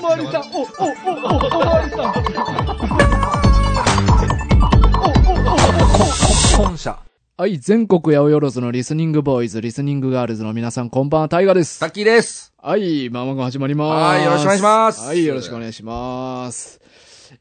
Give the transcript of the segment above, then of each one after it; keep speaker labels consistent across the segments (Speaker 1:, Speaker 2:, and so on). Speaker 1: まわりさん、お、お、お、お、おまわりさん。
Speaker 2: 本社。
Speaker 3: はい、全国八百万のリスニングボーイズ、リスニングガールズの皆さん、こんばんは、タイガです
Speaker 2: さ。っきーです。
Speaker 3: はい、ママが始まりま
Speaker 2: は
Speaker 3: す。
Speaker 2: いよろしくお願いします
Speaker 3: はい、よろしくお願いします。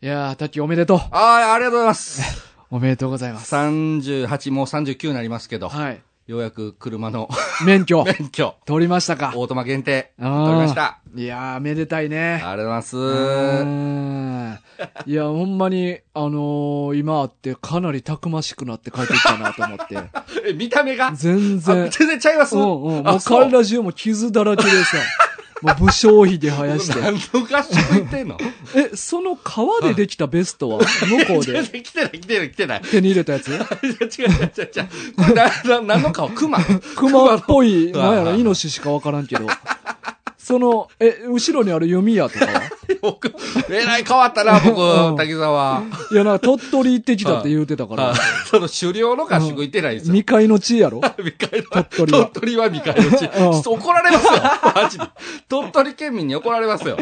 Speaker 3: いやー、タッキーおめでとう。
Speaker 2: あー、ありがとうござい ます。
Speaker 3: おめでとうございます。
Speaker 2: 38、もう39になりますけど、
Speaker 3: はい。
Speaker 2: ようやく車の
Speaker 3: 免許、
Speaker 2: 免許、
Speaker 3: 取りましたか。
Speaker 2: オートマ限定、取
Speaker 3: あー
Speaker 2: りました。あ
Speaker 3: いやー、めでたい
Speaker 2: り
Speaker 3: ね。
Speaker 2: がとうございます。
Speaker 3: うーんいや、ほんまに、あのー、今あってかなりたくましくなって帰ってきたなと思って。
Speaker 2: え見た目が
Speaker 3: 全
Speaker 2: あ
Speaker 3: 然。
Speaker 2: 全然ちゃいます
Speaker 3: うんうん。もう
Speaker 2: あそう
Speaker 3: 体中も傷だらけでさ、もう武将費で生やして。
Speaker 2: 何の合宿行 ってんの
Speaker 3: え、その革でできたベストは、向こう
Speaker 2: 全
Speaker 3: で
Speaker 2: 然来てない来てない来てない。
Speaker 3: 手に入れたやつ
Speaker 2: 違う違う違う違う。これな、な、何の顔熊
Speaker 3: 熊っぽい、
Speaker 2: 熊の
Speaker 3: なんやろ、イノシシかわからんけど。その、え、後ろにある弓矢と かは
Speaker 2: 僕、えらい変わったな、僕
Speaker 3: うん、
Speaker 2: 滝沢。
Speaker 3: いや、なんか鳥取行ってきたって言うてたから
Speaker 2: あ、 その狩猟の合宿行ってないですよ。
Speaker 3: 未開の地やろ
Speaker 2: 未開の
Speaker 3: 鳥取は
Speaker 2: 鳥取は未開の地。ち
Speaker 3: うん
Speaker 2: ょっと怒られますよ。 マジで。鳥取県民に怒られますよ。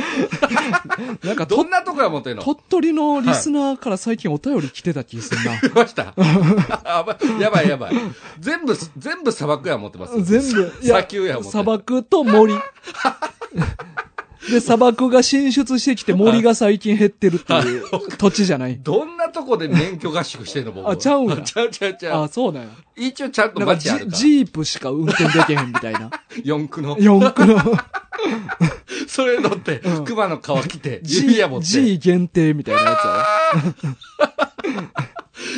Speaker 3: なんか
Speaker 2: ど
Speaker 3: 鳥
Speaker 2: んなとこや思ってんの
Speaker 3: 鳥取のリスナーから最近お便り来てた気すんな。
Speaker 2: 来ま した。あばやばいやばい。全部、全部砂漠や思ってますよ。
Speaker 3: 全部、い
Speaker 2: 砂丘や思って
Speaker 3: 砂漠と森。で、砂漠が進出してきて森が最近減ってるっていう土地じゃない。
Speaker 2: どんなとこで免許合宿してんの僕。
Speaker 3: あちゃうんや
Speaker 2: ちゃうちゃうちゃ
Speaker 3: あ、
Speaker 2: う。
Speaker 3: そうなんや。
Speaker 2: 一応ちゃんと
Speaker 3: なんか
Speaker 2: 街
Speaker 3: ジ
Speaker 2: あるから。
Speaker 3: ジープしか運転できへんみた いな。
Speaker 2: 四駆の。
Speaker 3: 四駆の
Speaker 2: それ乗って
Speaker 3: うん、
Speaker 2: 熊の皮着て、指輪持
Speaker 3: G,
Speaker 2: って。
Speaker 3: G 限定みたいなやつやろ。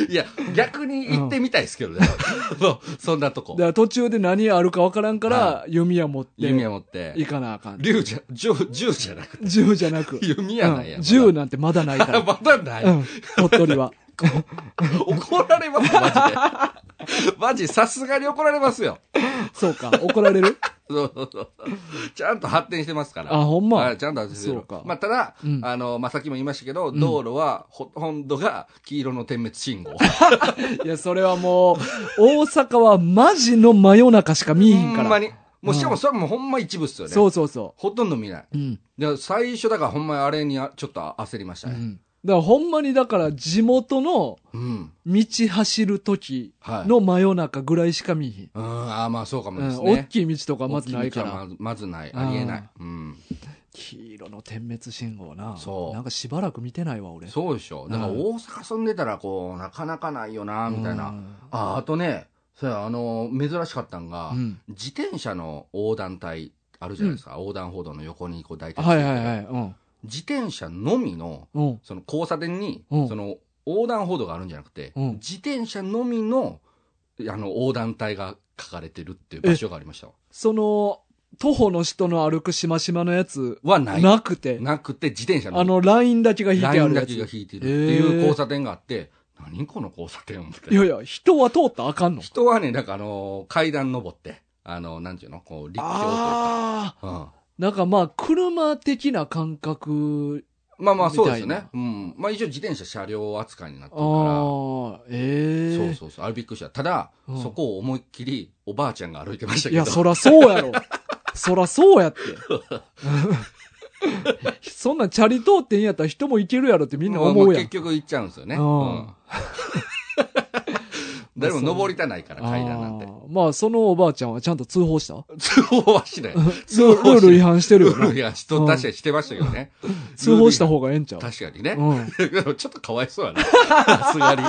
Speaker 2: いや、逆に行ってみたいですけどね。そうそんなとこ
Speaker 3: だか。ら途中で何あるかわからんから弓矢持って
Speaker 2: 弓矢持って。
Speaker 3: 行かなあかん。
Speaker 2: 竜じゃ、銃、銃じゃなくて、
Speaker 3: 銃じゃなく。
Speaker 2: 弓矢なんや。
Speaker 3: うん銃なんてまだないか
Speaker 2: あ
Speaker 3: ら。
Speaker 2: まだない、
Speaker 3: うん、鳥取は。
Speaker 2: 怒られます、マジ で。マジ、さすがに怒られますよ。
Speaker 3: そうか、怒られ る
Speaker 2: そうそうそうちゃんと発展してますから。
Speaker 3: あほんま
Speaker 2: はいちゃんと発展して
Speaker 3: そ
Speaker 2: る
Speaker 3: うか
Speaker 2: まあ、ただ、
Speaker 3: うん
Speaker 2: あの、まあ、さっきも言いましたけど、道路は、ほとんどが黄色の点滅信号。
Speaker 3: いや、それはもう、大阪はマジの真夜中しか見えへんか
Speaker 2: ほんま
Speaker 3: ら。
Speaker 2: に。もうしかもそれはもうほんま一部っすよね。
Speaker 3: そうそうそ
Speaker 2: ほとんど見ない。
Speaker 3: う。うん。
Speaker 2: で最初だからほんまにあれにあちょっと焦りました
Speaker 3: う
Speaker 2: ね。
Speaker 3: ん。だからほんまにだから地元の
Speaker 2: うん。
Speaker 3: 道走る時
Speaker 2: はい。
Speaker 3: の真夜中ぐらいしか見えへん。
Speaker 2: うん、あーまあそうかも
Speaker 3: う
Speaker 2: で
Speaker 3: ん、
Speaker 2: す
Speaker 3: 大
Speaker 2: ね。
Speaker 3: きい道とかまずないか
Speaker 2: 大き
Speaker 3: ら
Speaker 2: 道は。まずまずない。
Speaker 3: うん
Speaker 2: ありえない。うん。
Speaker 3: 黄色の点滅信号な。
Speaker 2: そう
Speaker 3: なんかしばらく見てないわ、俺。
Speaker 2: そうでしょ。だから
Speaker 3: うん
Speaker 2: 大阪住んでたら、こう、なかなかないよな、みたいな。
Speaker 3: うん
Speaker 2: あ、あとね、そうやあの、珍しかったんが、
Speaker 3: うん。
Speaker 2: 自転車の横断帯あるじゃないですか。横断歩道の横に、こう、大体つい
Speaker 3: は
Speaker 2: て
Speaker 3: い
Speaker 2: る。
Speaker 3: はいはい。うん。
Speaker 2: 自転車のみの、
Speaker 3: うん。
Speaker 2: その交差点に、
Speaker 3: うん
Speaker 2: その、横断歩道があるんじゃなくて、
Speaker 3: うん
Speaker 2: 自転車のみの、あの、横断帯が書かれてるっていう場所がありましたわ
Speaker 3: その、徒歩の人の歩くしましまのやつ、
Speaker 2: はない。
Speaker 3: なくて、
Speaker 2: なくて、自転車の
Speaker 3: あの、ラインだけが引いてあ
Speaker 2: ライ
Speaker 3: る
Speaker 2: ン
Speaker 3: や
Speaker 2: だ
Speaker 3: つ。
Speaker 2: けが引いてるって
Speaker 3: へ
Speaker 2: い
Speaker 3: ー
Speaker 2: う交差点があって、何この交差点思って
Speaker 3: いやいや、人は通ったらあかんの。
Speaker 2: 人はね、なんかあの、階段登って、あの、なんていうのこう、立教というか。
Speaker 3: ああ
Speaker 2: うん
Speaker 3: ー、なんかまあ、車的な感覚、
Speaker 2: まあまあそうですよ
Speaker 3: みた
Speaker 2: ね
Speaker 3: い。
Speaker 2: うん。まあ一応自転車車両扱いになって
Speaker 3: あ
Speaker 2: るか
Speaker 3: あ、え
Speaker 2: ら。そ
Speaker 3: え
Speaker 2: うそうそう。あれびっくりした。ただ、
Speaker 3: うん
Speaker 2: そこを思いっきりおばあちゃんが歩いてましたけ
Speaker 3: い
Speaker 2: ど。
Speaker 3: や、そらそうやろ。 そらそうや って。そんなんチャリ通ってんやったら人も行けるやろってみんな思
Speaker 2: も
Speaker 3: うや
Speaker 2: 結
Speaker 3: ん。
Speaker 2: 局行っちゃうんですよね。
Speaker 3: う
Speaker 2: うん ん。誰も登りたないから、階段なんて
Speaker 3: あ。ーまあ、そのおばあちゃんはちゃんと通 報した
Speaker 2: 通報はし ない。
Speaker 3: ル
Speaker 2: 通報しない
Speaker 3: ール違反してるよ
Speaker 2: ル
Speaker 3: な
Speaker 2: ールや、人確かにしてましたけどね。
Speaker 3: 通報した方がええんちゃう
Speaker 2: 確かにね。
Speaker 3: うん。
Speaker 2: でも ちょっとかわいそうやな。さす がに。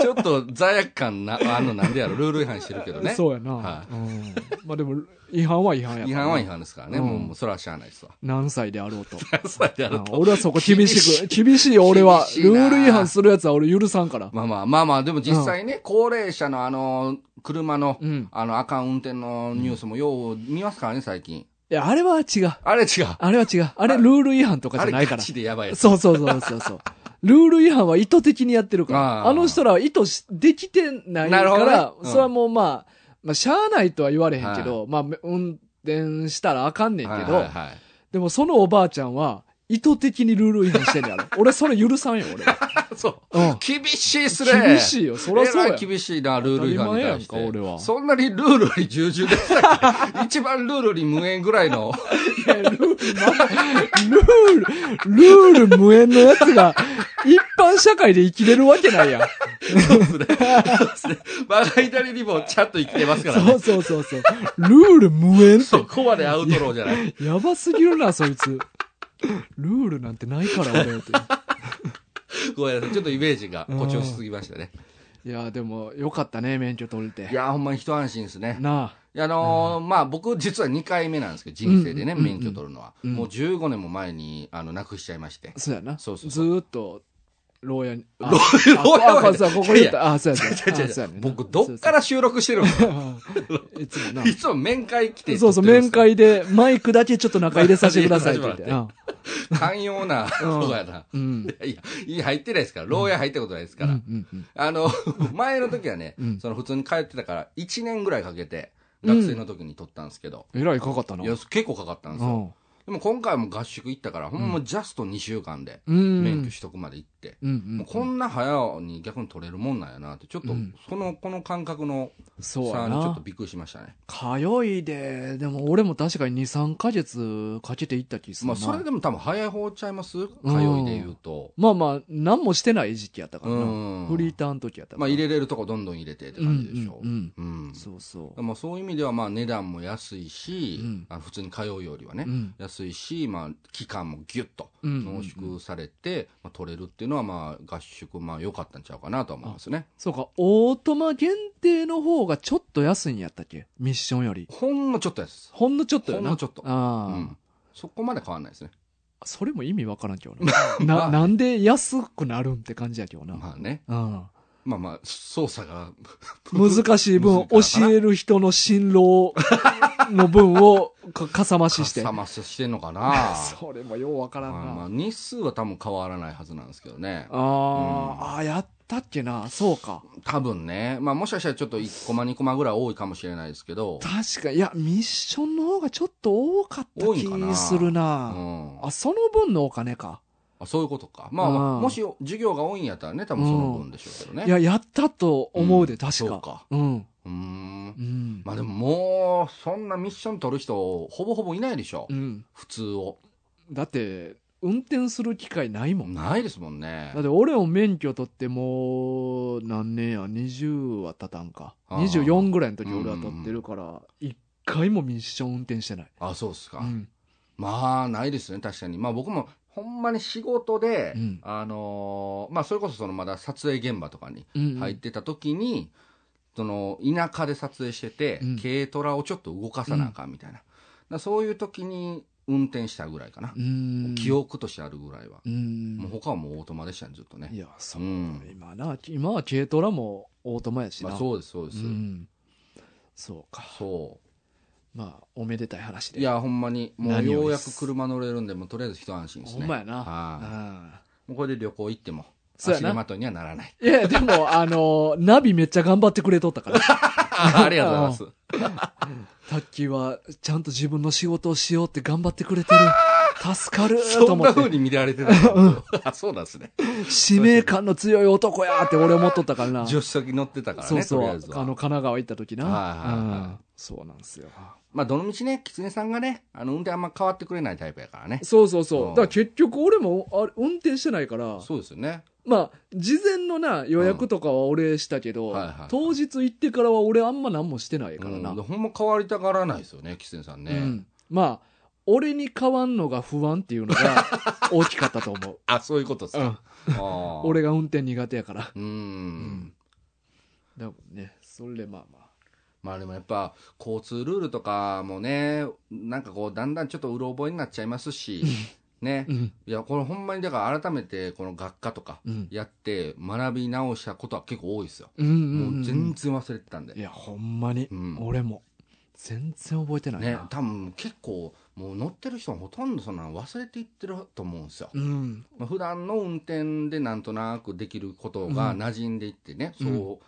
Speaker 2: ちょっと罪悪感な、あんのなんでやろ、ルール違反してるけどね。
Speaker 3: そうやな。
Speaker 2: は
Speaker 3: うんまあでも、違反は違反やから
Speaker 2: 違
Speaker 3: な
Speaker 2: 反は違反ですからね。
Speaker 3: うん
Speaker 2: もう、もうそれはしゃあないですわ。
Speaker 3: 何歳であろうと。
Speaker 2: そうやる
Speaker 3: うん
Speaker 2: と。
Speaker 3: 俺はそこ厳しく、厳しいよ俺は
Speaker 2: 厳。しい
Speaker 3: ル
Speaker 2: な
Speaker 3: ール違反するやつは俺許さんから。
Speaker 2: まあまあ、まあまあ、でも実際ね、高齢者のあの、車の
Speaker 3: う、ん。
Speaker 2: あの、あかん運転のニュースもよう見ますからね、最近。
Speaker 3: いや、あれは違う。
Speaker 2: あれ違う。
Speaker 3: あれは違う。あれ、ルール違反とか
Speaker 2: あ
Speaker 3: じゃ
Speaker 2: れ
Speaker 3: ないか
Speaker 2: ガ
Speaker 3: ら。
Speaker 2: チでやばいやつ。
Speaker 3: そうそうそうそうそう。ルール違反は意図的にやってるから。あ
Speaker 2: あー
Speaker 3: の人らは意図しできてないか
Speaker 2: なるほど
Speaker 3: ら、
Speaker 2: ねうん
Speaker 3: それはもうまあ、まあ、しゃあないとは言われへんけど、まあ、運転したらあかんねんけど、
Speaker 2: はいはいはい
Speaker 3: でもそのおばあちゃんは、意図的にルール違反してんね やろ。俺それ許さんよ、俺。
Speaker 2: そう。
Speaker 3: うん。
Speaker 2: 厳しいっすね。
Speaker 3: 厳しいよ、そらそう
Speaker 2: え
Speaker 3: や
Speaker 2: らい。厳しいな、ルール違反に対して。
Speaker 3: 当たり前やんか俺は
Speaker 2: そんなにルールに従順でしたっ け一番ルールに無縁ぐらいの。
Speaker 3: いやルール、まルール、ルール無縁のやつが、一般社会で生きれるわけないやん。
Speaker 2: そうですね。そうですね。曲がりなりにもちゃんと生きてますから
Speaker 3: そ
Speaker 2: ね
Speaker 3: う。そうそうそう。ルール無縁って
Speaker 2: そこまでアウトローじゃない。
Speaker 3: やばすぎるな、そい つ。ルールなんてないから、俺って。
Speaker 2: ごめんなさい。ちょっとイメージが誇張しすぎましたね。
Speaker 3: いや、でも、よかったね、免許取れて。
Speaker 2: いや、ほんまに一安心ですね。
Speaker 3: なあ。
Speaker 2: いやあのーまあ、僕、実は2回目なんですけど、人生でね、
Speaker 3: うんうんうん
Speaker 2: 免許取るのは。
Speaker 3: うん
Speaker 2: もう15年も前に、あの、なくしちゃいまして。
Speaker 3: そうやな。
Speaker 2: そうそう
Speaker 3: ず
Speaker 2: そう
Speaker 3: ーっと、牢屋に。あ
Speaker 2: 牢屋
Speaker 3: あ
Speaker 2: 牢屋
Speaker 3: あこそうここ言った。あ、 そうやそう
Speaker 2: 違う違
Speaker 3: や
Speaker 2: う
Speaker 3: あそう
Speaker 2: 違
Speaker 3: や
Speaker 2: う
Speaker 3: ねんな。
Speaker 2: 僕、どっから収録してるんです
Speaker 3: そ
Speaker 2: か
Speaker 3: うそういつもな。
Speaker 2: いつも面会来て。
Speaker 3: そうそう、面。会で、マイクだけちょっと中入れさせてくださいって言って。
Speaker 2: 中寛容な、
Speaker 3: うん
Speaker 2: そうやな。
Speaker 3: うんうん。
Speaker 2: いや、いや入ってないですから。牢屋入ったことないですか
Speaker 3: う
Speaker 2: ら。
Speaker 3: んうん
Speaker 2: あの、 前の時はね、
Speaker 3: うん
Speaker 2: その普通に通ってたから、1年ぐらいかけて、学生の時に取ったんですけど、
Speaker 3: うん。えらいかかったな。
Speaker 2: いや、結構かかったんですよ。でも今回も合宿行ったから、ほんまジャスト2週間で、
Speaker 3: うん。
Speaker 2: 免許取得まで行って、
Speaker 3: うんうん。
Speaker 2: もうこんな早に逆に取れるもんなんやなって、ちょっと
Speaker 3: うん、
Speaker 2: その、この感覚の差
Speaker 3: そう
Speaker 2: にち
Speaker 3: や
Speaker 2: ょっと
Speaker 3: な。
Speaker 2: びっくりしましたね。
Speaker 3: 通いで、でも俺も確かに2、3ヶ月かけていった気する
Speaker 2: ま
Speaker 3: な。
Speaker 2: あ、それでも多分早い方ちゃいます通いで言うと。
Speaker 3: まあまあ、何もしてない時期やったから
Speaker 2: うん
Speaker 3: な。フリーターの時やったから。
Speaker 2: まあ、入
Speaker 3: れ
Speaker 2: れれるとこどんどん入れてって感じでしょ。
Speaker 3: うんうん
Speaker 2: うん
Speaker 3: そうそう。
Speaker 2: まあ、そういう意味では、まあ、値段も安いし、
Speaker 3: うん
Speaker 2: あの普通に通うよりはね、
Speaker 3: うん
Speaker 2: 安いし、まあ、期間もギュッと
Speaker 3: うんうんうん
Speaker 2: 濃縮されて、まあ、取れるっていうのは、まあ、合宿、まあ、良かったんちゃうかなとは思いますね。
Speaker 3: そうか、オートマ限定の方がちょっと安いんやったっけミッションより。
Speaker 2: ほんのちょっとです。
Speaker 3: ほんのちょっとよな。
Speaker 2: ほんのちょっとう
Speaker 3: ああ、
Speaker 2: ん。そこまで変わんないですね。
Speaker 3: それも意味わからんけど な。な、なんで安くなるんって感じやけどな。
Speaker 2: まあね。
Speaker 3: うん。
Speaker 2: まあまあ、操作が、
Speaker 3: 難しい分、
Speaker 2: 難
Speaker 3: 教
Speaker 2: しいからな
Speaker 3: える人の辛労の分をかかさ増しして
Speaker 2: かさ。まししてんのかな。
Speaker 3: それもようわからんな。
Speaker 2: まあまあ、日数は多分変わらないはずなんですけどね。
Speaker 3: あ
Speaker 2: う
Speaker 3: ーあー、やったっけな。そうか。
Speaker 2: 多分ね。まあ、もしかしたらちょっと1コマ2コマぐらい多いかもしれないですけど。
Speaker 3: 確か、いや、ミッションの方がちょっと多かった
Speaker 2: 多いんかな
Speaker 3: 気する
Speaker 2: う
Speaker 3: な。
Speaker 2: ん。
Speaker 3: あ、その分のお金か。
Speaker 2: あそういうことか。まあ、まあ
Speaker 3: うん
Speaker 2: もし授業が多いんやったらね、多分その分でしょうけどね。
Speaker 3: いや、やったと思うで、
Speaker 2: うん
Speaker 3: 確か。
Speaker 2: そうか。
Speaker 3: うん。
Speaker 2: うーん
Speaker 3: う。ん。
Speaker 2: まあでももう、そんなミッション取る人、ほぼほぼいないでしょ。
Speaker 3: うん。
Speaker 2: 普通を。
Speaker 3: だって、運転する機会ないもん。
Speaker 2: ないですもんね
Speaker 3: だっ。て、俺も免許取ってもう、何年や、20は経たんか。
Speaker 2: あー
Speaker 3: 24ぐらいの時俺は取ってるから、一回もミッション運転してない。
Speaker 2: あ、そうですか。
Speaker 3: うん。
Speaker 2: まあ、ないですね、確かに。まあ僕も、ほんまに仕事で、
Speaker 3: うん
Speaker 2: あのーまあそれこそそのまだ撮影現場とかに
Speaker 3: うん。
Speaker 2: 入ってた時に、その田舎で撮影してて、
Speaker 3: うん
Speaker 2: 軽トラをちょっと動かさなあかんみたいな。だからそういう時に運転したぐらいかな。
Speaker 3: うん。
Speaker 2: 記憶としてあるぐらいは、
Speaker 3: うん。
Speaker 2: もう他はもうオートマでしたねずっとね
Speaker 3: いや、そう
Speaker 2: う。ん
Speaker 3: 今な、今は軽トラもオートマやしな。
Speaker 2: まあ、そうですそうです、
Speaker 3: うんそうか。
Speaker 2: そ
Speaker 3: まあ、おめでたい話
Speaker 2: う
Speaker 3: で。
Speaker 2: い、やほんまにもう
Speaker 3: 何より
Speaker 2: ようや
Speaker 3: で
Speaker 2: く
Speaker 3: す
Speaker 2: 車乗れるんでもうとりあえず一安心ですね
Speaker 3: ほんまやな。
Speaker 2: は
Speaker 3: あ
Speaker 2: いもうこれで旅行行っても
Speaker 3: そうや
Speaker 2: 足
Speaker 3: な
Speaker 2: 手まといにはならない
Speaker 3: あいや、でも、 あの、ナビめっちゃ頑張ってくれとったから。
Speaker 2: ありがとうございます
Speaker 3: 卓球は、ちゃんと自分の仕事をしようって頑張ってく れてる。助かると
Speaker 2: そん
Speaker 3: 思
Speaker 2: な
Speaker 3: っ
Speaker 2: 風
Speaker 3: て。
Speaker 2: に見られてたんだあそうなんですね
Speaker 3: 使命感の強い男やって俺思っとったからな。
Speaker 2: 助手席乗ってたからね
Speaker 3: そうそ
Speaker 2: とりあ
Speaker 3: う
Speaker 2: えず。
Speaker 3: あ
Speaker 2: は
Speaker 3: の、神奈川行った時な。
Speaker 2: はいはいはい
Speaker 3: うんそうなんですよ。
Speaker 2: まあどの道ね狐さんがねあの運転あんま変わってくれないタイプやからね
Speaker 3: そうそうそう
Speaker 2: ん
Speaker 3: う。だから結局俺も、あれ、運転してないから。
Speaker 2: そうですよね
Speaker 3: まあ、事前のな、予約とかは俺したけど、
Speaker 2: うんはいはい
Speaker 3: 当日行ってからは俺あんま何もしてないから
Speaker 2: う
Speaker 3: な。うんん
Speaker 2: でほんま変わりたがらないですよね狐さんね、
Speaker 3: まあ、俺に変わんのが不安っていうの が大きかったと思う。
Speaker 2: あそういうことですか、ああ
Speaker 3: 俺が運転苦手やから。
Speaker 2: うーん。
Speaker 3: だもんね、それでまあまあ。
Speaker 2: まあでもやっぱ、交通ルールとかもね、なんかこう、だんだんちょっとうろ覚えになっちゃいますし、ね
Speaker 3: う。ん。
Speaker 2: いや、これほんまにだから改めて、この学科とか
Speaker 3: うん。
Speaker 2: やって学び直したことは結構多いですよ。
Speaker 3: うんうんうん
Speaker 2: もう全然忘れてたん
Speaker 3: い
Speaker 2: で。
Speaker 3: や、ほんまに、
Speaker 2: うん
Speaker 3: 俺も。全然覚えてないな。
Speaker 2: ね、多分結構、もう乗ってる人はほとんどそんなの忘れていってると思うんですよ。
Speaker 3: うん。
Speaker 2: まあ、普段の運転でなんとなくできることが
Speaker 3: うん
Speaker 2: 馴染んでいってね、
Speaker 3: うん
Speaker 2: そう、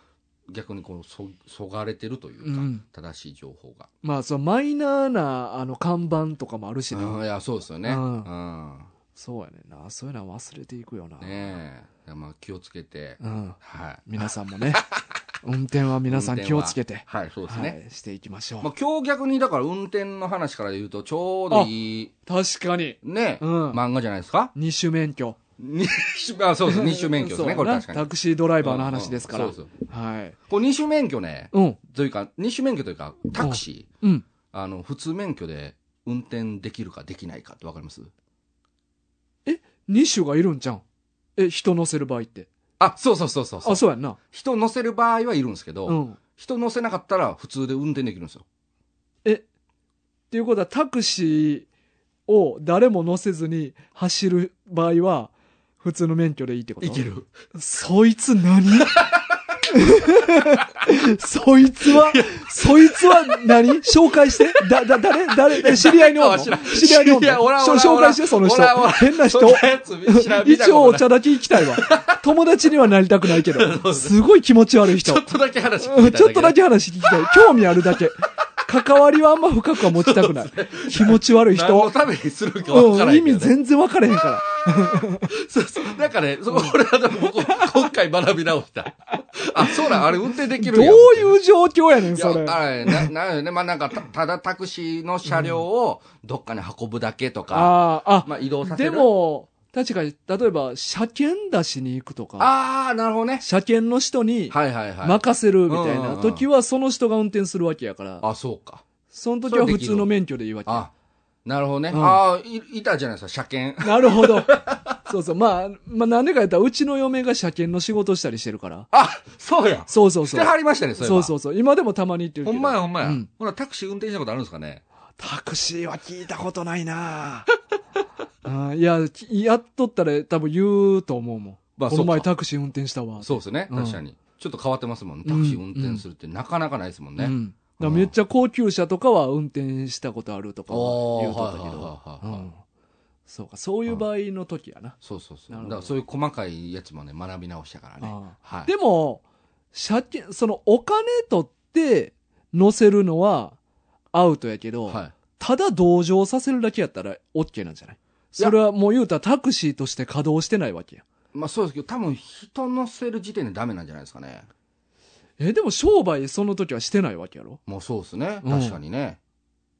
Speaker 2: 逆にこう、そ、そがれてるというか、
Speaker 3: うん
Speaker 2: 正しい情報が。
Speaker 3: まあ、そのマイナーな、あの、看板とかもあるしな。
Speaker 2: うんいや、そうですよね。
Speaker 3: う
Speaker 2: うんん。
Speaker 3: そうやねんな。そういうのは忘れていくよな。
Speaker 2: ねえ。まあ気をつけて。
Speaker 3: うん。
Speaker 2: はい。
Speaker 3: 皆さ んもね、運転は皆さん気をつけて、
Speaker 2: はい、そうですね。
Speaker 3: はい、していきましょう。
Speaker 2: まあ今日逆にだから運転の話から言うとちょうどいい、
Speaker 3: 確かに、
Speaker 2: ね、
Speaker 3: うん
Speaker 2: 漫画じゃないですか
Speaker 3: 二種免許。
Speaker 2: 二種、あ、そうです。二種免許です
Speaker 3: そうや
Speaker 2: ね、こ
Speaker 3: な
Speaker 2: れ確かに。
Speaker 3: タクシードライバーの話ですから。
Speaker 2: うんうんそうです
Speaker 3: はい。
Speaker 2: これ二種免許ね、
Speaker 3: うん。
Speaker 2: というか、二種免許というか、タクシー、
Speaker 3: うん。
Speaker 2: あの、普通免許で運転できるかできないかってわかります
Speaker 3: 二種がいるんじゃん。え、人乗せる場合って。
Speaker 2: あ、そうそうそうそうそう
Speaker 3: あ、そうやんな。
Speaker 2: 人乗せる場合はいるんですけど、
Speaker 3: うん。っ
Speaker 2: 人乗せなかったら普通で運転できるんですよ。
Speaker 3: ていうことは、タクシーを誰も乗せずに走る場合は、普通の免許でいいってこと
Speaker 2: いけ。る。
Speaker 3: そいつ何 そいつは、そいつは何紹介して。だ、だ、誰誰え知り合いにおんの
Speaker 2: あ知らん
Speaker 3: 知り合いにおんの
Speaker 2: 知り合いおらん
Speaker 3: しょ
Speaker 2: おらん
Speaker 3: 紹介して、その人
Speaker 2: おらんおらん。
Speaker 3: 変な人
Speaker 2: そ。んなやつ知らん見た
Speaker 3: 一応
Speaker 2: こ
Speaker 3: お
Speaker 2: とない
Speaker 3: 茶だけ行きたいわ。友達にはなりたくないけど。すごい気持ち悪い
Speaker 2: ち
Speaker 3: 人
Speaker 2: ょ。っとだけ話聞いた
Speaker 3: う
Speaker 2: で
Speaker 3: んちょっとだけ話聞きたい。興味あるだけ。関わりはあんま深くは持ち たくない。気持ち悪い
Speaker 2: 何の
Speaker 3: 人。
Speaker 2: ためにするかわか
Speaker 3: う
Speaker 2: ら
Speaker 3: ん、
Speaker 2: へ
Speaker 3: 意
Speaker 2: んけ
Speaker 3: 味
Speaker 2: ど、ね。
Speaker 3: 全然分かれへんから。
Speaker 2: そうそう。なんかね、そこ、俺はでも、こ今回学び直した。あ、そうなん、あれ運転でき
Speaker 3: どう
Speaker 2: るやん。
Speaker 3: いう状況やねん、
Speaker 2: い
Speaker 3: そ
Speaker 2: や
Speaker 3: れ。
Speaker 2: あれ、な、 なんよね。まあ、なんか、たただタクシーの車両をどっかに運ぶだけとか、
Speaker 3: ああ、あ、
Speaker 2: まあ、移動させ
Speaker 3: で
Speaker 2: る。、
Speaker 3: も、確かに、例えば、車検出しに行くとか、
Speaker 2: あー、なるほどね。
Speaker 3: 車検の人に
Speaker 2: はいはいはい。
Speaker 3: 任せるみたい
Speaker 2: うんうん
Speaker 3: な
Speaker 2: うん
Speaker 3: 時は、その人が運転するわけやから、
Speaker 2: あ、そうか。
Speaker 3: その時は普通の免許でいいわけや。
Speaker 2: あ、なるほどね。
Speaker 3: うん
Speaker 2: ああ、い、いたじゃないですか、車検。
Speaker 3: なるほど。 そうそう。まあ、まあ、なんでかやったら、うちの嫁が車検の仕事したりしてるから。
Speaker 2: あ、そうや。
Speaker 3: そうそう
Speaker 2: し
Speaker 3: そ
Speaker 2: て
Speaker 3: う。
Speaker 2: はりましたね、それ。
Speaker 3: そうそううそう。今でもたまに言ってるけ
Speaker 2: ほ
Speaker 3: ど。
Speaker 2: んまや、ほんまや
Speaker 3: うん。
Speaker 2: ほら、タクシー運転したことあるんですかね。
Speaker 3: タクシーは聞いたことないな あいや、きやっとったら多分言うと思うもん。
Speaker 2: まあ
Speaker 3: この前
Speaker 2: そうか
Speaker 3: タクシー運転したわ。
Speaker 2: そうですね、
Speaker 3: うん
Speaker 2: 確かに。ちょっと変わってますもんね。タクシー運転するってなかなかないですもんね。
Speaker 3: うん。だからめっちゃ高級車とかは運転したことあるとかは言うとったけ
Speaker 2: おーはいはい
Speaker 3: ど。う
Speaker 2: はいはい
Speaker 3: んそうか、そういう場合の時やな。
Speaker 2: そうそうそう。
Speaker 3: な
Speaker 2: だ
Speaker 3: るほ
Speaker 2: から
Speaker 3: ど
Speaker 2: そういう細かいやつもね、学び直したからね。
Speaker 3: あ
Speaker 2: はい。
Speaker 3: でも、車検、そのお金取って乗せるのはアウトやけど、
Speaker 2: はい。
Speaker 3: ただ同乗させるだけやったら OK なんじゃないそれはもう言うたらタクシーとして稼働してないわけや。
Speaker 2: まあそうですけど、多分人乗せる時点でダメなんじゃないですかね。
Speaker 3: え、でも商売その時はしてないわけやろ
Speaker 2: もうそうですね。
Speaker 3: うん
Speaker 2: 確かにね。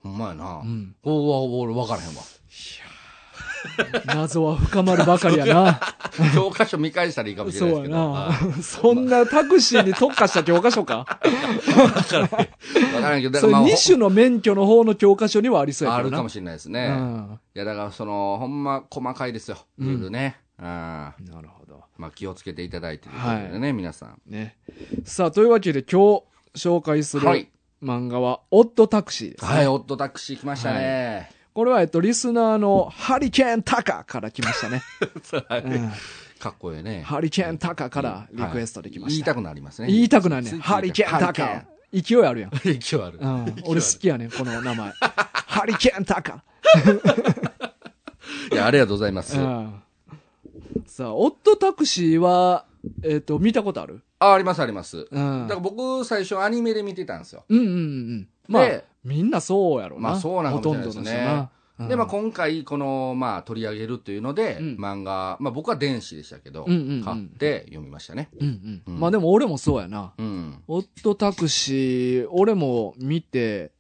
Speaker 2: ほんまやな。
Speaker 3: うん。
Speaker 2: おお、俺分からへんわ。
Speaker 3: 謎は深まるばかりや な。
Speaker 2: 教科書見返したらいいかもしれ
Speaker 3: そ
Speaker 2: ないですけ
Speaker 3: うや
Speaker 2: ど。
Speaker 3: な
Speaker 2: はい。
Speaker 3: そんなタクシーに特化した教科書か
Speaker 2: 分からへんけど、だ
Speaker 3: そ
Speaker 2: か
Speaker 3: れ
Speaker 2: らまあ、
Speaker 3: 2種の免許の方の教科書にはありそうや
Speaker 2: あ
Speaker 3: けど
Speaker 2: る
Speaker 3: な。
Speaker 2: かもしれないですね。
Speaker 3: うん
Speaker 2: いや、だからその、ほんま細かいですよ。ルールね。ああ
Speaker 3: なるほど。
Speaker 2: まあ気をつけていただいてということでね、皆さん。
Speaker 3: ね。さあ、というわけで今日紹介す
Speaker 2: は
Speaker 3: る
Speaker 2: い。
Speaker 3: 漫画は、オッドタクシーですね、
Speaker 2: はい、オットタクシー来ましたね。
Speaker 3: これは、えっと、リスナーのハリケーンタカから来ましたね。うん
Speaker 2: かっこいいね。
Speaker 3: ハリケーンタカからリクエストできま
Speaker 2: 言い
Speaker 3: した。
Speaker 2: たくなりますね。
Speaker 3: 言いたくない
Speaker 2: つ
Speaker 3: ね。
Speaker 2: つ
Speaker 3: ハリケーンタ
Speaker 2: ハ
Speaker 3: カ。勢いあるやん。
Speaker 2: リケーン勢いある。
Speaker 3: うん、 俺好きやねん、この名 前。ハリケーンタカ。
Speaker 2: いや、ありがとうございます
Speaker 3: う。んさあ、オットタクシーは、えっ、と、見たことある
Speaker 2: あ、ありますあります。
Speaker 3: う
Speaker 2: だ
Speaker 3: ん。
Speaker 2: か
Speaker 3: うん
Speaker 2: ら僕、最初アニメで見てたんですよ。
Speaker 3: うんうん。まあ
Speaker 2: で、
Speaker 3: みんなそうやろな。
Speaker 2: まあそうなの
Speaker 3: ほ
Speaker 2: かも
Speaker 3: と
Speaker 2: しれ
Speaker 3: ん
Speaker 2: ないです
Speaker 3: どの人
Speaker 2: ね
Speaker 3: な。うん
Speaker 2: で、まあ今回、この、まあ取り上げるというので、
Speaker 3: うん
Speaker 2: 漫画、まあ僕は電子でしたけど、
Speaker 3: うんうんうん
Speaker 2: 買って読みましたね。
Speaker 3: うんう。
Speaker 2: うんん
Speaker 3: まあでも俺もそうやな。
Speaker 2: うん。
Speaker 3: オットタクシー、俺も見て、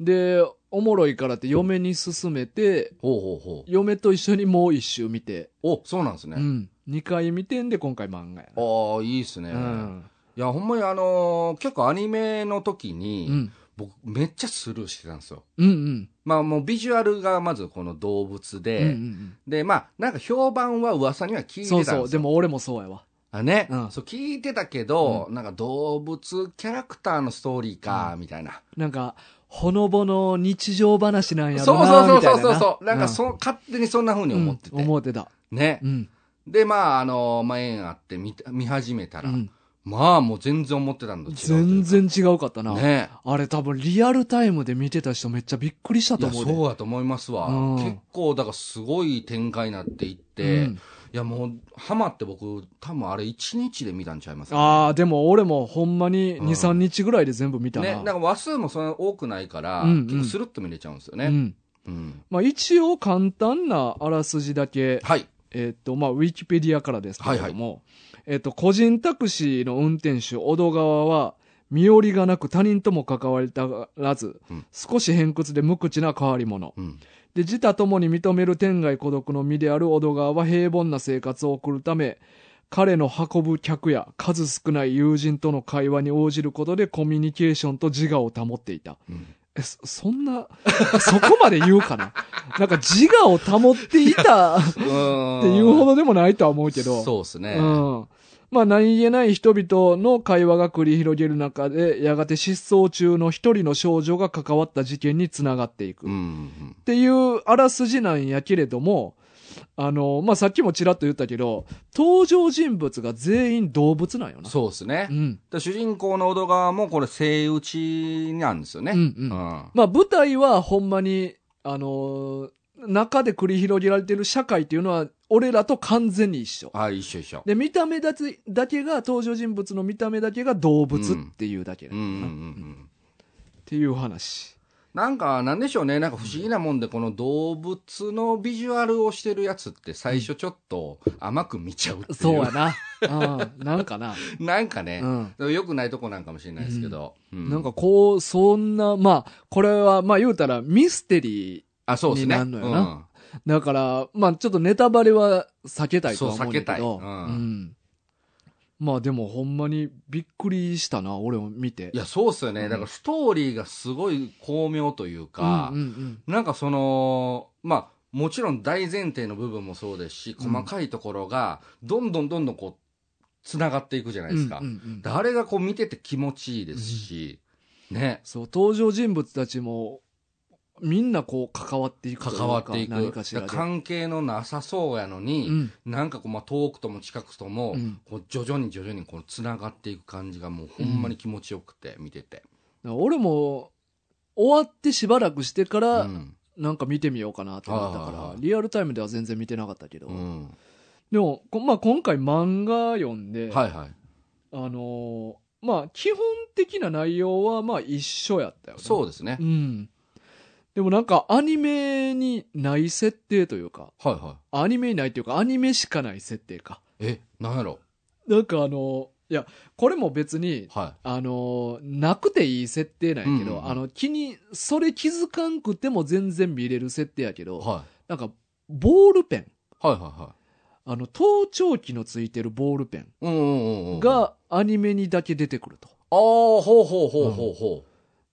Speaker 3: で、おもろいからって嫁に勧めて、
Speaker 2: ほうほうほう。
Speaker 3: 嫁と一緒にもう一周見て、
Speaker 2: お、そうなんですね。
Speaker 3: うん。2回見てんで今回漫画やな。
Speaker 2: ああ、いいっすね。
Speaker 3: うん。
Speaker 2: いや、ほんまにあのー結構アニメの時
Speaker 3: う
Speaker 2: に、
Speaker 3: ん。
Speaker 2: 僕めっちゃスルーしてたんですよ。
Speaker 3: うんうん。
Speaker 2: まあもうビジュアルがまずこの動物
Speaker 3: う
Speaker 2: で、
Speaker 3: んうん
Speaker 2: で、まあなんか評判は噂には聞
Speaker 3: う
Speaker 2: い
Speaker 3: ん。
Speaker 2: てたん
Speaker 3: そ
Speaker 2: で
Speaker 3: う
Speaker 2: すよ。
Speaker 3: そう。でも俺もそうやわ。
Speaker 2: あね、
Speaker 3: うん
Speaker 2: そう聞いてたけど、なんか動物キャラクターのストーリーか、みたいな。
Speaker 3: なんか、ほのぼの日常話なんや
Speaker 2: そ
Speaker 3: ろ
Speaker 2: うそう
Speaker 3: な
Speaker 2: そう
Speaker 3: みたいな
Speaker 2: そうそうそう。なんか
Speaker 3: う
Speaker 2: そ、う勝手にそんな風に
Speaker 3: ん
Speaker 2: 思ってて。
Speaker 3: うん思ってた。
Speaker 2: ね
Speaker 3: う。ん。
Speaker 2: で、まあ、あの、まあ、縁あって見た見始めた
Speaker 3: う
Speaker 2: ら、
Speaker 3: ん
Speaker 2: まあもう全然思ってたのと違うという
Speaker 3: 全
Speaker 2: か。
Speaker 3: 然違うかったな。
Speaker 2: ね。
Speaker 3: あれ多分リアルタイムで見てた人めっちゃびっくりした
Speaker 2: い
Speaker 3: と
Speaker 2: や、
Speaker 3: 思うで。
Speaker 2: そうやと思いますわ。
Speaker 3: うん
Speaker 2: 結構、だからすごい展開になっていって、
Speaker 3: うん
Speaker 2: いやもう、ハマって僕、多分あれ1日で見たんちゃいますか、
Speaker 3: ああ、でも俺もほんまに2、
Speaker 2: うん
Speaker 3: 3日ぐらいで全部見たな。
Speaker 2: ね、なんか話数もそんな多くないから、
Speaker 3: うんうん
Speaker 2: 結構スルッと見れちゃうんですよね。
Speaker 3: うん。
Speaker 2: うん。
Speaker 3: まあ、一応簡単なあらすじだけ、
Speaker 2: はい。
Speaker 3: えっと、まあ、ウィキペディアからですけれども、えっと、個人タクシーの運転手、小戸川は、身寄りがなく他人とも関わりたがらず、
Speaker 2: うん
Speaker 3: 少し偏屈で無口な変わり者。
Speaker 2: うん。
Speaker 3: で、自他ともに認める天涯孤独の身である小戸川は平凡な生活を送るため、彼の運ぶ客や数少ない友人との会話に応じることでコミュニケーションと自我を保っていた。
Speaker 2: うん。
Speaker 3: え、そそんな、 そこまで言う かななんか自我を保っていたって
Speaker 2: って
Speaker 3: いうほどでもないとは思うけど。
Speaker 2: そうですね。
Speaker 3: うん。まあ何気ない人々の会話が繰り広げる中で、やがて失踪中の一人の少女が関わった事件につながっていく。
Speaker 2: うん。う
Speaker 3: っ
Speaker 2: ん。
Speaker 3: ていうあらすじなんやけれども、あの、まあ、さっきもちらっと言ったけど、登場人物が全員動物なんよな。
Speaker 2: そうですね
Speaker 3: う。ん。
Speaker 2: で主人公の小戸川もこれ、生打ちなんですよね。
Speaker 3: うんうんまあ、舞台はほんまに、あのー中で繰り広げられてる社会っていうのは、俺らと完全に一緒。
Speaker 2: あ、一緒一緒。
Speaker 3: で、見た目だけだけが、登場人物の見た目だけが動物っていうだけ、
Speaker 2: うんうんうんう
Speaker 3: っ
Speaker 2: ん。
Speaker 3: ていう話。
Speaker 2: なんか、なんでしょうね。なんか不思議なもんで、この動物のビジュアルをしてるやつって最初ちょっと甘く見ちゃうっていう。
Speaker 3: そうやな。うん。なんかな。
Speaker 2: なんか ね
Speaker 3: う。ん。
Speaker 2: よくないとこなんかもしれないですけど。うん
Speaker 3: なんか、こう、そんな、まあ、これは、まあ言うたらミステリー。
Speaker 2: あ、そうです
Speaker 3: に
Speaker 2: ね。
Speaker 3: な
Speaker 2: うん
Speaker 3: のよなんだから、まあちょっとネタバレは避けたいとは思うんだけ
Speaker 2: そ
Speaker 3: ど。
Speaker 2: う避けたいうん
Speaker 3: んまあでもほんまにびっくりしたな、俺を見て。
Speaker 2: いや、そうっすよね。
Speaker 3: うん
Speaker 2: だからストーリーがすごい巧妙というか
Speaker 3: うんう、ん
Speaker 2: なんかその、まあ、もちろん大前提の部分もそうですし、
Speaker 3: うん
Speaker 2: 細かいところが、どんどんどんどんこう、繋がっていくじゃな
Speaker 3: う
Speaker 2: い
Speaker 3: ん。
Speaker 2: ですか
Speaker 3: うんう。んうん
Speaker 2: であれがこう見てて気持ちいいですし、ね。
Speaker 3: そう、登場人物たちも、みんなこう関わっていくというか。
Speaker 2: 関わっていく。
Speaker 3: 何かしらで。
Speaker 2: だから関係のなさそうやのに、
Speaker 3: うん
Speaker 2: なんかこう、まあ、遠くとも近くとも、
Speaker 3: うん
Speaker 2: こう徐々に徐々にこう繋がっていく感じがもうほんまに気持ちよくて、見てて。
Speaker 3: 俺も、終わってしばらくしてか
Speaker 2: う
Speaker 3: ら、
Speaker 2: ん。
Speaker 3: なんか見てみようかなと思ったから
Speaker 2: あ、ー
Speaker 3: リアルタイムでは全然見てなかったけど。
Speaker 2: うん。
Speaker 3: でも、こまあ、今回漫画読んで、
Speaker 2: はいはい。
Speaker 3: あのーまあ、基本的な内容は、まあ、一緒やったよね。
Speaker 2: そうですね。
Speaker 3: うん。でもなんか、アニメにない設定というか、
Speaker 2: はいはい。
Speaker 3: アニメにないというか、アニメしかない設定か。
Speaker 2: え、なんやろ
Speaker 3: なんかあのーいや、これも別に、
Speaker 2: は
Speaker 3: あのーなくていい設定なんやけ
Speaker 2: う
Speaker 3: ど、
Speaker 2: んうんうん
Speaker 3: あの、気に、それ気づかんくても全然見れる設定やけ
Speaker 2: い。
Speaker 3: ど、
Speaker 2: は
Speaker 3: なんか、ボールペン。
Speaker 2: い。はいはいは
Speaker 3: あの、盗聴器のついてるボールペン
Speaker 2: い。うんうんうんうん。あ
Speaker 3: がアニメにだけ出てくると。
Speaker 2: あ、ほうほうほうほうほ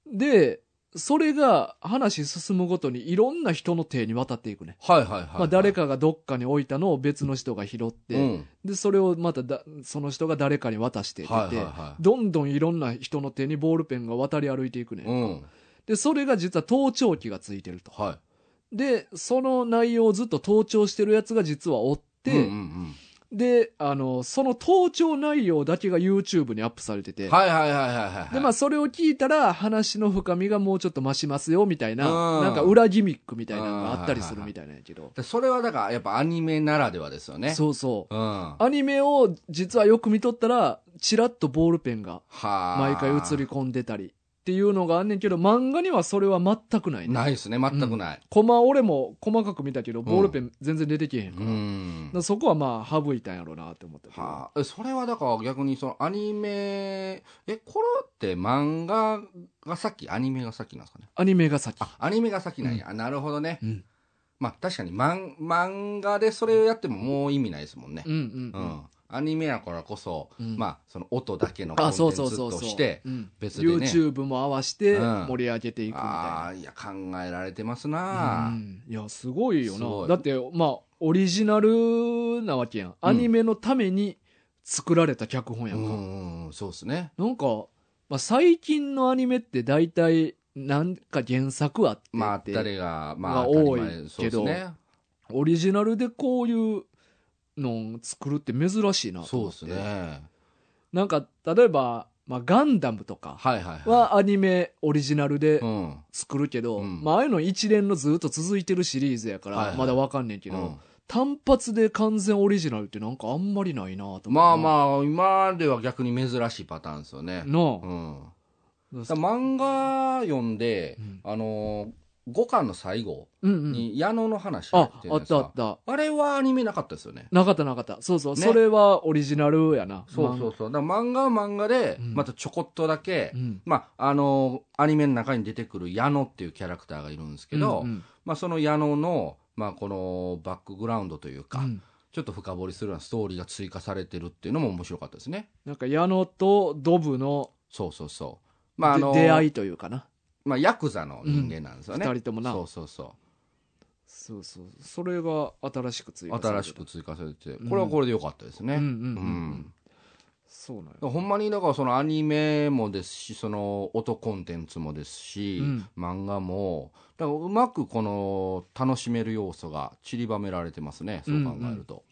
Speaker 3: で、それが話進むごとにいろんな人の手に渡っていくね。
Speaker 2: う。はいはいはい。
Speaker 3: まあ誰かがどっかに置いたのを別の人が拾って、
Speaker 2: うん。
Speaker 3: で、それをまただその人が誰かに渡してって、
Speaker 2: はいはいはい。
Speaker 3: どんどんいろんな人の手にボールペンが渡り歩いていくね。
Speaker 2: うん。
Speaker 3: で、それが実は盗聴器がついてると。
Speaker 2: は
Speaker 3: で、その内容をずっと盗聴してるやつが実は追っ
Speaker 2: い。
Speaker 3: て、
Speaker 2: うんうん
Speaker 3: で、あの、その盗聴内容だけが YouTube にアップされて
Speaker 2: う
Speaker 3: て、
Speaker 2: ん。はいはいはいはいはい。
Speaker 3: で、まあ、それを聞いたら、話の深みがもうちょっと増しますよ、みたいな、
Speaker 2: うん
Speaker 3: なんか裏ギミックみたいなのがあったりするみたいなんやけど、
Speaker 2: でそれはだからやっぱアニメならではですよね。
Speaker 3: そうそう。
Speaker 2: うん。は
Speaker 3: アニメを実はよく見とったら、チラッとボールペンが
Speaker 2: あ。
Speaker 3: 毎回映り込んでたりっていうのがあんねんけど、漫画にはそれは全くないね。
Speaker 2: ないですね、全くない。
Speaker 3: コマ、俺も細かく見たけど、ボールペン全然出てけえへ
Speaker 2: う
Speaker 3: んから。だか
Speaker 2: ん。
Speaker 3: らそこはまあ、省いたんやろうなって思ったけど。
Speaker 2: はあ、えそれはだから逆にそのアニメ、え、これって漫画が先、アニメが先なんですかね。
Speaker 3: アニメが先。
Speaker 2: あ、アニメが先なんや。あなるほどね。
Speaker 3: うん。
Speaker 2: まあ確かに漫漫画でそれをやってももう意味ないですもんね
Speaker 3: う。んうん
Speaker 2: う。
Speaker 3: うんん。
Speaker 2: アニメやからこそ、
Speaker 3: うん
Speaker 2: まあその音だけのコン
Speaker 3: あ、
Speaker 2: テン
Speaker 3: そう
Speaker 2: ツ
Speaker 3: そうそうそ
Speaker 2: と
Speaker 3: う。
Speaker 2: して、
Speaker 3: うん
Speaker 2: 別でね
Speaker 3: YouTube も合わせて
Speaker 2: うん
Speaker 3: 盛り上げていくみたい
Speaker 2: あ
Speaker 3: な
Speaker 2: あ、。いや、考えられてます
Speaker 3: う
Speaker 2: な、
Speaker 3: んいや、すごいよ
Speaker 2: すご
Speaker 3: な。
Speaker 2: い
Speaker 3: だって、まあ、オリジナルなわけやん。アニメのために作られた脚本
Speaker 2: う
Speaker 3: やん
Speaker 2: ん、
Speaker 3: か。
Speaker 2: うんうん、そうですね。
Speaker 3: なんか、まあ、最近のアニメって大体、なんか原作あって
Speaker 2: まあ、あっ
Speaker 3: って
Speaker 2: たりが、まあ、
Speaker 3: が
Speaker 2: 当たり
Speaker 3: 多い
Speaker 2: 前そう
Speaker 3: け
Speaker 2: です
Speaker 3: ど
Speaker 2: ね。
Speaker 3: オリジナルでこういうのを作るって珍しいなと
Speaker 2: そうで
Speaker 3: 思っ
Speaker 2: す
Speaker 3: て。
Speaker 2: ね。
Speaker 3: なんか、例えば、まあ、ガンダムとか
Speaker 2: はいはいは
Speaker 3: はアニメオリジナルで
Speaker 2: い。うん。
Speaker 3: 作るけど、
Speaker 2: うん
Speaker 3: まあ、ああいうの一連のずっと続いてるシリーズやか
Speaker 2: はいは
Speaker 3: ら、
Speaker 2: い
Speaker 3: まだわかんねんけど、
Speaker 2: うん
Speaker 3: 単発で完全オリジナルってなんかあんまりないなと思って
Speaker 2: まあまあ、今では逆に珍しいパターンですよね。
Speaker 3: な
Speaker 2: うん。
Speaker 3: あ、
Speaker 2: だから漫画読んで
Speaker 3: うん、
Speaker 2: あのー5巻の最後
Speaker 3: うんうん。
Speaker 2: に矢野の話入
Speaker 3: あ
Speaker 2: って、る
Speaker 3: あ
Speaker 2: や
Speaker 3: っ
Speaker 2: つか
Speaker 3: たあった。
Speaker 2: あれはアニメなかったですよね。
Speaker 3: なかったなかった。そうそう。
Speaker 2: ね
Speaker 3: それはオリジナルやな。
Speaker 2: そうそううそう。だから漫画は漫画で、
Speaker 3: うん
Speaker 2: またちょこっとだけ、
Speaker 3: ん。
Speaker 2: まあ、あのアニメの中に出てくる矢野っていうキャラクターがいるんですけど、
Speaker 3: うんうん
Speaker 2: まあ、その矢野の、まあ、このバックグラウンドというか、
Speaker 3: うん
Speaker 2: ちょっと深掘りするようなストーリーが追加されてるっていうのも面白かったですね。
Speaker 3: なんか矢野とドブの
Speaker 2: そうそうそう。まあ、あの、
Speaker 3: で出会いというかな。
Speaker 2: まあ、ヤクザの人間なんですよね。
Speaker 3: 二人ともな。
Speaker 2: そうそうそ
Speaker 3: そうそう。それが新しく追
Speaker 2: う。
Speaker 3: 加され
Speaker 2: 新し
Speaker 3: て
Speaker 2: たく追加されて
Speaker 3: うん、
Speaker 2: これはこれで良かったですね。
Speaker 3: うんうん
Speaker 2: う
Speaker 3: うんん。そうなんや。
Speaker 2: ほんまにだからそのアニメもですしその音コンテンツもですし、
Speaker 3: うん
Speaker 2: 漫画もだからうまくこの楽しめる要素が散りばめられてますねそう考えると、
Speaker 3: だか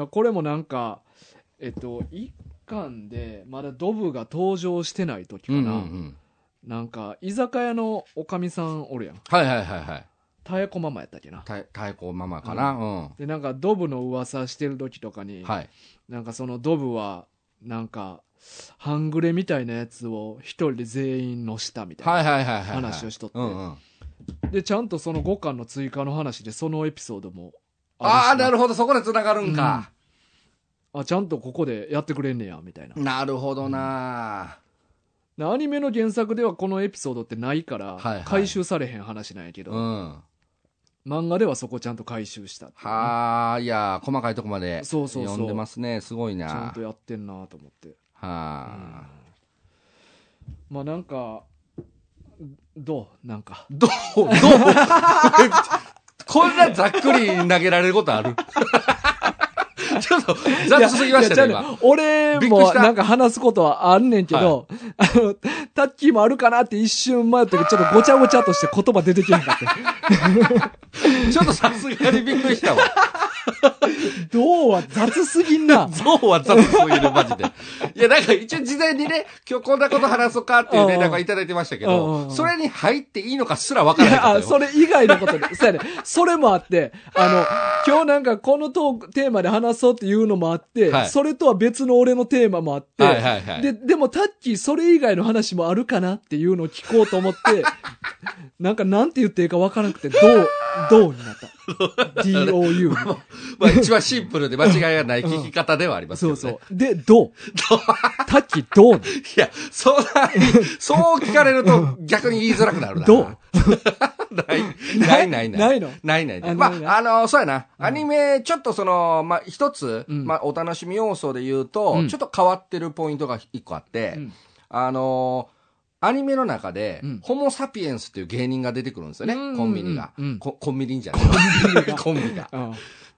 Speaker 3: らこれもなんかえっと一巻でまだドブが登場してない時か
Speaker 2: うんうん
Speaker 3: な、
Speaker 2: うん
Speaker 3: なんか居酒屋のおかみさんおるやん
Speaker 2: はいはいはいはい
Speaker 3: 妙子ママやったっけな
Speaker 2: た太鼓ママかなうん、
Speaker 3: でなんかドブの噂してる時とかに、
Speaker 2: はい
Speaker 3: なんかそのドブはなんか半グレみたいなやつを一人で全員のしたみたいな、
Speaker 2: はいはいはいはいはい
Speaker 3: 話をしとって
Speaker 2: うんうん、
Speaker 3: でちゃんとその5巻の追加の話でそのエピソードも
Speaker 2: ああな
Speaker 3: るし
Speaker 2: るほどそこでつながるんか、
Speaker 3: あちゃんとここでやってくれんねやみたいな
Speaker 2: なるほどな、
Speaker 3: でアニメの原作ではこのエピソードってないから
Speaker 2: はいはい
Speaker 3: 回収されへん話なんやけど、
Speaker 2: うん
Speaker 3: 漫画ではそこちゃんと回収したっていうね
Speaker 2: はあいや細かいとこまで
Speaker 3: そうそうそう
Speaker 2: 読んでますねすごいな
Speaker 3: ちゃんと
Speaker 2: は
Speaker 3: やってんなと思って
Speaker 2: あ、
Speaker 3: まあなんかどうなんか
Speaker 2: どうどう こんなざっくり投げられることある ちょっと雑すぎましたね、
Speaker 3: いや
Speaker 2: 今。
Speaker 3: いやちゃうね俺
Speaker 2: びっくり
Speaker 3: も
Speaker 2: した
Speaker 3: なんか話すことはあんねんけど、あの、タッキーもあるかなって一瞬迷ったけど、ちょっとごちゃごちゃとして言葉出てきな かった。
Speaker 2: ちょっとさすがにびっくりしたわ。
Speaker 3: どうは雑すぎんな。
Speaker 2: ゾウは雑すぎる、マジで。いや、なんか一応事前にね、今日こんなこと話そうかっていう連絡はいただいてましたけ
Speaker 3: うんうんう
Speaker 2: ど、
Speaker 3: ん
Speaker 2: それに入っていいのかすらわか
Speaker 3: い
Speaker 2: らない
Speaker 3: や、
Speaker 2: か
Speaker 3: あ
Speaker 2: った
Speaker 3: そ
Speaker 2: よ。
Speaker 3: れ以外のことで。そうやね。 それもあって、あの、今日なんかこのトーク、テーマで話そうっていうのもあって、
Speaker 2: はい
Speaker 3: それとは別の俺のテーマもあって、
Speaker 2: はいはいはい
Speaker 3: で、でもタッキーそれ以外の話もあるかなっていうのを聞こうと 思って、なんかなんて言っていいかわからなくて、どう、どうになった。DOU。
Speaker 2: まあ一番シンプルで間違いがない聞き方ではありますけ
Speaker 3: そ
Speaker 2: ど
Speaker 3: う
Speaker 2: ね。
Speaker 3: そう。で、どうタッキーどうなん
Speaker 2: いや、そんな、そう聞かれると逆に言いづらくなるな。
Speaker 3: どう
Speaker 2: ない、ない、ない。
Speaker 3: ないの
Speaker 2: ないないない。
Speaker 3: あ
Speaker 2: ま
Speaker 3: ない
Speaker 2: あ、あの、そうやな。アニメ、ちょっとその、まあ、一つ、
Speaker 3: うん
Speaker 2: まあ、お楽しみ要素で言うと、
Speaker 3: うん
Speaker 2: ちょっと変わってるポイントが一個あって、
Speaker 3: うん
Speaker 2: あの、アニメの中で、
Speaker 3: うん
Speaker 2: ホモ・サピエンスっていう芸人が出てくるんですよね、
Speaker 3: うん
Speaker 2: コンビニが。
Speaker 3: うん
Speaker 2: こコンビニじゃない。 コンビが。
Speaker 3: うん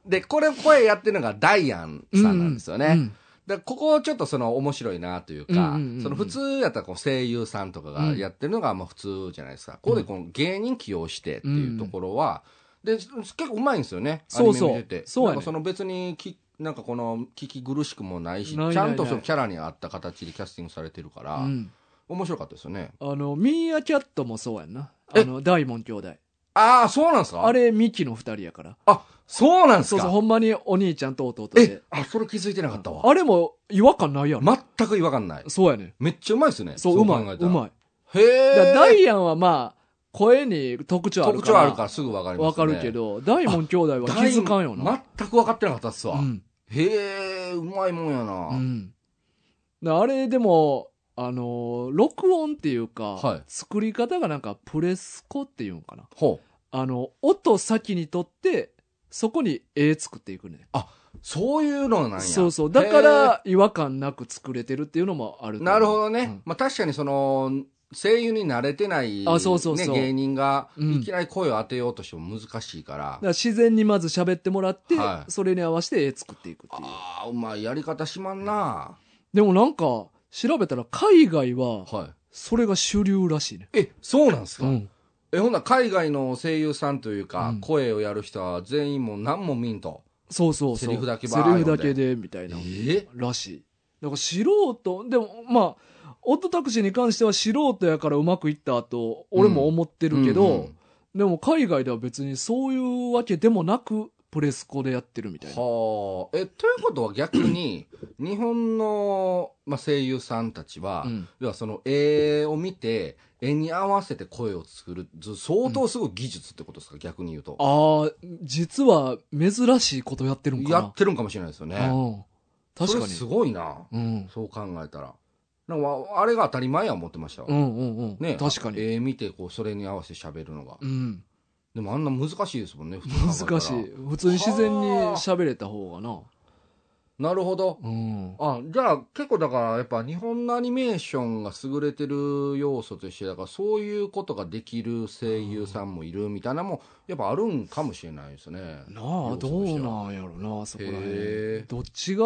Speaker 2: で、これ声やってるのがダイアンさんなんですよね。
Speaker 3: うん
Speaker 2: だからここちょっとその面白いなというか、
Speaker 3: うんうんうんうん
Speaker 2: その普通やったらこう声優さんとかがやってるのがまあ普通じゃないですか。ここでこの芸人起用してっていうところは、で、結構うまいんですよね。
Speaker 3: そうそう
Speaker 2: アニメ見てて。
Speaker 3: そうやね
Speaker 2: なんかその別にき、なんかこの聞き苦しくもないし、
Speaker 3: ないない
Speaker 2: ちゃんとそのキャラに合った形でキャスティングされてるから、
Speaker 3: うん
Speaker 2: 面白かったですよね。
Speaker 3: あの、ミーアキャットもそうやんな。あの、ダイモン兄弟。
Speaker 2: ああ、そうなんですか
Speaker 3: あれ、ミキの二人やから。
Speaker 2: あ、そうなんです
Speaker 3: そう
Speaker 2: か
Speaker 3: そう、ほんまにお兄ちゃんと弟
Speaker 2: え
Speaker 3: で。、
Speaker 2: あ、それ気づいてなかったわ。
Speaker 3: あれも違和感ないやろ。
Speaker 2: 全く違和感ない。
Speaker 3: そうやね。
Speaker 2: めっちゃうまいですね。
Speaker 3: そう、うまい。
Speaker 2: 考えた
Speaker 3: う
Speaker 2: ら
Speaker 3: まい。
Speaker 2: へ
Speaker 3: だ
Speaker 2: え。
Speaker 3: からダイアンはまあ、声に特徴ある
Speaker 2: 特
Speaker 3: か、
Speaker 2: 徴あるかららすぐわかりま
Speaker 3: わ
Speaker 2: すね。
Speaker 3: かるけど、ダイモン兄弟は気づかんよな。
Speaker 2: 全く分かってなかったっすわ。
Speaker 3: うん。
Speaker 2: へえ、うまいもんや
Speaker 3: う
Speaker 2: な。
Speaker 3: ん。だからあれでも、あのー、録音っていうか、
Speaker 2: はい
Speaker 3: 作り方がなんかプレスコっていうんかな。
Speaker 2: ほう。
Speaker 3: あの、音先にとって、そこに絵作っていくね。
Speaker 2: そういうのなんや。
Speaker 3: そうそう。だか、ら、違和感なく作れてるっていうのもあると思う
Speaker 2: なるほどね。。まあ確かにその、声優に慣れてない、
Speaker 3: あそうそうそ
Speaker 2: ね、
Speaker 3: う
Speaker 2: 芸人が、
Speaker 3: うん
Speaker 2: いきなり声を当てようとしても難しいから
Speaker 3: だか。ら自然にまず喋ってもらって、
Speaker 2: はい
Speaker 3: それに合わせて絵作っていくっていう。
Speaker 2: ああ、うまいやり方しまんな。
Speaker 3: でもなんか、調べたら海外は、
Speaker 2: は
Speaker 3: それが主流らしいね。
Speaker 2: い。え、そうなんすか、
Speaker 3: うん。
Speaker 2: え、ほんなら海外の声優さんというか、
Speaker 3: うん
Speaker 2: 声をやる人は全員もう何も見んと。
Speaker 3: そうそうそ
Speaker 2: セ
Speaker 3: う。
Speaker 2: リフだけば
Speaker 3: セ
Speaker 2: ー
Speaker 3: リフだけで、みた
Speaker 2: え
Speaker 3: いな。
Speaker 2: ー
Speaker 3: らしい。だから素人、でも、まあ、オットタクシーに関しては素人やからうまくいったと、俺も思ってるけど、
Speaker 2: うんうん
Speaker 3: でも海外では別にそういうわけでもなく、プレスコでやってるみたいな。
Speaker 2: はあ。え、ということは逆 に、日本の、まあ、声優さんたちは、
Speaker 3: うん
Speaker 2: 要はその絵を見て、絵に合わせて声を作るず相当すごい技術ってことですか、逆に言うと
Speaker 3: ああ、実は珍しいことやってるんかな。
Speaker 2: やってるんかもしれないですよね
Speaker 3: うん確か
Speaker 2: それ
Speaker 3: に
Speaker 2: す。ごいな
Speaker 3: うん。
Speaker 2: そう考えたらなんかわあれが当たり前や思ってましたわ、
Speaker 3: うんうんうん。
Speaker 2: ね
Speaker 3: 確かに。
Speaker 2: 絵見てこうそれに合わせて喋るのが、
Speaker 3: うん。
Speaker 2: でもあんな難しいですもんね普通に考えたら
Speaker 3: 難しい。普通に自然に喋れた方がな。
Speaker 2: なるほど
Speaker 3: うん。
Speaker 2: あじゃあ結構だからやっぱ日本のアニメーションが優れてる要素としてだからそういうことができる声優さんもいるみたいなのもやっぱあるんかもしれないですね。
Speaker 3: なあ、
Speaker 2: 要素
Speaker 3: ど
Speaker 2: として
Speaker 3: う
Speaker 2: は
Speaker 3: なんやろな、そこら
Speaker 2: へ
Speaker 3: 辺
Speaker 2: え。
Speaker 3: どっちが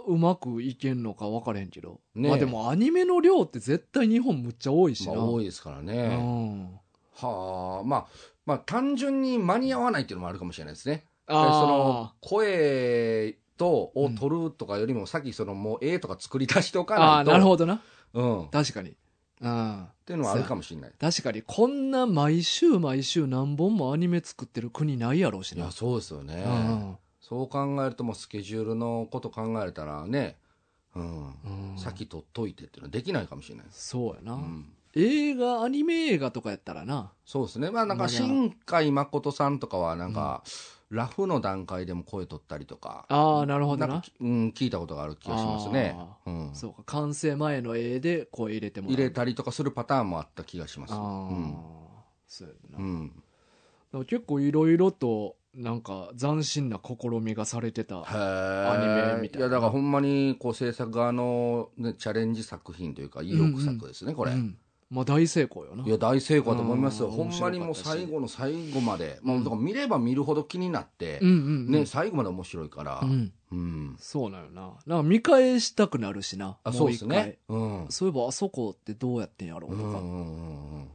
Speaker 3: うまくいけんのか分からへんけど。
Speaker 2: ねえ
Speaker 3: まあでもアニメの量って絶対日本むっちゃ多いし
Speaker 2: ま
Speaker 3: な。
Speaker 2: あ、多いですから
Speaker 3: う
Speaker 2: ね。
Speaker 3: ん。
Speaker 2: はあまあまあ単純に間に合わないっていうのもあるかもしれないですね。
Speaker 3: あ
Speaker 2: そ
Speaker 3: あ。
Speaker 2: の声とを取るとかよりも、さっきそのもう絵とか作り出しとか
Speaker 3: あ
Speaker 2: な
Speaker 3: あ、
Speaker 2: いと
Speaker 3: なるほどな。
Speaker 2: うん、っ
Speaker 3: 確かに。うん。
Speaker 2: ていうのはあるかもしれない。
Speaker 3: 確かに、こんな毎週毎週何本もアニメ作ってる国ないやろうし
Speaker 2: い
Speaker 3: な
Speaker 2: や。そうですよね。
Speaker 3: うん
Speaker 2: そう考えるともうスケジュールのこと考えたらね、うん、
Speaker 3: うん
Speaker 2: 先取っといてっていうのはできないかもしれないです。
Speaker 3: そうやな、
Speaker 2: うん、
Speaker 3: 映画、アニメ映画とかやったらな。
Speaker 2: そうですね。まあなん
Speaker 3: ま
Speaker 2: か
Speaker 3: だ
Speaker 2: 新海誠さんとかはなんか、ラフの段階でも声取ったりとか、
Speaker 3: ああ、なるほ
Speaker 2: な
Speaker 3: どな。
Speaker 2: んかき、うん、聞いたことがある気がしますね。
Speaker 3: あ
Speaker 2: うん、
Speaker 3: そうか、完成前の絵で声入れてもら
Speaker 2: 入
Speaker 3: う。
Speaker 2: れたりとかするパターンもあった気がします。
Speaker 3: ああ、
Speaker 2: うん
Speaker 3: そうやな。
Speaker 2: う
Speaker 3: だか
Speaker 2: ん、
Speaker 3: ら結構いろいろと、なんか斬新な試みがされてた。ア
Speaker 2: ア
Speaker 3: ニメみたいな
Speaker 2: や
Speaker 3: い
Speaker 2: だからほんまにこう制作側の、ね、チャレンジ作品というか意欲作ですね、これ、
Speaker 3: うんまあ大成功よな。
Speaker 2: いや大成功だと思いますよ、
Speaker 3: うん
Speaker 2: ほんまにもう最後の最後まで、もうだから見れば見るほど気になって、
Speaker 3: うんうん、うん。
Speaker 2: ね、最後まで面白いから、
Speaker 3: う
Speaker 2: うん
Speaker 3: ん。そうなよな。なんか見返したくなるしな。
Speaker 2: あ
Speaker 3: も
Speaker 2: そう
Speaker 3: う
Speaker 2: です
Speaker 3: 一回
Speaker 2: ね。、うん
Speaker 3: そういえばあそこってどうやってんやろう
Speaker 2: う
Speaker 3: と
Speaker 2: ん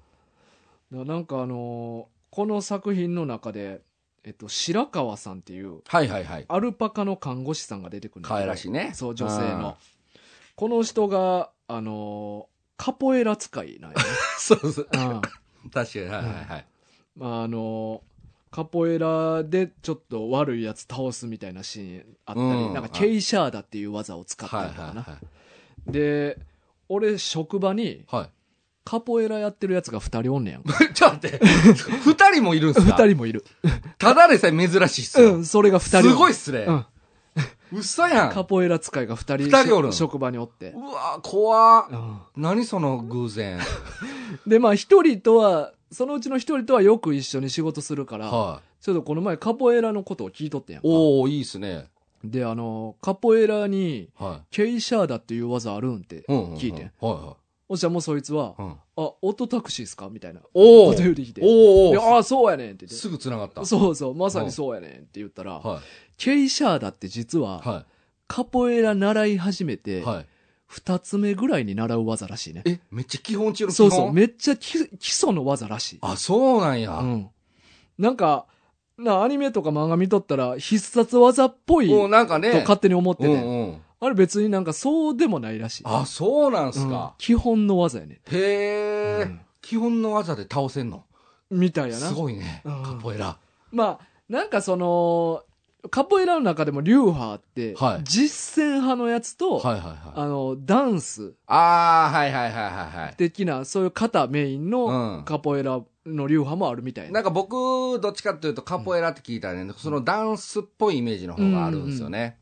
Speaker 2: うんうんう
Speaker 3: か。だか
Speaker 2: ん
Speaker 3: らなんかあのーこの作品の中で、えっと、白川さんっていう、
Speaker 2: はいはいはい
Speaker 3: アルパカの看護師さんが出てくるんだけど
Speaker 2: 可愛らしいね
Speaker 3: そう、女性の。この人が、あのーカポエラ使いなんやね。
Speaker 2: そうそう
Speaker 3: うん
Speaker 2: 確かにはいはいはい、
Speaker 3: まああのーカポエラでちょっと悪いやつ倒すみたいなシーンあったり、
Speaker 2: うん
Speaker 3: なんかケイシャーダっていう技を使った
Speaker 2: は
Speaker 3: り
Speaker 2: い
Speaker 3: とかな。
Speaker 2: はいは
Speaker 3: で、俺職場に
Speaker 2: いはい
Speaker 3: カポエラやってるやつが二人おんねやんか。
Speaker 2: ちょっと待 って二人もいるんすか
Speaker 3: 二人もいる。
Speaker 2: ただでさえ珍しいっす
Speaker 3: う
Speaker 2: よ、
Speaker 3: ん、それが二人。
Speaker 2: すごいっすね、
Speaker 3: うん。
Speaker 2: 嘘やん
Speaker 3: カポエラ使いが二人、
Speaker 2: 二人おるん
Speaker 3: 職場におって。
Speaker 2: うわ怖っ
Speaker 3: うん
Speaker 2: 何その偶然
Speaker 3: で、まあ一人とは、そのうちの一人とはよく一緒に仕事するから、
Speaker 2: は
Speaker 3: ちょっとこの前カポエラのことを聞いとってんや
Speaker 2: い
Speaker 3: んか。
Speaker 2: おおいいっすね
Speaker 3: で、あの、カポエラに、
Speaker 2: は
Speaker 3: ケイシャーダっていう技あるんって
Speaker 2: い、うんうんうん
Speaker 3: 聞いてん。
Speaker 2: は
Speaker 3: おっしゃもうそいつは、
Speaker 2: いはい、う
Speaker 3: あ、
Speaker 2: ん、
Speaker 3: オートタクシーっすかみたいなこ
Speaker 2: お
Speaker 3: と
Speaker 2: お
Speaker 3: 言うてきて。
Speaker 2: おー
Speaker 3: で
Speaker 2: おー
Speaker 3: ああ、そうやねんって言っ
Speaker 2: すぐ繋がった
Speaker 3: て。そうそう、まさにそうやねんって言ったら、
Speaker 2: は
Speaker 3: ケイシャーダって実
Speaker 2: い
Speaker 3: は、
Speaker 2: は
Speaker 3: カポエラ習い始めて
Speaker 2: い、はい
Speaker 3: 二つ目ぐらいに習う技らしいね。
Speaker 2: えめっちゃ基本中の基
Speaker 3: そ
Speaker 2: 本
Speaker 3: うそう、めっちゃき基礎の技らしい。
Speaker 2: あそうなんや、
Speaker 3: うん。なんか、なアニメとか漫画見とったら必殺技っぽい
Speaker 2: もう
Speaker 3: と
Speaker 2: なんかね
Speaker 3: 勝手に思って
Speaker 2: う
Speaker 3: て、
Speaker 2: んうん
Speaker 3: あれ別になんかそうでもないらしい。
Speaker 2: あそうなん
Speaker 3: う
Speaker 2: す
Speaker 3: ん
Speaker 2: か、
Speaker 3: 基本の技やね。
Speaker 2: へえ、
Speaker 3: うん
Speaker 2: 基本の技で倒せんの
Speaker 3: みたいやな。
Speaker 2: すごいね、
Speaker 3: うん
Speaker 2: カポエラ
Speaker 3: まあ、なんかその、カポエラの中でも流派って、
Speaker 2: はい
Speaker 3: 実践派のやつと、
Speaker 2: はいはいはい
Speaker 3: あの、ダンス
Speaker 2: ああはいはいはいはいはい
Speaker 3: 的な、そういう肩メイン
Speaker 2: う
Speaker 3: の
Speaker 2: ん
Speaker 3: カポエラの流派もあるみたいな。
Speaker 2: なんか僕、どっちかっていうとカポエラって聞いたらね、そのダンスっぽいイメージの方があるんですよね。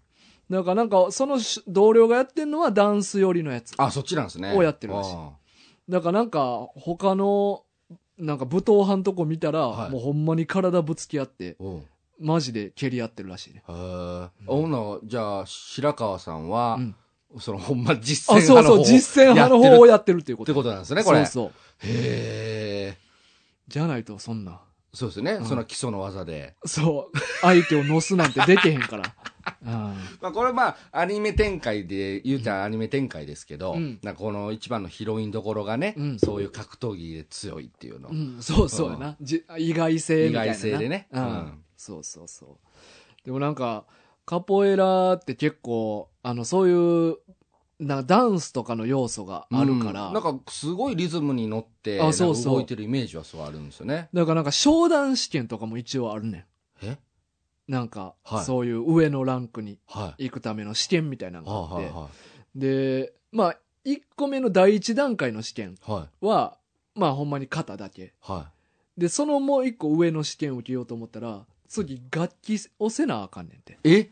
Speaker 3: なんか、なんか、そのし同僚がやってんのはダンス寄りのやつ。
Speaker 2: あ、そっちなんですね。
Speaker 3: をやってるらしい
Speaker 2: あ
Speaker 3: だからなんか、他の、なんか武闘派のとこ見たら、
Speaker 2: はい
Speaker 3: もうほんまに体ぶつけ合って、
Speaker 2: ーうん。へ
Speaker 3: マジで蹴り合ってるらしいね。
Speaker 2: え。ほんならじゃあ、白川さんは
Speaker 3: う、ん
Speaker 2: そのほんま実
Speaker 3: あ、
Speaker 2: 践
Speaker 3: そう
Speaker 2: 派の
Speaker 3: そ
Speaker 2: 方
Speaker 3: う、実践派の
Speaker 2: やっ
Speaker 3: 方
Speaker 2: て
Speaker 3: を
Speaker 2: る
Speaker 3: やってるっていうこ
Speaker 2: っ
Speaker 3: と。
Speaker 2: てことなんですね、これ。
Speaker 3: そうそう。
Speaker 2: へえ。
Speaker 3: じゃないと、そんな。
Speaker 2: そうですね
Speaker 3: う。ん
Speaker 2: その基礎の技で。
Speaker 3: そう。相手を乗すなんてでけへんから。うん
Speaker 2: まあ、これまあ、アニメ展開で、言うたらアニメ展開ですけど、
Speaker 3: うん
Speaker 2: なんかこの一番のヒロインどころがね
Speaker 3: うん、
Speaker 2: そういう格闘技で強いっていうの
Speaker 3: う。ん、そうそうやな。じ意外性みたいなな。
Speaker 2: 意外性でね
Speaker 3: うん。
Speaker 2: うん
Speaker 3: そうそうそう。でもなんか、カポエラって結構、あの、そういう、な、ダンスとかの要素があるから、
Speaker 2: うんなんかすごいリズムに乗って
Speaker 3: あそうそ
Speaker 2: なん
Speaker 3: う
Speaker 2: か動いてるイメージはそうあるんですよね
Speaker 3: だからなんか商談試験とかも一応あるね
Speaker 2: え
Speaker 3: ん。なんか、
Speaker 2: はい
Speaker 3: そういう上のランクに
Speaker 2: はい
Speaker 3: 行くための試験みたいなのがあって、
Speaker 2: はいは
Speaker 3: で、まあ、1個目の第1段階の試
Speaker 2: い
Speaker 3: 験
Speaker 2: はい
Speaker 3: は、まあほんまに肩だけ。
Speaker 2: は
Speaker 3: で、そのもう一個上の試験受けようと思ったら、次楽器をせなあかんねんて。
Speaker 2: い。え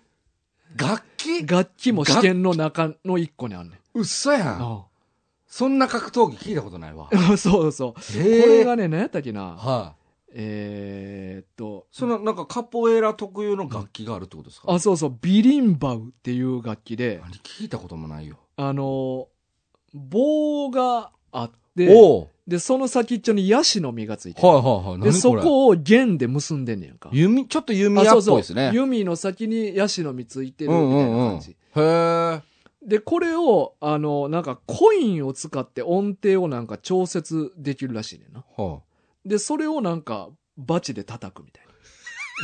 Speaker 2: 楽器
Speaker 3: 楽器も試験の中の一個にあんねん。
Speaker 2: うっそやん。
Speaker 3: あ
Speaker 2: そんな格闘技聞いたことない わ。
Speaker 3: あ そうそう。こ
Speaker 2: え
Speaker 3: れがね、何やったっけな。
Speaker 2: はい。
Speaker 3: えー、っと、
Speaker 2: そのなんかカポエラ特有の楽器があるってことですか
Speaker 3: あ、そうそう、ビリンバウっていう楽器で、
Speaker 2: 何聞いたこともないよ。
Speaker 3: あの、棒があって、
Speaker 2: お
Speaker 3: で、その先っちょにヤシの実がついてる
Speaker 2: おはいはいはい。
Speaker 3: で、
Speaker 2: 何
Speaker 3: そ
Speaker 2: これ
Speaker 3: こを弦で結んでんねやんか。
Speaker 2: 弓、ちょっと弓
Speaker 3: あ
Speaker 2: 矢
Speaker 3: そ
Speaker 2: っ
Speaker 3: うそ
Speaker 2: ぽ
Speaker 3: う
Speaker 2: いですね。
Speaker 3: 弓の先にヤシの実ついてる
Speaker 2: う
Speaker 3: み
Speaker 2: んう
Speaker 3: たいなん
Speaker 2: うん。
Speaker 3: 感
Speaker 2: へ
Speaker 3: じ。
Speaker 2: え。
Speaker 3: で、これを、あの、なんかコインを使って音程をなんか調節できるらしいねんな。
Speaker 2: は
Speaker 3: で、それをなんかバチで叩くみたい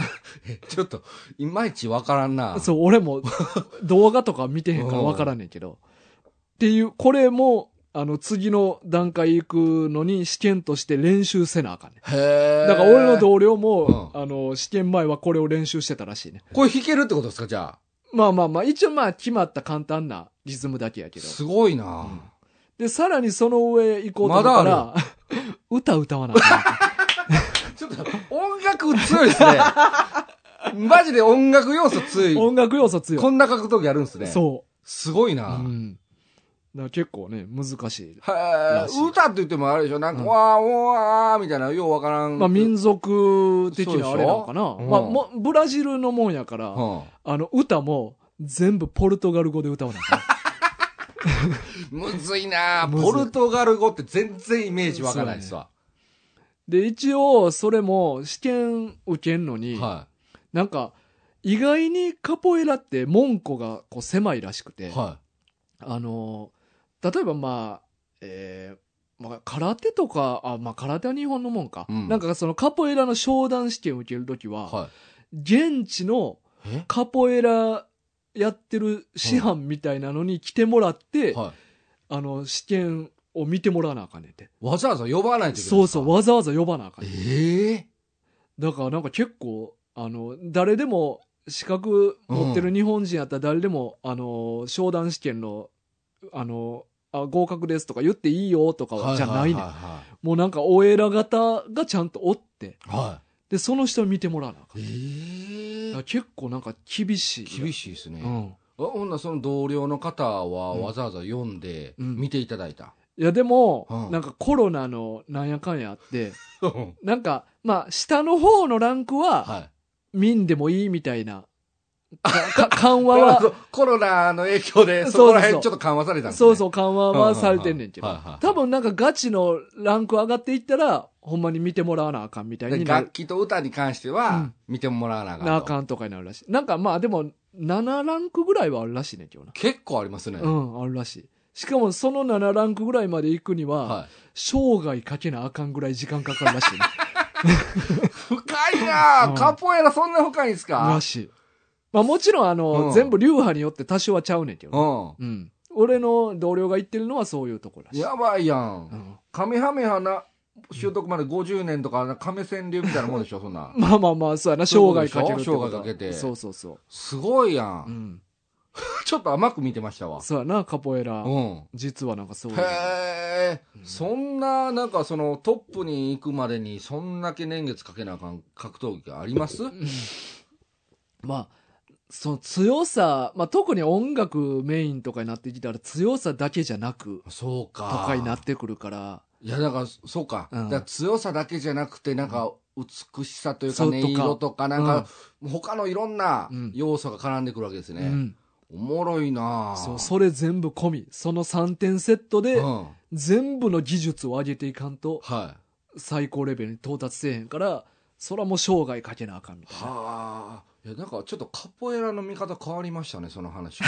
Speaker 2: あ、ちょっと、いまいちわからんな。
Speaker 3: な。そう、俺も動画とか見てへんからわからんねんけど。っていう、これも、あの、次の段階行くのに試験として練習せなあかんねん。
Speaker 2: へえ。
Speaker 3: だから俺の同僚も、
Speaker 2: う
Speaker 3: あの、試験前はこれを練習してたらしいね。
Speaker 2: これ弾けるってことですかじゃ
Speaker 3: まあまあまあ、一応まあ決まった簡単なリズムだけや
Speaker 2: あ。
Speaker 3: けど。
Speaker 2: すごいな。
Speaker 3: で、さらにその上行こうと思ったら、 歌歌わなあかんねん。
Speaker 2: ちょっと、音楽強いです ね。マジで音楽要素強 い。
Speaker 3: 音楽要素強い。
Speaker 2: こんな格闘技あるんですね。う。
Speaker 3: そ。
Speaker 2: すごいう
Speaker 3: う
Speaker 2: な。
Speaker 3: ん。だから結構ね、難しい。
Speaker 2: は
Speaker 3: らし
Speaker 2: い。
Speaker 3: い
Speaker 2: 歌って言ってもあれでしょなんか、
Speaker 3: うん
Speaker 2: わー、おーわー、みたいな、ようわからん。
Speaker 3: まあ民族的
Speaker 2: そうでし
Speaker 3: な
Speaker 2: ょ
Speaker 3: あれなのかな。
Speaker 2: うん
Speaker 3: まあも、ブラジルのもんやから、
Speaker 2: は
Speaker 3: あの、歌も全部ポルトガル語で歌わ なあかん。
Speaker 2: あむずいな
Speaker 3: むずい
Speaker 2: ポルトガル語って全然イメージわからないですわ。
Speaker 3: で、一応、それも試験受けんのに、
Speaker 2: は
Speaker 3: なんか、意外にカポエラって門戸がこう狭いらしく
Speaker 2: い。
Speaker 3: て、
Speaker 2: は
Speaker 3: あの、例えばまあ、えーまあ、空手とか、あ、まあ、空手は日本のもんか。
Speaker 2: うん
Speaker 3: なんかそのカポエラの商談試験を受けるとき
Speaker 2: い。
Speaker 3: は、
Speaker 2: は
Speaker 3: 現地の
Speaker 2: い。え
Speaker 3: カポエラやってる師範みたいなのに来てもらって、
Speaker 2: はい。
Speaker 3: あの、試験を見てもらわなあかんねんて。
Speaker 2: わざわざ呼ばないといけないん
Speaker 3: そう
Speaker 2: ですか。
Speaker 3: そう、わざわざ呼ばなあかんねん。
Speaker 2: ええ
Speaker 3: だからなんか結構、あの、誰でも資格持ってる日本人やったら誰でも、あの、商談試験の、あの、あ合格ですとか言っていいよとかはじゃないねん。
Speaker 2: はは
Speaker 3: もうなんか、お偉方がちゃんとおって、
Speaker 2: いはいは
Speaker 3: で、その人を見てもらわなあかん
Speaker 2: い。ええ
Speaker 3: だから結構なんか厳しい。
Speaker 2: 厳しいですね。
Speaker 3: う
Speaker 2: あ
Speaker 3: ん。
Speaker 2: ほんならその同僚の方は
Speaker 3: うん
Speaker 2: わざわざ読んで、
Speaker 3: うん
Speaker 2: 見ていただいた。
Speaker 3: いや、でも、
Speaker 2: うん
Speaker 3: なんかコロナのなんやかんやあって、
Speaker 2: は
Speaker 3: なんか、まあ、下の方のランクは、
Speaker 2: い。
Speaker 3: 民でもいいみた いな、かか緩和
Speaker 2: コロ
Speaker 3: は、
Speaker 2: ナコロナの影響で、
Speaker 3: そう
Speaker 2: そこら
Speaker 3: そ
Speaker 2: 辺
Speaker 3: う
Speaker 2: ちょっと緩和されたんですね。
Speaker 3: そうそう、緩和はされてんねんけ
Speaker 2: は
Speaker 3: ど
Speaker 2: いはいはい、
Speaker 3: 多分なんかガチのランク上がっていったら、ほんまに見てもらわなあかんみたい
Speaker 2: で
Speaker 3: になる
Speaker 2: 楽器と歌に関して
Speaker 3: う
Speaker 2: は
Speaker 3: ん、
Speaker 2: 見てもらわなあかんと
Speaker 3: なあかんとかになるらしい。なんかまあ、でも、7ランクぐらいはあるらしいねんけどな。
Speaker 2: 結構ありますね。
Speaker 3: うん、あるらしい。しかもその7ランクぐらいまで行くには、
Speaker 2: は
Speaker 3: 生涯かけなあかんぐらい時間かかるらしい、ね。
Speaker 2: い。深いなあ
Speaker 3: うん
Speaker 2: カポエラそんな深いんですから
Speaker 3: しい。まあもちろんあの、
Speaker 2: うん
Speaker 3: 全部流派によって多少はちゃうねんけど
Speaker 2: う
Speaker 3: ね、
Speaker 2: ん。
Speaker 3: うん。俺の同僚が言ってるのはそういうとこらしい。
Speaker 2: やばいや。
Speaker 3: うんん
Speaker 2: カメハメハな、習得まで50年とか、亀川流みたいなもんでしょ、そんな。
Speaker 3: まあまあまあ、そうやな、
Speaker 2: そうい
Speaker 3: 生
Speaker 2: うこと
Speaker 3: 涯
Speaker 2: でしょ
Speaker 3: かけるってことは
Speaker 2: 生涯かけて
Speaker 3: そうそうそ
Speaker 2: すごいや。
Speaker 3: う。うんん。
Speaker 2: ちょっと甘く見てましたわ。
Speaker 3: そうやな、カポエラ
Speaker 2: う。ん。
Speaker 3: 実はなんかそういう。
Speaker 2: へえ
Speaker 3: う。ん
Speaker 2: そんな、なんかその、トップに行くまでに、そんだけ年月かけなあかん格闘技があります
Speaker 3: うんまあ、その強さ、まあ特に音楽メインとかになってきたら強さだけじゃなく、
Speaker 2: そう
Speaker 3: と
Speaker 2: か。
Speaker 3: かになってくるから、
Speaker 2: いや、だから、そうか。
Speaker 3: うん
Speaker 2: だから強さだけじゃなくて、なんか、美しさというか、
Speaker 3: そう
Speaker 2: 音
Speaker 3: とか
Speaker 2: 色とか、なんか、他のいろんな
Speaker 3: うん
Speaker 2: 要素が絡んでくるわけです
Speaker 3: う
Speaker 2: ね。
Speaker 3: ん、
Speaker 2: おもろいなあ
Speaker 3: そうそれ全部込みその3点セットで
Speaker 2: うん。
Speaker 3: 全部の技術を上げていかんと
Speaker 2: はい。
Speaker 3: 最高レベルに到達せえへんからそらもう生涯かけなあかんみたい
Speaker 2: はあ。いや、なんかちょっとカポエラの見方変わりましたね、その 話。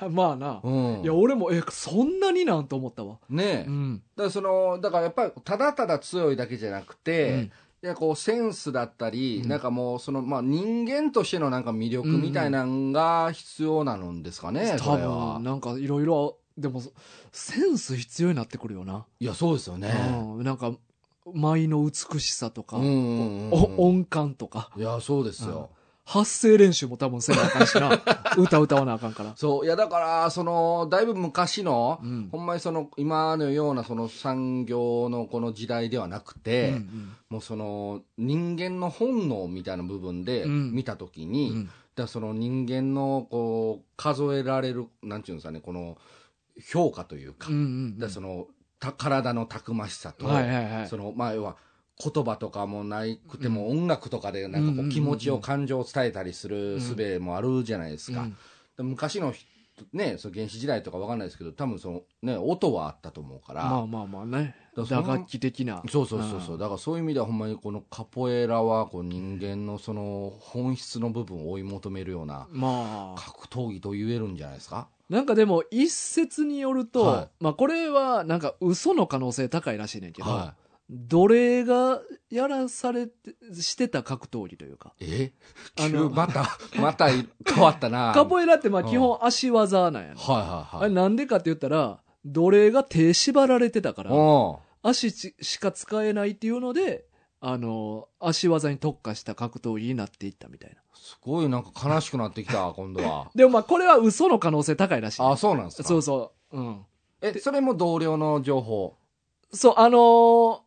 Speaker 3: なまあな、
Speaker 2: うん。
Speaker 3: いや俺もえそんなになんと思ったわ
Speaker 2: ねえ。だか
Speaker 3: うん、
Speaker 2: らその、だからやっぱり、ただただ強いだけじゃなくて、
Speaker 3: うん
Speaker 2: いや、こう、センスだったり、
Speaker 3: うん
Speaker 2: なんかもう、その、まあ、人間としてのなんか魅力みたいなのが必要なのんですかね、そ
Speaker 3: 多
Speaker 2: れは
Speaker 3: 分。なんかいろいろでもセンス必要になってくるよな、
Speaker 2: いや、そうですよね。
Speaker 3: うん、なんか舞の美しさとか、
Speaker 2: うんうんうんうん
Speaker 3: お音感とか
Speaker 2: いや、そうですよ。
Speaker 3: 発声練習も多分せなあかんし な。歌歌わなあかんから。
Speaker 2: そう。いや、だから、その、だいぶ昔の、
Speaker 3: うん
Speaker 2: ほんまにその、今のようなその産業のこの時代ではなくて、
Speaker 3: うん
Speaker 2: もうその、人間の本能みたいな部分で
Speaker 3: うん
Speaker 2: 見たとき
Speaker 3: う
Speaker 2: に、
Speaker 3: んうん
Speaker 2: だからその人間のこう数えられるなんていうんですかねこの評価というか,、
Speaker 3: うんうん
Speaker 2: だからそのた体のたくましさと、
Speaker 3: はいはいはい。
Speaker 2: そのまあ要は言葉とかもなくても、音楽とかでな
Speaker 3: うんんうん
Speaker 2: かこ
Speaker 3: うんうん
Speaker 2: う気持ちを感情を伝えたりす
Speaker 3: うん
Speaker 2: る術もあるじゃないですか、
Speaker 3: うん
Speaker 2: で昔の人ねその原始時代とかわかんないですけど多分そのね音はあったと思うから、
Speaker 3: まあまあまあね。
Speaker 2: だ
Speaker 3: 打
Speaker 2: からその
Speaker 3: 楽器的な。
Speaker 2: そうそうそうそうだからそういう意味ではほんまにこのカポエラはこう人間のその本質の部分を追い求めるような
Speaker 3: まあ。
Speaker 2: 格闘技と言えるんじゃないですか
Speaker 3: なんかでも、一説によると、
Speaker 2: はい
Speaker 3: まあこれはなんか嘘の可能性高いらしいねんけど、
Speaker 2: は
Speaker 3: 奴隷がやらされて、してた格闘技というか。
Speaker 2: い。え
Speaker 3: あ
Speaker 2: 急
Speaker 3: の
Speaker 2: また、また変わったな。
Speaker 3: カポエラってまあ
Speaker 2: うん
Speaker 3: 基本足技なんやね、
Speaker 2: はい
Speaker 3: あ
Speaker 2: はいはい。
Speaker 3: れなんでかって言ったら、奴隷が手縛られてたから、
Speaker 2: お
Speaker 3: 足ししか使えないっていうので、あの、足技に特化した格闘技になっていったみたいな。。
Speaker 2: すごいなんか悲しくなってきた、今度は
Speaker 3: でもまあこれは嘘の可能性高いらしいね、
Speaker 2: あ、そうなんですか。
Speaker 3: そうそう。うん。
Speaker 2: え、それも同僚の情報。
Speaker 3: そう、あのー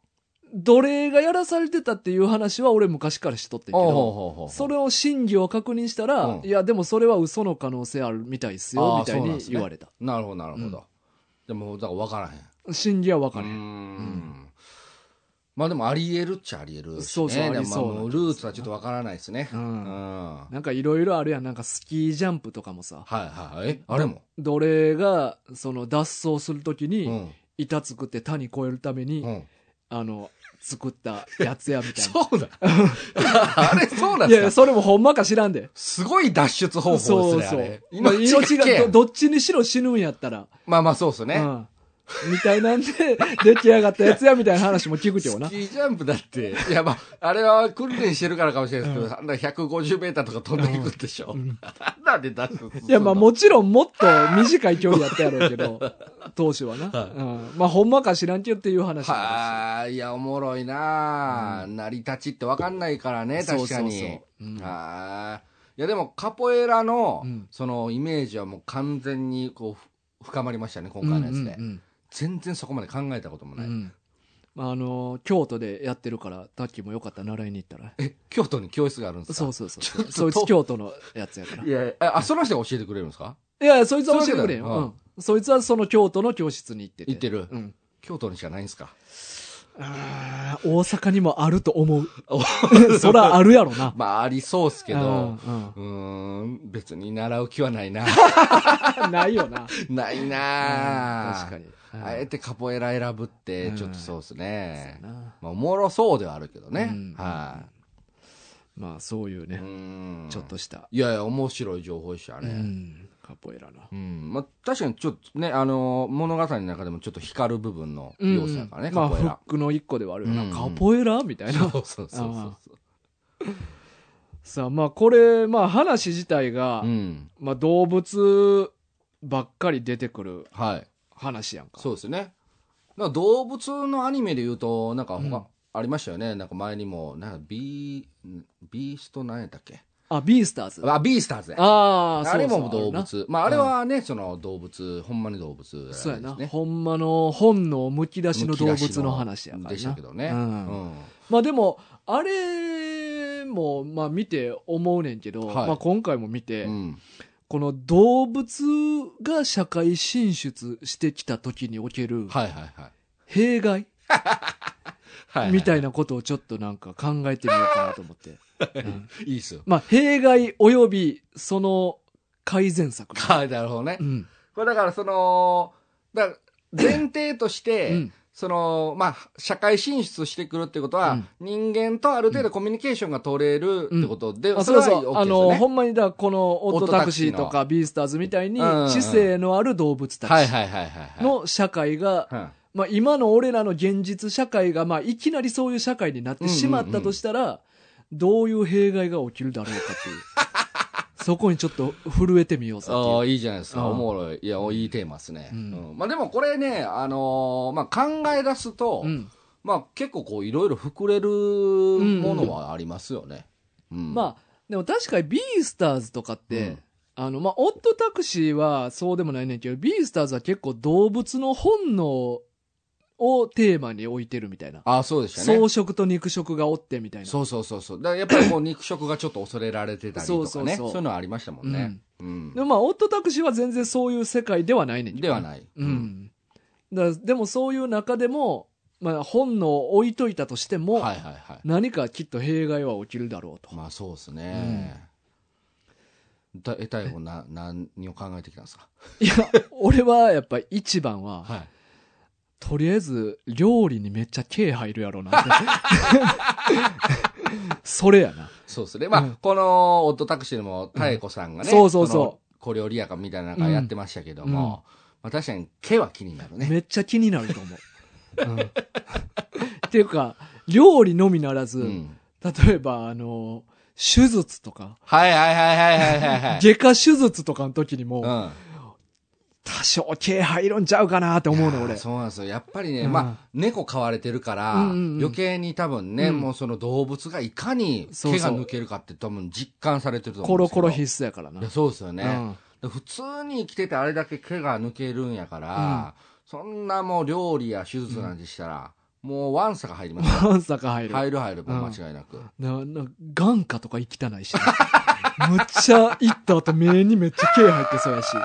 Speaker 3: 奴隷がやらされてたっていう話は俺昔からしとってんけ
Speaker 2: おうほ
Speaker 3: ど、
Speaker 2: うほうほう
Speaker 3: それを真偽を確認したら、
Speaker 2: うん
Speaker 3: いや、でもそれは嘘の可能性あるみたいです
Speaker 2: あ、
Speaker 3: よ
Speaker 2: ー
Speaker 3: みたい
Speaker 2: そうなん
Speaker 3: に
Speaker 2: ですね
Speaker 3: 言われた。
Speaker 2: なるほど、なるほど。でも、だから分からへん。
Speaker 3: 真偽は分か
Speaker 2: う。
Speaker 3: れへん。うん
Speaker 2: まあでも、ありえるっちゃありえるしね。
Speaker 3: そうそう
Speaker 2: でも
Speaker 3: ありそう
Speaker 2: まあもルーツはちょっと分からないですね。
Speaker 3: う
Speaker 2: うんん。はい
Speaker 3: なんかいろいろあるやん。なんかスキージャンプとかもさ、
Speaker 2: はい。え、あれも。
Speaker 3: 奴隷がその脱走するとき
Speaker 2: う
Speaker 3: に、
Speaker 2: ん。
Speaker 3: 板作って谷越えるために、
Speaker 2: うん。
Speaker 3: あの、作ったやつやみたいな。
Speaker 2: そうだ。あれ、そうなん
Speaker 3: い
Speaker 2: です
Speaker 3: やい
Speaker 2: か
Speaker 3: や、それもほんまか知らんで。
Speaker 2: すごい脱出方
Speaker 3: そ
Speaker 2: 法
Speaker 3: う
Speaker 2: です
Speaker 3: そ
Speaker 2: ね、
Speaker 3: う。
Speaker 2: あ
Speaker 3: まあ
Speaker 2: れ。
Speaker 3: 命
Speaker 2: 危
Speaker 3: が
Speaker 2: 険
Speaker 3: ど、どっちにしろ死ぬんやったら。
Speaker 2: まあまあそうですね。
Speaker 3: うん。みたいなんで、出来上がったやつやみたいな話も聞くけど
Speaker 2: スキ
Speaker 3: な。
Speaker 2: ージャンプだって、 いやまあ、あれは訓練してるからかもしれないですけど、あんな150メーターとか飛んでいくんでしょ。あんなんで脱出するの
Speaker 3: いや、まあもちろんもっと短い距離やったやろうけど、 当時はな。
Speaker 2: はい
Speaker 3: うん。まあほんまか知らんけどっていう話もあ
Speaker 2: はあ、いや、おもろいなあ、成り立ちってわかんないからね、
Speaker 3: るしそう
Speaker 2: 確
Speaker 3: そ
Speaker 2: か
Speaker 3: う
Speaker 2: に。
Speaker 3: そううん
Speaker 2: はあ。いや、でも、カポエラの、
Speaker 3: うん
Speaker 2: その、イメージはもう完全に、こう、ふ深まりましたね、今回のやつで、
Speaker 3: うんうん
Speaker 2: 全然そこまで考えたことも
Speaker 3: う
Speaker 2: ない。
Speaker 3: んまああの京都でやってるからタッキーもよかったら習いに行ったら
Speaker 2: え、京都に教室があるんですか
Speaker 3: そうそうそうそ
Speaker 2: ちょっと
Speaker 3: そいつ京都のやつやか ら
Speaker 2: いやいや、あ、その人が教えてくれるんですか
Speaker 3: いやいやそいつは教えてくれ
Speaker 2: そうい
Speaker 3: んよ、
Speaker 2: うこ
Speaker 3: うんそいつはその京都の教室に行ってて
Speaker 2: 行ってる
Speaker 3: うん、
Speaker 2: 京都にしかないんですか
Speaker 3: あー大阪にもある と思う そらあるやろな
Speaker 2: まあ、ありそうっすけど、
Speaker 3: うん
Speaker 2: うーん、別に習う気はない な。
Speaker 3: うんないよな
Speaker 2: ないな
Speaker 3: 確かに、うん
Speaker 2: あえてカポエラ選ぶっ
Speaker 3: う
Speaker 2: て、
Speaker 3: ん
Speaker 2: ちょっとそうっす
Speaker 3: そうや
Speaker 2: ね。
Speaker 3: な
Speaker 2: まあ、おもろそうではあるけどね。
Speaker 3: うん
Speaker 2: は
Speaker 3: まあそういう
Speaker 2: い、
Speaker 3: ね
Speaker 2: う、ん。
Speaker 3: ちょっと。した、
Speaker 2: いやいや、面白い情報でした
Speaker 3: う
Speaker 2: ね。
Speaker 3: んカポエラな
Speaker 2: うん。まあ、確かにちょっとね、あの、物語の中でもちょっと光る部分の
Speaker 3: うん
Speaker 2: 要素やからね、
Speaker 3: まあ
Speaker 2: カポエ
Speaker 3: フッ
Speaker 2: ラ。
Speaker 3: クの一個ではあるよな、
Speaker 2: うん
Speaker 3: カポエラみたいな
Speaker 2: そうそうそうそうそう。
Speaker 3: さあまあこれまあ話自体が、
Speaker 2: うん。
Speaker 3: まあ、動物ばっかり出てくる
Speaker 2: はい。
Speaker 3: 話やんか
Speaker 2: そうですね。なんか動物のアニメで言うと、なんか他、
Speaker 3: うん
Speaker 2: ありましたよね。なんか前にも、なんかビー、ビーストなんやったっけ
Speaker 3: あビースターズあ
Speaker 2: あ、ビースターズや。
Speaker 3: あー
Speaker 2: あれ
Speaker 3: そうそ
Speaker 2: も
Speaker 3: う
Speaker 2: 動
Speaker 3: るな
Speaker 2: 物。まあ、あれはね、その動物、ほんまに動物ですね。
Speaker 3: そうやな、ほんまの本能むき出しの動物の話やからな
Speaker 2: でしたけどね。
Speaker 3: う
Speaker 2: うんん。
Speaker 3: まあでもあれもまあ見て思うねんけど、
Speaker 2: はい
Speaker 3: まあ、今回も見て、
Speaker 2: うん
Speaker 3: この動物が社会進出してきた時における
Speaker 2: はいはいはい
Speaker 3: 弊害
Speaker 2: はいはい。
Speaker 3: みたいなことをちょっとなんか考えてみようかなと思 って、うん
Speaker 2: いいっすよ。
Speaker 3: まあ、弊害及びその改善策。
Speaker 2: はい、なるほどね
Speaker 3: う。ん。
Speaker 2: これだから、その、だから前提とし
Speaker 3: う
Speaker 2: て、
Speaker 3: ん。
Speaker 2: その、まあ、社会進出してくるってことは、
Speaker 3: うん
Speaker 2: 人間とある程度コミュニケーションが取れるってことで、
Speaker 3: あ
Speaker 2: そ
Speaker 3: そ
Speaker 2: れ
Speaker 3: う
Speaker 2: は OK です
Speaker 3: そう。あ
Speaker 2: よ
Speaker 3: の、
Speaker 2: ね。
Speaker 3: ほんまにだ、この、オットタクシーと
Speaker 2: オットタクシー
Speaker 3: か、ビースターズみたいに
Speaker 2: うんう、ん
Speaker 3: 知性のある動物た
Speaker 2: はい
Speaker 3: ち
Speaker 2: はいはいはい。、
Speaker 3: の社会が、
Speaker 2: は
Speaker 3: まあ、今の俺らの現実社会が、まあ、いきなりそういう社会になってしまったとしたら、どういう弊害が起きるだろうかっ ていう。そこにちょっと震えてみよう
Speaker 2: い、
Speaker 3: ぜって
Speaker 2: あ
Speaker 3: いう。
Speaker 2: あ、いいじゃないですか。
Speaker 3: うん
Speaker 2: おもろい。いや、いいテーマですね。
Speaker 3: う
Speaker 2: うんんまあ、でもこれね、あのーまあ、考え出すと、
Speaker 3: うん。
Speaker 2: まあ、結構こう、いろいろ膨れるものはありますよね。うん。
Speaker 3: まあ、でも確かにビースターズとかって、
Speaker 2: うん
Speaker 3: あの、まあ、オットタクシーはそうでもないねんけど、ビースターズは結構動物の本能をテーマに置いてるみたいな。
Speaker 2: ああ、そうでしたね。
Speaker 3: 草食と肉食がおってみたいな。
Speaker 2: そうそうそうそう。だからやっぱりこう肉食がちょっと恐れられてたりとかね。
Speaker 3: そ
Speaker 2: そうう
Speaker 3: そうそう
Speaker 2: いうのはありましたもんね。うん
Speaker 3: で。もまあ、オットタクシーは全然そういう世界ではないねんけど
Speaker 2: ではない。
Speaker 3: うん。だからでもそういう中でも、まあ、本能を置いといたとしても、
Speaker 2: はいはいはい。
Speaker 3: 何かきっと弊害は起きるだろうと。
Speaker 2: まあそうですね。だえ、大悟な、何を考えてきたんですか
Speaker 3: いや、俺はやっぱ一番は、
Speaker 2: はい。
Speaker 3: とりあえず料理にめっちゃ毛入るやろうな って。それやな。
Speaker 2: そうですね。まあ、
Speaker 3: うん
Speaker 2: この、オットタクシーでも、妙子さんがね、
Speaker 3: うんそうそうそう
Speaker 2: この小料理屋かみたいなのがやってましたけども、まあ確かに毛は気になるね。
Speaker 3: めっちゃ気になると思 う。うんっていうか、料理のみならず、
Speaker 2: うん。
Speaker 3: 例えばあの、手術とか、
Speaker 2: はいはいはいはいはいはいはい。
Speaker 3: 外科手術とかの時にも、
Speaker 2: うん。
Speaker 3: 多少毛入るんちゃうかなって思うの
Speaker 2: いや
Speaker 3: 俺
Speaker 2: ー。そうなんですよ。やっぱりね、
Speaker 3: うん
Speaker 2: まあ、猫飼われてるから、
Speaker 3: うんうんうん
Speaker 2: 余計に多分ね、
Speaker 3: うん
Speaker 2: もうその動物がいかに
Speaker 3: そう
Speaker 2: 毛
Speaker 3: そう
Speaker 2: が抜けるかって多分実感されてると思
Speaker 3: コ
Speaker 2: うんで
Speaker 3: ロ
Speaker 2: すけ
Speaker 3: コ
Speaker 2: ど。
Speaker 3: ロ必須やからない
Speaker 2: や。そうですよね、
Speaker 3: うん
Speaker 2: で普通に生きててあれだけ毛が抜けるんやから、そんなもう料理や手術なんてしたら、もうワンサが入りますよ。
Speaker 3: パンサが入る。
Speaker 2: 入る入る、もう間違いなく。
Speaker 3: な、な、眼下とか行きたないし、 むっちゃ行った後目にめっちゃ毛入ってそうやし。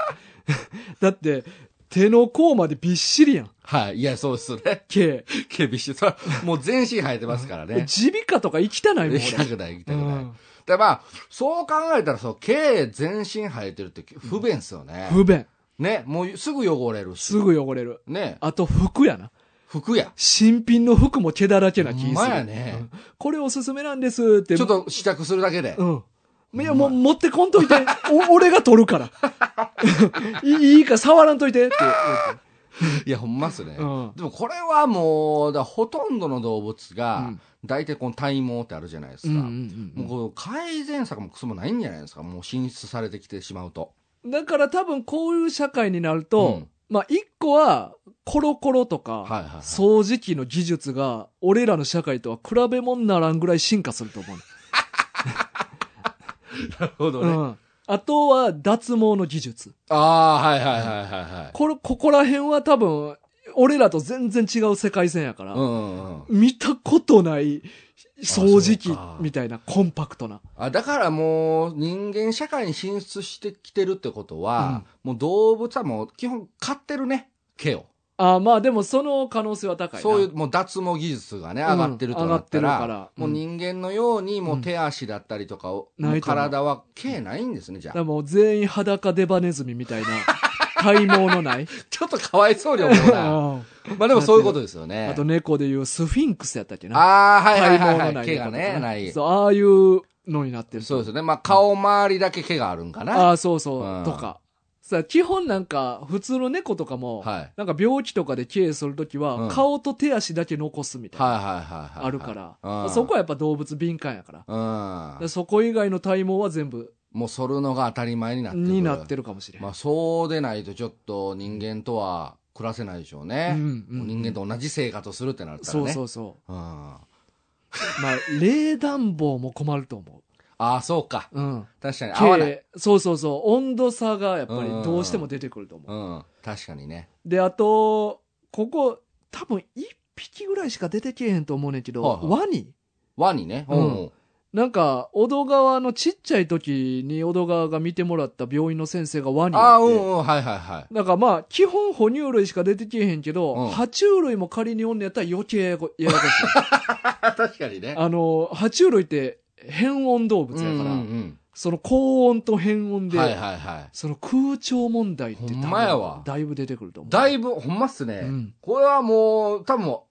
Speaker 3: だって、手の甲までびっしりやん、
Speaker 2: はい。いや、そうですね。
Speaker 3: 毛。
Speaker 2: 毛びっしり。それはもう全身生えてますから ね。
Speaker 3: 耳鼻科とか行きたないもん、
Speaker 2: 行きた
Speaker 3: 俺。
Speaker 2: くない、行きた
Speaker 3: う
Speaker 2: くない。
Speaker 3: ん、
Speaker 2: でまあ、そう考えたら、そう、毛全身生えてるって不便っすよね。
Speaker 3: 不便。
Speaker 2: ね、もうすぐ汚れるし。
Speaker 3: す。ぐ汚れる。
Speaker 2: ね、
Speaker 3: あと服やな。
Speaker 2: 服や。
Speaker 3: 新品の服も毛だらけな気する。
Speaker 2: ほんまやね
Speaker 3: うんこれおすすめなんですって。
Speaker 2: ちょっと試着するだけで。
Speaker 3: うん。いや、もう持ってこんといて。お俺が取るから。 いいいから触らんといてって言う
Speaker 2: いや、ほんまっすね。
Speaker 3: うん
Speaker 2: でもこれはもう、だほとんどの動物
Speaker 3: う
Speaker 2: が
Speaker 3: ん、
Speaker 2: 大体この体毛ってあるじゃないです
Speaker 3: て。
Speaker 2: か。
Speaker 3: ん
Speaker 2: もうこう改善策もクソもないんじゃないですか。もう進出されてきてしまうと。
Speaker 3: だから多分こういう社会になると、
Speaker 2: うん
Speaker 3: まあ一個はコロコロとか、
Speaker 2: はいはいはい
Speaker 3: 掃除機の技術が俺らの社会とは比べ物にならんぐらい進化すると思う。
Speaker 2: なるほど
Speaker 3: うん、あとは脱毛の技術。
Speaker 2: ああ、はいはいはいはいはい。
Speaker 3: これ、ここら辺は多分俺らと全然違う世界線やから、
Speaker 2: うんうんうん。
Speaker 3: 見たことない掃除
Speaker 2: あ
Speaker 3: 機
Speaker 2: そうか
Speaker 3: みたいなコンパクトな。
Speaker 2: あだからもう人間社会に進出してきてるってことは、もう動物はもう基本飼ってるね、毛を。
Speaker 3: あまあでもその可能性は高いな。
Speaker 2: そういうもう脱毛技術がね、上がってるとなった
Speaker 3: うん上が
Speaker 2: ら、
Speaker 3: ってるから
Speaker 2: もう人間のようにもう手足だったりとかを、
Speaker 3: うん
Speaker 2: もう
Speaker 3: ないと思う
Speaker 2: 体は毛ないんですね、じゃ
Speaker 3: だ
Speaker 2: あ。
Speaker 3: からもう全員裸デバネズミ みたいな体毛のない。
Speaker 2: ちょっとかわいそうに思う な。
Speaker 3: うん
Speaker 2: まあでもそういうことですよね。
Speaker 3: あと猫でいうスフィンクスやったっけな。
Speaker 2: ああ、はいはい
Speaker 3: 体毛
Speaker 2: は
Speaker 3: の
Speaker 2: い、
Speaker 3: な
Speaker 2: はいい。毛がね、ない。
Speaker 3: そう、ああいうのになってる。
Speaker 2: そうです
Speaker 3: ね。
Speaker 2: ね。まあ顔周りだけ毛があるんかな。
Speaker 3: ああ、そうそうう、
Speaker 2: ん
Speaker 3: とか。さ、基本なんか、普通の猫とかも、
Speaker 2: はい
Speaker 3: なんか病気とかで経営するときは、
Speaker 2: うん
Speaker 3: 顔と手足だけ残すみたいな、
Speaker 2: はいはいはいはい、はい。
Speaker 3: あるから、
Speaker 2: うん
Speaker 3: そこはやっぱ動物敏感やから。だか
Speaker 2: う
Speaker 3: ら
Speaker 2: ん。
Speaker 3: そこ以外の体毛は全部、
Speaker 2: もう剃るのが当たり前になってくる。
Speaker 3: になってるかもしれん。
Speaker 2: まあそうでないとちょっと人間とは暮らせないでしょうね。
Speaker 3: うんうんうん
Speaker 2: 人間と同じ生活をするってなったらね。
Speaker 3: そうそうそう。
Speaker 2: うん。あ
Speaker 3: まあ、冷暖房も困ると思
Speaker 2: あ、そうか。
Speaker 3: う。うん。
Speaker 2: 確かに合わない。
Speaker 3: 毛そうそうそう。温度差がやっぱりどうしても出てくると思う。
Speaker 2: うん。確かにね。
Speaker 3: で、あと、ここ、多分一匹ぐらいしか出てけえへんと思うねんけど、
Speaker 2: はいはい
Speaker 3: ワニ
Speaker 2: ワニね。
Speaker 3: うんなんか、小戸川のちっちゃい時に小戸川が見てもらった病院の先生がワニ
Speaker 2: あ
Speaker 3: や
Speaker 2: あ、
Speaker 3: っ
Speaker 2: う
Speaker 3: て。
Speaker 2: んうん。はいはいはい。
Speaker 3: なんかまあ、基本哺乳類しか出てけえへんけど、
Speaker 2: うん
Speaker 3: 爬虫類も仮におんねやったら余計ややこ ややこしい。
Speaker 2: 確かにね。
Speaker 3: あの、爬虫類って変温動
Speaker 2: う
Speaker 3: 物
Speaker 2: んう
Speaker 3: や
Speaker 2: ん
Speaker 3: から、
Speaker 2: うん。
Speaker 3: その高温と変温で、
Speaker 2: はいはいはい。
Speaker 3: その空調問題って多分
Speaker 2: ほんまやわ
Speaker 3: だいぶ出てくると思う。
Speaker 2: だ
Speaker 3: ぶ、
Speaker 2: いぶ、ほんまっすね。
Speaker 3: うん
Speaker 2: これはもう、多分もう、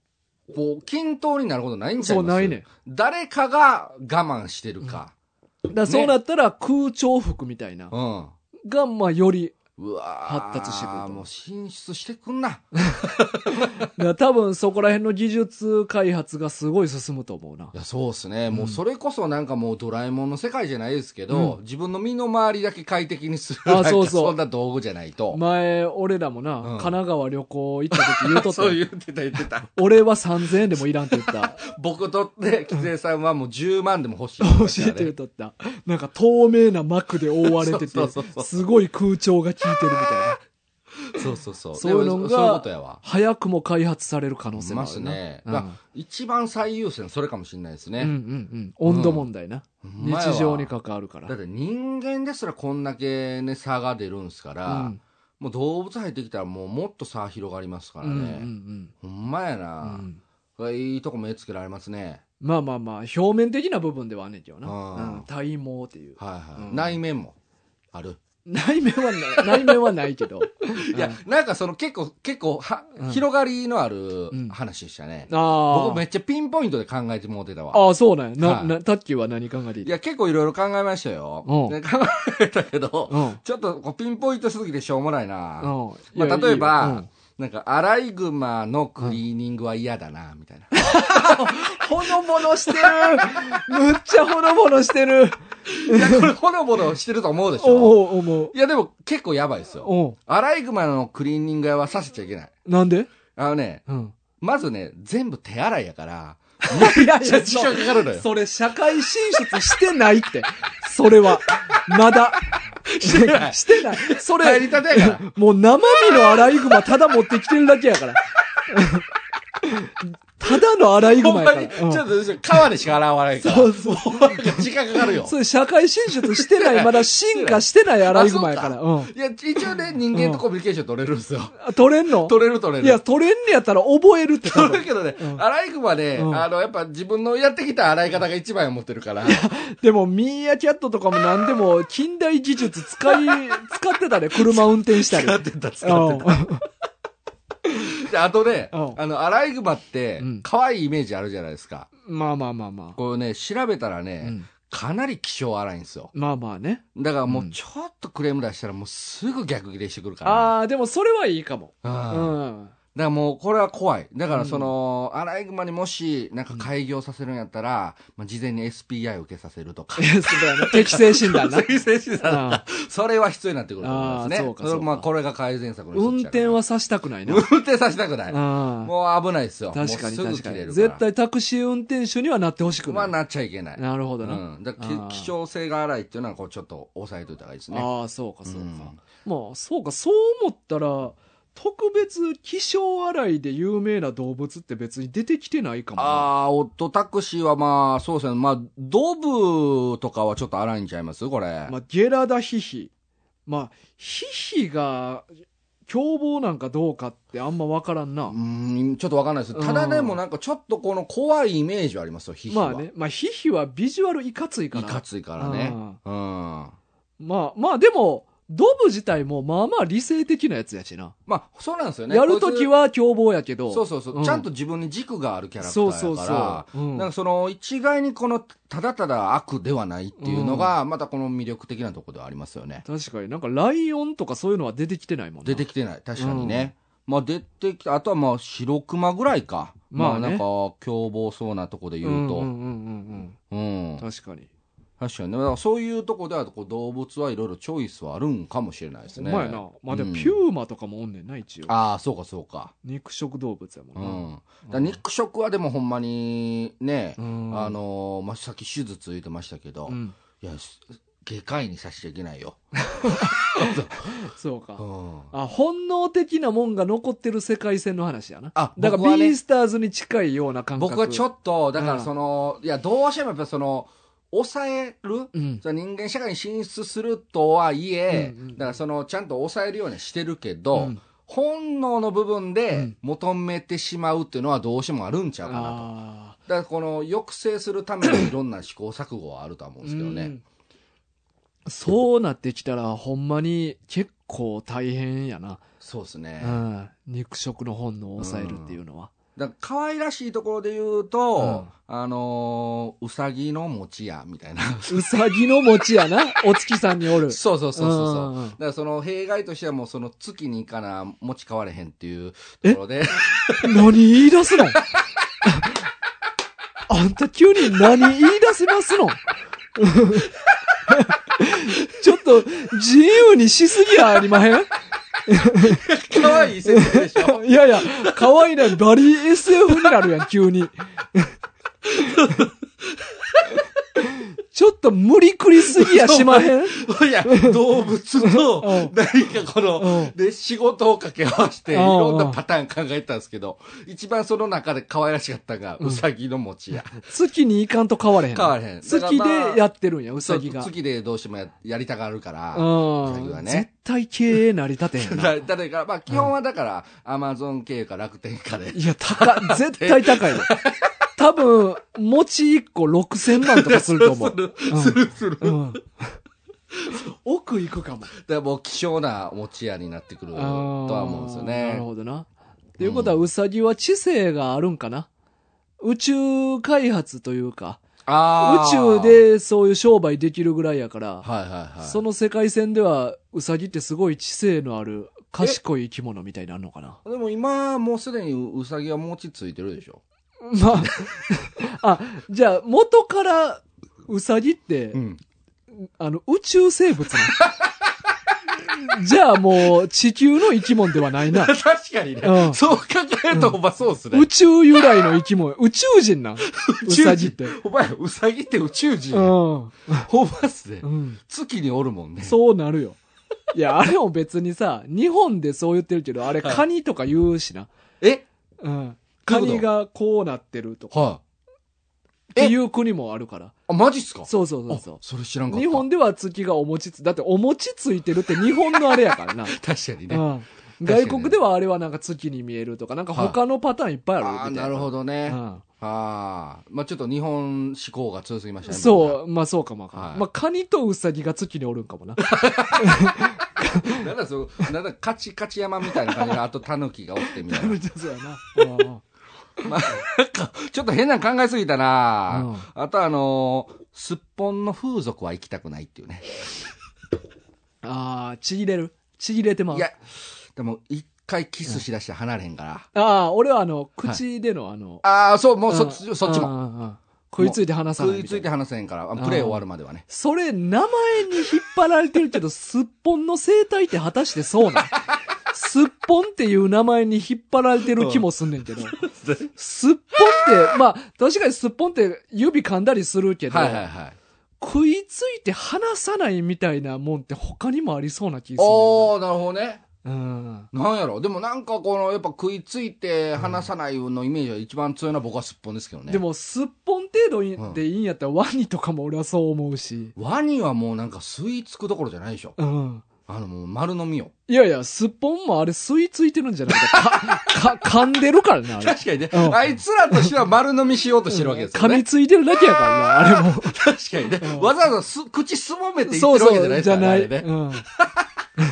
Speaker 2: こう、均等になることないんちゃい
Speaker 3: そう
Speaker 2: ます
Speaker 3: ないねん。。
Speaker 2: 誰かが我慢してるか。
Speaker 3: だからそうなったら空調服みたいな。
Speaker 2: うん。
Speaker 3: が、まあ、より
Speaker 2: うわー
Speaker 3: 発達してくると
Speaker 2: もう進出してくんな。。
Speaker 3: だから多分そこら辺の技術開発がすごい進むと思うない
Speaker 2: や、そうですね。もううんそれこそなんかもうドラえもんの世界じゃないですけど、
Speaker 3: う
Speaker 2: 自分の身の回りだけ快適にする。
Speaker 3: あ
Speaker 2: なんか
Speaker 3: そうそう
Speaker 2: そんな道具じゃないと。
Speaker 3: 前、俺らもな、神奈川旅行行った時言うとった
Speaker 2: そ
Speaker 3: よ
Speaker 2: う言ってた言ってた。
Speaker 3: 俺は3000円でもいらんって 言った。
Speaker 2: 僕とって、きつさんはもう10万でも欲しい。
Speaker 3: 教えて言うとった。なんか透明な膜で覆われてて
Speaker 2: そうそうそうそ、う
Speaker 3: すごい空調が効いてるみたいな。
Speaker 2: そうそうそう。
Speaker 3: そういうの
Speaker 2: でも
Speaker 3: が
Speaker 2: そういうことやわ。
Speaker 3: 早くも開発される可能性もあ
Speaker 2: ま
Speaker 3: る
Speaker 2: す
Speaker 3: な
Speaker 2: ね。
Speaker 3: うん
Speaker 2: まあ一番最優先、それかもしれないです
Speaker 3: うんうん
Speaker 2: ね。
Speaker 3: うん。温度問題な。
Speaker 2: ほんまやわ
Speaker 3: 日常に関わるから。
Speaker 2: だって人間ですらこんだけね、差が出るんすから、
Speaker 3: うん
Speaker 2: もう動物入ってきたらもうもっと差広がりますから
Speaker 3: うんうん
Speaker 2: ね。ほんまや
Speaker 3: うんう
Speaker 2: な、
Speaker 3: ん
Speaker 2: いいとこ目つけられますね。
Speaker 3: まあまあまあ、表面的な部分ではあんねんけどな。
Speaker 2: うん
Speaker 3: うん体毛っていう。
Speaker 2: はいはい。
Speaker 3: うん
Speaker 2: 内面もある。
Speaker 3: 内面はない、内 面はないけど。
Speaker 2: いや、なんかその結構、結構は、
Speaker 3: うん
Speaker 2: 広がりのある
Speaker 3: うん
Speaker 2: 話でしたね。
Speaker 3: あ
Speaker 2: 僕め
Speaker 3: あ。
Speaker 2: っちゃピンポイントで考えてもうてたわ。
Speaker 3: ああ、そうなんや。な、
Speaker 2: はい
Speaker 3: な、タッキーは何考えてい
Speaker 2: い
Speaker 3: た
Speaker 2: や、結構いろいろ考えましたよ。
Speaker 3: う
Speaker 2: で
Speaker 3: ん
Speaker 2: 考えたけど、
Speaker 3: うん。うん
Speaker 2: ちょっとこうピンポイントすぎてしょうもないな。
Speaker 3: いや
Speaker 2: まあ、例えば、
Speaker 3: いいようん
Speaker 2: なんか、アライグマのクリーニングは嫌だな、みたいな。
Speaker 3: ほのぼのしてる むっちゃほのぼのしてる
Speaker 2: いや、これ、ほのぼのしてると思うでしょ。
Speaker 3: 思う思う。
Speaker 2: いや、でも、結構やばいですよ。
Speaker 3: お
Speaker 2: アライグマのクリーニング屋はさせちゃいけない。
Speaker 3: うなんで
Speaker 2: あのね、
Speaker 3: うん。
Speaker 2: まずね、全部手洗いやから、
Speaker 3: いや
Speaker 2: めっちゃ 時間かかるのよ。
Speaker 3: それ社会進出してないって。それは。まだ。して
Speaker 2: ない
Speaker 3: してない。そ
Speaker 2: 帰
Speaker 3: れ
Speaker 2: り、たてやから。
Speaker 3: もう生身のアライグマただ持ってきてるだけやから。ただのアライグ
Speaker 2: ほん
Speaker 3: マ
Speaker 2: ま
Speaker 3: やか
Speaker 2: に、
Speaker 3: ら
Speaker 2: ち。ょっ
Speaker 3: うん
Speaker 2: と、川でしか洗わないから。
Speaker 3: そうそう。
Speaker 2: 時間かかるよ。
Speaker 3: それ社会進出してない、まだ進化してないアライグマやから。
Speaker 2: あ
Speaker 3: うん。
Speaker 2: いや、一応ね、人間とコミュニケーション取れるんですよ。
Speaker 3: あ取れんの
Speaker 2: 取れる取れる。
Speaker 3: いや、取れんねやったら覚えるって多
Speaker 2: そうだ
Speaker 3: 分。
Speaker 2: けどね、
Speaker 3: うん
Speaker 2: アライグマね、
Speaker 3: うん
Speaker 2: あの、やっぱ自分のやってきた洗い方が一番や思ってる から、
Speaker 3: でも、ミーアキャットとかも何でも、近代技術使い、使ってたね。車運転したり。
Speaker 2: 使ってた、使って
Speaker 3: うん
Speaker 2: た。であとね、
Speaker 3: うん
Speaker 2: あの、アライグマって
Speaker 3: うん、
Speaker 2: 可愛いイメージあるじゃないですか。
Speaker 3: まあまあまあまあ。
Speaker 2: こうね、調べたらね、
Speaker 3: うん
Speaker 2: かなり気性荒いんですよ。
Speaker 3: まあまあね。
Speaker 2: だからも
Speaker 3: う
Speaker 2: うんちょっとクレーム出したらもうすぐ逆ギレしてくるから。
Speaker 3: ああ、でもそれはいいかも。
Speaker 2: う
Speaker 3: うん
Speaker 2: だか
Speaker 3: ん。
Speaker 2: らもうこれは怖い。だからその、アライグマにもし、なんか開業させるんやったら、まあ、事前に SPI を受けさせるとか
Speaker 3: え、。そうだよね。適正診 断な。
Speaker 2: 先生審査だ
Speaker 3: あ
Speaker 2: ったそれは必要になってくると思いますね。
Speaker 3: あーそうかそうか
Speaker 2: れまあ、これが改善策の一つやから
Speaker 3: 運転はさしたくないな。
Speaker 2: 運転させたくない。
Speaker 3: あ
Speaker 2: もう危ないですよ。
Speaker 3: あ。確かに
Speaker 2: もうすぐ
Speaker 3: 確か
Speaker 2: 切れ
Speaker 3: に。
Speaker 2: る
Speaker 3: 絶対タクシー運転手にはなってほしく
Speaker 2: ま
Speaker 3: な
Speaker 2: あ
Speaker 3: い。
Speaker 2: なっちゃいけない。
Speaker 3: なるほ
Speaker 2: う
Speaker 3: どな。
Speaker 2: ん。だか
Speaker 3: あ
Speaker 2: ら
Speaker 3: ー
Speaker 2: き希少性が荒いっていうのは、こう、ちょっと抑えといた方がいいですね。
Speaker 3: ああ、そうかそう
Speaker 2: うん
Speaker 3: か。まあ、そうか、そう思ったら、特別気性洗いで有名な動物って別に出てきてないかもな。
Speaker 2: ああ、オットタクシーはまあ、そうですね。まあ、ドブとかはちょっと荒いんちゃいますこれ。
Speaker 3: まあ、ゲラダヒヒ。まあ、ヒヒが凶暴なんかどうかってあんまわからんな
Speaker 2: う。ーん、ちょっとわかんないです。ただ
Speaker 3: う
Speaker 2: ね、
Speaker 3: ん
Speaker 2: もうなんかちょっとこの怖いイメージはありますよ、皮膚
Speaker 3: ま
Speaker 2: は。
Speaker 3: あね、まあヒヒはビジュアルいかついか
Speaker 2: い
Speaker 3: ら。
Speaker 2: かついからね。うん。
Speaker 3: まあまあでも、ドブ自体もまあまあ理性的なやつやしな。
Speaker 2: まあ、そうなんですよね。
Speaker 3: やるときは凶暴やけど。
Speaker 2: そうそうそう、
Speaker 3: ん
Speaker 2: ちゃんと自分に軸があるキャラクタ
Speaker 3: そうそ
Speaker 2: ー
Speaker 3: う
Speaker 2: だ
Speaker 3: そう
Speaker 2: から、
Speaker 3: うん
Speaker 2: なんかその一概にこのただただ悪ではないっていうのが、またこの魅力的なところではありますよね。
Speaker 3: 確かになんかライオンとかそういうのは出てきてないもんな
Speaker 2: 出てきてない、確かにね。まあ出てきた、あとはまあ白熊ぐらいか。ま
Speaker 3: ま
Speaker 2: あ
Speaker 3: あね
Speaker 2: なんか凶暴そうなとこで言うと。
Speaker 3: う
Speaker 2: うん
Speaker 3: うんんうんうんうん確かに。
Speaker 2: 確かにね。だからそういうとこではこう動物はいろいろチョイスはあるんかもしれないです
Speaker 3: お
Speaker 2: ね。
Speaker 3: 前な。まあで
Speaker 2: う
Speaker 3: も
Speaker 2: ん
Speaker 3: ピューマとかもおんねんな、一応。
Speaker 2: ああ、そうかそうか。
Speaker 3: 肉食動物やも
Speaker 2: うんん。だから肉食はでもほんまにね、
Speaker 3: な。うん
Speaker 2: あ、のーまあ、さっき手術言ってましたけど、
Speaker 3: うん
Speaker 2: いや、す外科医にさせちゃいけないよ。
Speaker 3: そうか
Speaker 2: う。ん。
Speaker 3: あ、本能的なもんが残ってる世界線の話やな。
Speaker 2: あ
Speaker 3: だから
Speaker 2: 僕はね
Speaker 3: ビースターズに近いような感覚。
Speaker 2: 僕はちょ
Speaker 3: っ
Speaker 2: っと、だからその、いや、どうしてもやっぱその、抑える、
Speaker 3: と、うん。
Speaker 2: その人間社会に進出するとはいえ、
Speaker 3: うんうんうん
Speaker 2: だからその、ちゃんと抑えるようにはしてるけど、
Speaker 3: うん
Speaker 2: 本能の部分
Speaker 3: う
Speaker 2: で
Speaker 3: ん
Speaker 2: 求めてしまうっていうのはどうしてもあるんちゃうかなと。
Speaker 3: あ
Speaker 2: だからこの抑制するためにいろんな試行錯誤はあるとは思う
Speaker 3: ー
Speaker 2: んですけどね。
Speaker 3: うんそうなってきたら、ほんまに結構大変やな。
Speaker 2: そうですね。
Speaker 3: うん。肉食の本能を抑えるっていうのは。
Speaker 2: だから可愛らしいところで言うと、あのーうさぎの餅屋みたい な。
Speaker 3: うさぎの餅やな。お月さんにおる。
Speaker 2: そうそうそうそうそう。
Speaker 3: んんん
Speaker 2: だからその弊害としてはもうその月に行かな持ち買われへんっていうところで、
Speaker 3: 何言い出すの あんた急に何言い出せますの ちょっと自由にしすぎやありまへん
Speaker 2: 可愛い先生でし ょ
Speaker 3: いやいや、可愛いな、バリ SF になるやん、急に。 ちょっと無理くりすぎやしまへん
Speaker 2: いや、動物と
Speaker 3: うん
Speaker 2: 何かこ
Speaker 3: うん
Speaker 2: の、で、仕事を掛け合わせて、い
Speaker 3: うん
Speaker 2: ろんなパターン考えたんですけど、一番その中で可愛らしかったのが、
Speaker 3: うん
Speaker 2: うさぎの餅屋。
Speaker 3: 月に行かんと変われへん。
Speaker 2: 変われへんだから
Speaker 3: 月
Speaker 2: まあ
Speaker 3: でやってるんや、う
Speaker 2: そ
Speaker 3: さ
Speaker 2: う
Speaker 3: ぎが。
Speaker 2: 月でどうしてもややりたがるから、うさぎ
Speaker 3: う
Speaker 2: は
Speaker 3: ん。
Speaker 2: ね
Speaker 3: 絶対経営成り立てへんな。
Speaker 2: だ誰か、まあ基本はだから、アマゾン経由か楽天かで。
Speaker 3: いや、高い、絶対高いよ。多分、餅1個6000万とかすると思う。うん
Speaker 2: するする。だか
Speaker 3: うん、奥行くかも。
Speaker 2: らもう希少な餅屋になってくるとは思うんですよ
Speaker 3: あーなる
Speaker 2: ね。
Speaker 3: ほどな。ということは、ウサギは知性があるんかな宇宙開発というか、
Speaker 2: あー
Speaker 3: 宇宙、でそういう商売できるぐらいやから、
Speaker 2: はいはいはい。
Speaker 3: その世界線では、ウサギってすごい知性のある賢い生き物みたいになるのかな
Speaker 2: でも今、もうすでにうさぎは餅ついてるでしょ。
Speaker 3: まあ、あ、じゃあ、元から、ウサギって、
Speaker 2: ん。
Speaker 3: あの、宇宙生物なの じゃあもう、地球の生き物ではな いな。
Speaker 2: 確かにね、
Speaker 3: うん
Speaker 2: そう考えると、お前そうっすね
Speaker 3: 宇。宙由来の生き物。宇宙人なん。
Speaker 2: 宇
Speaker 3: ウ
Speaker 2: 宙人
Speaker 3: サギって。
Speaker 2: お前、ウサギって宇宙人
Speaker 3: う
Speaker 2: や。
Speaker 3: ん。
Speaker 2: ほんまっすね
Speaker 3: う。ん。
Speaker 2: 月におるもんね。
Speaker 3: そうなるよ。いや、あれも別にさ、日本でそう言ってるけど、あれ
Speaker 2: はい
Speaker 3: カニとか言うしな。
Speaker 2: え
Speaker 3: うん。
Speaker 2: どう
Speaker 3: カ
Speaker 2: いうこと
Speaker 3: ニがこうなってるとか。
Speaker 2: はい。
Speaker 3: っ
Speaker 2: え
Speaker 3: ていう国もあるから。
Speaker 2: あ、マジっすか
Speaker 3: そうそうそうそう
Speaker 2: あ。それ知らんかった。
Speaker 3: 日本では月がお餅つ、だってお餅ついてるって日本のあれやからな。
Speaker 2: 確か にね。
Speaker 3: うん
Speaker 2: 確かに
Speaker 3: 外国ではあれはなんか月に見えるとか、なんか他のパターンいっぱいあるみ
Speaker 2: あ
Speaker 3: た
Speaker 2: あ、
Speaker 3: いな。
Speaker 2: なるほどね。
Speaker 3: うん
Speaker 2: ああ。まあちょっと日本思考が強すぎましたね。
Speaker 3: そう、まあそうかもわかんない
Speaker 2: はい
Speaker 3: まあカニとウサギが月におるんか もな。
Speaker 2: 僕ら。なんだそう、なんだカチカチ山みたいな感じで、あとタヌキがおってみたいな。
Speaker 3: そうやな。うん
Speaker 2: まあ、なんか、ちょっと変なの考えすぎたな、あとあのーすっぽんの風俗は行きたくないっていうね。
Speaker 3: ああ、ちぎれる。ちぎれてまう
Speaker 2: い。や、でも一回キスしだして離れへんから。
Speaker 3: ああ、俺はあの、口でのあの、
Speaker 2: ああ、そう、もうそっ
Speaker 3: うん
Speaker 2: ち、そっちも。
Speaker 3: うんうんうん食いついて話さな
Speaker 2: 食
Speaker 3: い
Speaker 2: い
Speaker 3: み
Speaker 2: つ
Speaker 3: たい
Speaker 2: い
Speaker 3: な。
Speaker 2: て話せへんから、あプレイ終わるまではね。
Speaker 3: それ、名前に引っ張られてるけど、すっぽんの生態って果たしてそ うなのすっぽんっていう名前に引っ張られてる気もすんねんけど。すっぽんって、まあ、確かにすっぽんって指噛んだりするけど、
Speaker 2: はいはいはい。
Speaker 3: 食いついて話さないみたいなもんって他にもありそうな気する
Speaker 2: おー、なるほどね。
Speaker 3: うん。
Speaker 2: なんやろでもなんかこの、やっぱ食いついて話さないのイメージが一番強いのは僕はすっぽんですけどね。
Speaker 3: で、も、すっぽん程度でいいんやったら、ワニとかも俺はそう思うし。
Speaker 2: ワニはもうなんか吸い付くどころじゃないでしょ。
Speaker 3: うん。
Speaker 2: あのもう丸飲みよ。
Speaker 3: いやいや、すっぽんもあれ吸い付いてるんじゃないか、か、噛んでるからな、あ れ。
Speaker 2: 確かにね、
Speaker 3: うん
Speaker 2: あいつらとしては丸飲みしようとしてるわけですよ
Speaker 3: 噛み
Speaker 2: ね。
Speaker 3: ついてるだけやからな、あれも。
Speaker 2: 確かにね、
Speaker 3: うん
Speaker 2: わざわざす口すぼめて言
Speaker 3: そ
Speaker 2: っ
Speaker 3: う
Speaker 2: てるわけ
Speaker 3: そ
Speaker 2: じゃな
Speaker 3: う、
Speaker 2: いで
Speaker 3: じ
Speaker 2: す
Speaker 3: ゃ
Speaker 2: よね。
Speaker 3: ない。
Speaker 2: あれね
Speaker 3: うん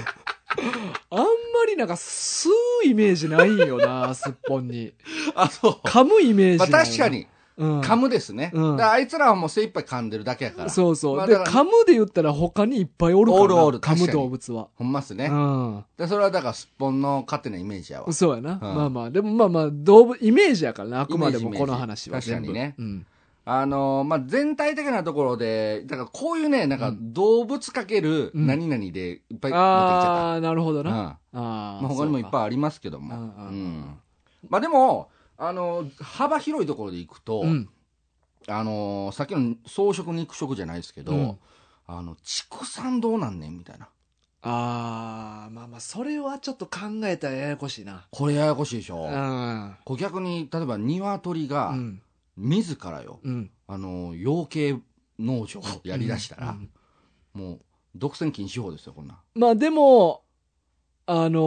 Speaker 3: あんまりなんか吸うイメージないんよな、すっぽん に。
Speaker 2: あ、そう。
Speaker 3: 噛むイメージ
Speaker 2: ま
Speaker 3: な
Speaker 2: あ
Speaker 3: いな。
Speaker 2: 確かに、
Speaker 3: うん。
Speaker 2: 噛むですね。
Speaker 3: うん
Speaker 2: だからあいつらはもう精一杯噛んでるだけやから。
Speaker 3: そうそう。
Speaker 2: まあ
Speaker 3: で、
Speaker 2: だから
Speaker 3: 噛むで言ったら他にいっぱいおるからな。
Speaker 2: おるおる
Speaker 3: 噛む
Speaker 2: 確かに
Speaker 3: 動物は。
Speaker 2: ほんまっすね。
Speaker 3: うん。
Speaker 2: でそれはだからすっぽんの勝手なイメージやわ。
Speaker 3: そうやな。まあまあ、でもまあまあ、動物、イメージやからな、あくまで
Speaker 2: イメ
Speaker 3: も
Speaker 2: ージ
Speaker 3: この話は
Speaker 2: 確かにね
Speaker 3: 全部うん。
Speaker 2: あのーまあ、全体的なところで、だからこういうね、なん
Speaker 3: う
Speaker 2: か
Speaker 3: ん
Speaker 2: 動物かける
Speaker 3: うん
Speaker 2: 何々でいっぱい持ってきち
Speaker 3: あ
Speaker 2: ゃ
Speaker 3: あ、なるほど
Speaker 2: った。うん
Speaker 3: な。ああ。
Speaker 2: まあ、他にもいっ
Speaker 3: い。
Speaker 2: ぱいありますけど
Speaker 3: う
Speaker 2: も。
Speaker 3: ん
Speaker 2: う
Speaker 3: うんうん
Speaker 2: ん。まあ、でも、あのー幅広いところでいくと、
Speaker 3: うん。
Speaker 2: あのーさっきの草食肉食じゃないですけど、
Speaker 3: うん
Speaker 2: あの、畜産どうなんねんみたいな。
Speaker 3: ああ、まあまあ、それはちょっと考えたらややこしいな。
Speaker 2: これややこしいでしょ
Speaker 3: う。ん。
Speaker 2: こう逆に、例えば鶏
Speaker 3: う
Speaker 2: が、
Speaker 3: ん。
Speaker 2: 自らよ、
Speaker 3: うん。
Speaker 2: あのー養鶏農場をやりだしたら、
Speaker 3: うん
Speaker 2: もう、独占禁止法ですよ、こんなん。
Speaker 3: まあでも、あの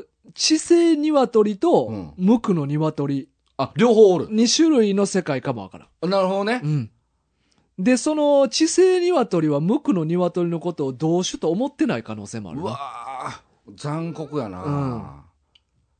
Speaker 3: ー、知性鶏
Speaker 2: う
Speaker 3: と
Speaker 2: ん
Speaker 3: 無垢の鶏、
Speaker 2: あ、両方おる。
Speaker 3: 二種類の世界かもわからん。
Speaker 2: なるほどね。
Speaker 3: うん。で、その知性鶏は無垢の鶏のことを同種と思ってない可能性もある
Speaker 2: う
Speaker 3: な。
Speaker 2: わー残酷やな、
Speaker 3: うん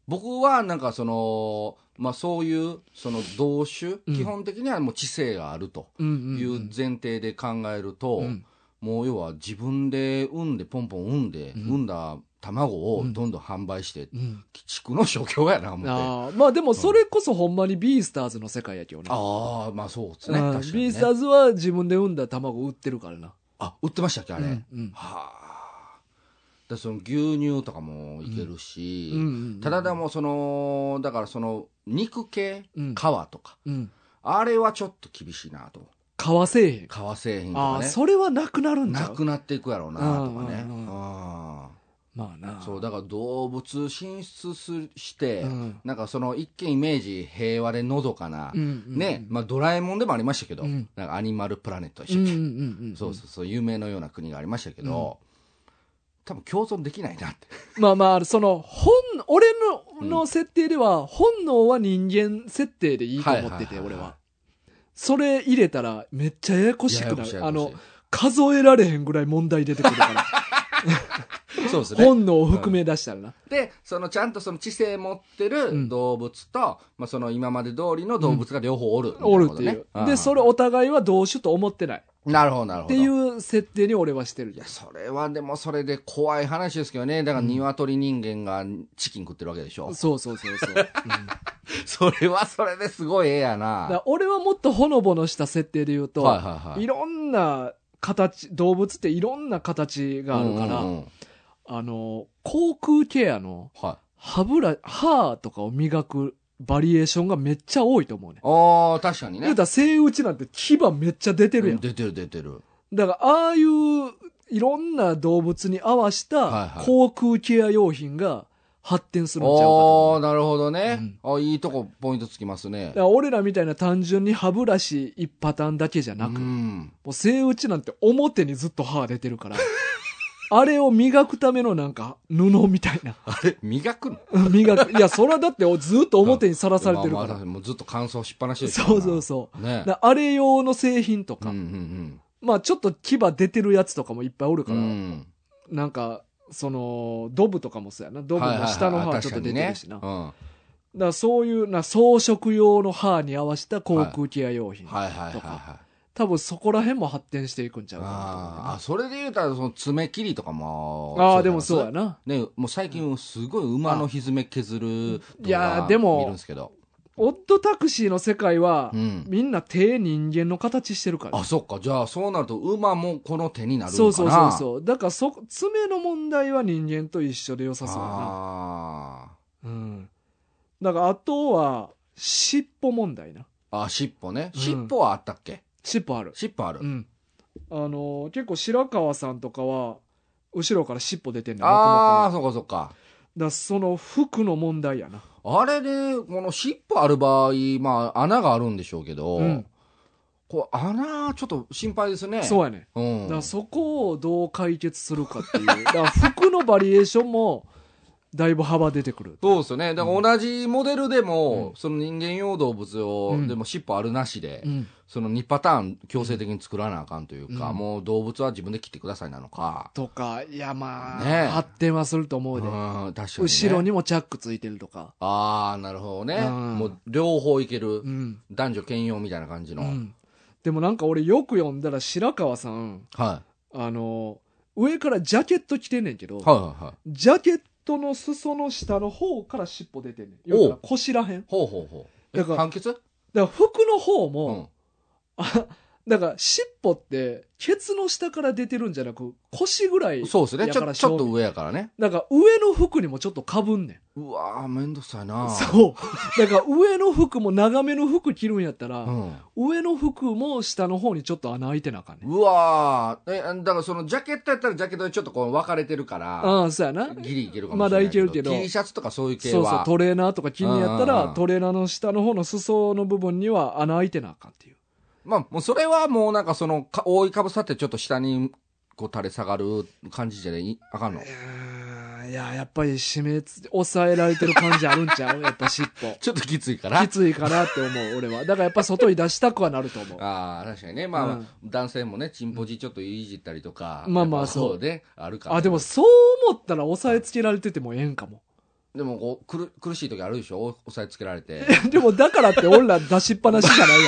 Speaker 2: 僕はなんかその、まあ、そういうその同種、基本的にはもう知性があると
Speaker 3: うんうん
Speaker 2: い
Speaker 3: うん
Speaker 2: う前提で考えると、
Speaker 3: うん
Speaker 2: もう要は自分で産んでポンポン産んで、
Speaker 3: うん
Speaker 2: 産んだ卵をどんどん販売して、
Speaker 3: うん
Speaker 2: 鬼畜の所業やな思ってあ
Speaker 3: あーまあでもそれこそほんまにビースターズの世界やけどな。
Speaker 2: あーまあそうです
Speaker 3: うん
Speaker 2: ね確かにね
Speaker 3: ビースターズは自分で産んだ卵売ってるからな。
Speaker 2: あ売ってましたっけあれ、
Speaker 3: うんうん
Speaker 2: はあだからその牛乳とかもいけるし、
Speaker 3: うんうんうん
Speaker 2: ただでもそのだからその肉系、
Speaker 3: うん
Speaker 2: 皮とか
Speaker 3: うん。
Speaker 2: あれはちょっと厳しいなと
Speaker 3: 買わせえへん。
Speaker 2: 革製品と
Speaker 3: あ
Speaker 2: か
Speaker 3: あ、
Speaker 2: ね
Speaker 3: それはなくなるんだ。
Speaker 2: なくなっていくやろうなとかね
Speaker 3: うんうんうん
Speaker 2: あ
Speaker 3: まあな。
Speaker 2: あそうだから動物進出するして、
Speaker 3: うん
Speaker 2: なんかその一見イメージ平和でのどかな、
Speaker 3: うんうんうん
Speaker 2: ね、まあ、ドラえもんでもありましたけど、
Speaker 3: うん
Speaker 2: なんかアニマルプラネットでし
Speaker 3: う
Speaker 2: た
Speaker 3: ん
Speaker 2: っ
Speaker 3: うん
Speaker 2: け、
Speaker 3: うんうん。
Speaker 2: そうそうそう有名のような国がありましたけど、多分共存できないなって
Speaker 3: まあまあ、その、本、俺
Speaker 2: う
Speaker 3: の、
Speaker 2: ん
Speaker 3: の設定では、本能は人間設定でいいと思っ
Speaker 2: はい
Speaker 3: てて、
Speaker 2: はいはいはい
Speaker 3: 俺は。それ入れたら、めっちゃややこしく
Speaker 2: ややこ
Speaker 3: な
Speaker 2: しい
Speaker 3: る。
Speaker 2: や
Speaker 3: あ
Speaker 2: やこし
Speaker 3: の
Speaker 2: い、
Speaker 3: 数えられへんぐらい問題出てく るから。
Speaker 2: そうですね
Speaker 3: 本能を含め出したらな。
Speaker 2: でそのちゃんとその知性持って
Speaker 3: うん
Speaker 2: る動物と、まあ、その今まで通りの動物が両方おる、
Speaker 3: おるっていう。で、それ
Speaker 2: を
Speaker 3: お互いは同種と思ってない。
Speaker 2: なるほどなる
Speaker 3: っ
Speaker 2: ほど
Speaker 3: ていう設定に俺はしてる
Speaker 2: い
Speaker 3: じゃ
Speaker 2: や
Speaker 3: ん。
Speaker 2: それはでもそれで怖い話ですけどねだから鶏人間がチキン食ってるわけでしょ、
Speaker 3: そうそうそうそう。うん、だか
Speaker 2: それはそれですごいええやな
Speaker 3: ら俺はもっとほのぼのした設定で言うと、
Speaker 2: はいはいはい
Speaker 3: いろんな形、動物っていろんな形があるから、
Speaker 2: うんうんうん
Speaker 3: あの、口腔ケアの
Speaker 2: はい
Speaker 3: 歯ブラ、歯とかを磨くバリエーションがめっちゃ多いと思うね。
Speaker 2: ああ確かにね
Speaker 3: 言うたら、セイウチなんて牙めっちゃ出てる
Speaker 2: う
Speaker 3: や
Speaker 2: ん
Speaker 3: ん。
Speaker 2: 出てる出てる
Speaker 3: だから、ああいう、いろんな動物に合わし
Speaker 2: はい
Speaker 3: た
Speaker 2: はい
Speaker 3: 口腔ケア用品が発展するんちゃうかと
Speaker 2: お
Speaker 3: 思
Speaker 2: ー
Speaker 3: うね。
Speaker 2: なるほどね、あいいとこポイントつきますね
Speaker 3: だから俺らみたいな単純に歯ブラシ一パターンだけじゃなく、
Speaker 2: う
Speaker 3: も
Speaker 2: ん
Speaker 3: うセイウチなんて表にずっと歯出てるから、 あれを磨くためのなんか布みたいな。
Speaker 2: あれ磨くの
Speaker 3: うん磨く。いや、それはだってずっと表にさらされてる
Speaker 2: ま
Speaker 3: か
Speaker 2: あま
Speaker 3: ら
Speaker 2: あ。もうずっと乾燥しっぱなしですから
Speaker 3: そうそうそう。
Speaker 2: ね
Speaker 3: だあれ用の製品と
Speaker 2: うん
Speaker 3: か、
Speaker 2: うんうん
Speaker 3: まあちょっと牙出てるやつとかもいっぱいおる
Speaker 2: う
Speaker 3: から、
Speaker 2: ん
Speaker 3: なんか、その、ドブとかもそうやな。ドブの下の歯ちょっと出てるしな。
Speaker 2: はいはいはい
Speaker 3: だからそういうな、装飾用の歯に合わせた航空ケア用品。
Speaker 2: 確かにねうんはいはいはい
Speaker 3: と
Speaker 2: はい
Speaker 3: か多分そこら辺も発展していくんちゃうかなと思うね
Speaker 2: あーあそれで言うたらその爪切りとかも
Speaker 3: ああー、でもそうや
Speaker 2: ね
Speaker 3: な。
Speaker 2: ねもう最近すごい馬のひずめ削る動画
Speaker 3: いやーでも
Speaker 2: 見るんですけど、
Speaker 3: オットタクシーの世界は、
Speaker 2: うん、
Speaker 3: みんな手人間の形してるから
Speaker 2: あ。そっかじゃあそうなると馬もこの手になるのかな
Speaker 3: そうそうそう
Speaker 2: う
Speaker 3: そう。だからそ、爪の問題は人間と一緒で良さそうやな。
Speaker 2: あ
Speaker 3: うん。だから、あとは、尻尾問題な。
Speaker 2: ーあ尻尾ね
Speaker 3: うん
Speaker 2: 尻尾はあったっけ、
Speaker 3: 尻尾ある。
Speaker 2: 尻尾ある、
Speaker 3: うん。あのー結構白川さんとかは、後ろから尻尾出てんねん
Speaker 2: ああそ
Speaker 3: だか
Speaker 2: っかそっから
Speaker 3: その服の問題やな。
Speaker 2: あれで、この尻尾ある場合、まあ、穴があるんでしょうけど、
Speaker 3: うん
Speaker 2: こう穴、ちょっと心配ですね。
Speaker 3: そう
Speaker 2: う。
Speaker 3: やね。
Speaker 2: うん。
Speaker 3: だからそこをどう解決するかっていう。だから服のバリエーションも、だいぶ幅出て くる。
Speaker 2: そうですよね。だから同じモデルでも、
Speaker 3: うん
Speaker 2: その人間用動物を、
Speaker 3: うん
Speaker 2: でも尻尾あるなしで、
Speaker 3: うん。
Speaker 2: その2パターン強制的に作らなあかんというか、
Speaker 3: うん
Speaker 2: もう動物は自分で切ってくださいなのか。
Speaker 3: とか、いやまあ、
Speaker 2: ねえ
Speaker 3: 発展はすると思
Speaker 2: う、
Speaker 3: うんで。
Speaker 2: 確かに、ね。
Speaker 3: 後ろ。にもチャックついてるとか。
Speaker 2: ああ、なるほどね。
Speaker 3: うん
Speaker 2: もう両方いける、
Speaker 3: うん。
Speaker 2: 男女兼用みたいな感じ
Speaker 3: う
Speaker 2: の。
Speaker 3: ん。でもなんか俺よく読んだら白川さん、
Speaker 2: は
Speaker 3: あの、上からジャケット着てんねんけど、
Speaker 2: い。はいはいはい。
Speaker 3: ジャケットの裾の下の方から尻尾出てんねん。
Speaker 2: おう
Speaker 3: 要は腰らへん。
Speaker 2: ほうほうほう。
Speaker 3: だから
Speaker 2: 判決
Speaker 3: だから服の方
Speaker 2: う
Speaker 3: も、
Speaker 2: ん。
Speaker 3: あだから尻尾って、ケツの下から出てるんじゃなく、腰ぐらい。
Speaker 2: そうですね。
Speaker 3: や
Speaker 2: ち
Speaker 3: か
Speaker 2: ょ
Speaker 3: ら
Speaker 2: ちょっと
Speaker 3: 正面
Speaker 2: 上やからね。
Speaker 3: だから上の服にもちょっとかぶんねん。
Speaker 2: うわー、めんどくさいな
Speaker 3: そう。だから上の服も長めの服着るんやったら、
Speaker 2: うん。
Speaker 3: 上の服も下の方にちょっと穴開いてなあかんねん。
Speaker 2: うわー。え、あだからそのジャケットやったらジャケットでちょっとこう分かれてるから、
Speaker 3: ああ、そうやな。
Speaker 2: ギリいけるかもしれない。
Speaker 3: まだいけるけど
Speaker 2: T シャツとかそういう系
Speaker 3: そうそう
Speaker 2: は。、
Speaker 3: トレーナーとか金にやった
Speaker 2: うんうんう
Speaker 3: ら、
Speaker 2: ん
Speaker 3: トレーナーの下の方の裾の部分には穴開いてなあかんっていう。
Speaker 2: まあ、もうそれはもうなんかその、か覆いかぶさってちょっと下にこう垂れ下がる感じじゃねいあかんの。
Speaker 3: いや、やっぱり締めつ、抑えられてる感じあるんちゃうやっぱ尻 尾。
Speaker 2: ちょっときついから。
Speaker 3: きついかなって思う、俺は。だからやっぱ外に出したくはなると思う。
Speaker 2: ああ、確かにね。まあ、
Speaker 3: うん
Speaker 2: 男性もね、チンポジちょっといじったりとか。
Speaker 3: まあまあ
Speaker 2: やっぱね。あるから。
Speaker 3: あ、でもそう思ったら抑えつけられててもええんかも。
Speaker 2: でもこう苦苦しい時あるでしょお押さえつけられて
Speaker 3: でも、だからって俺ら出しっぱなしじゃない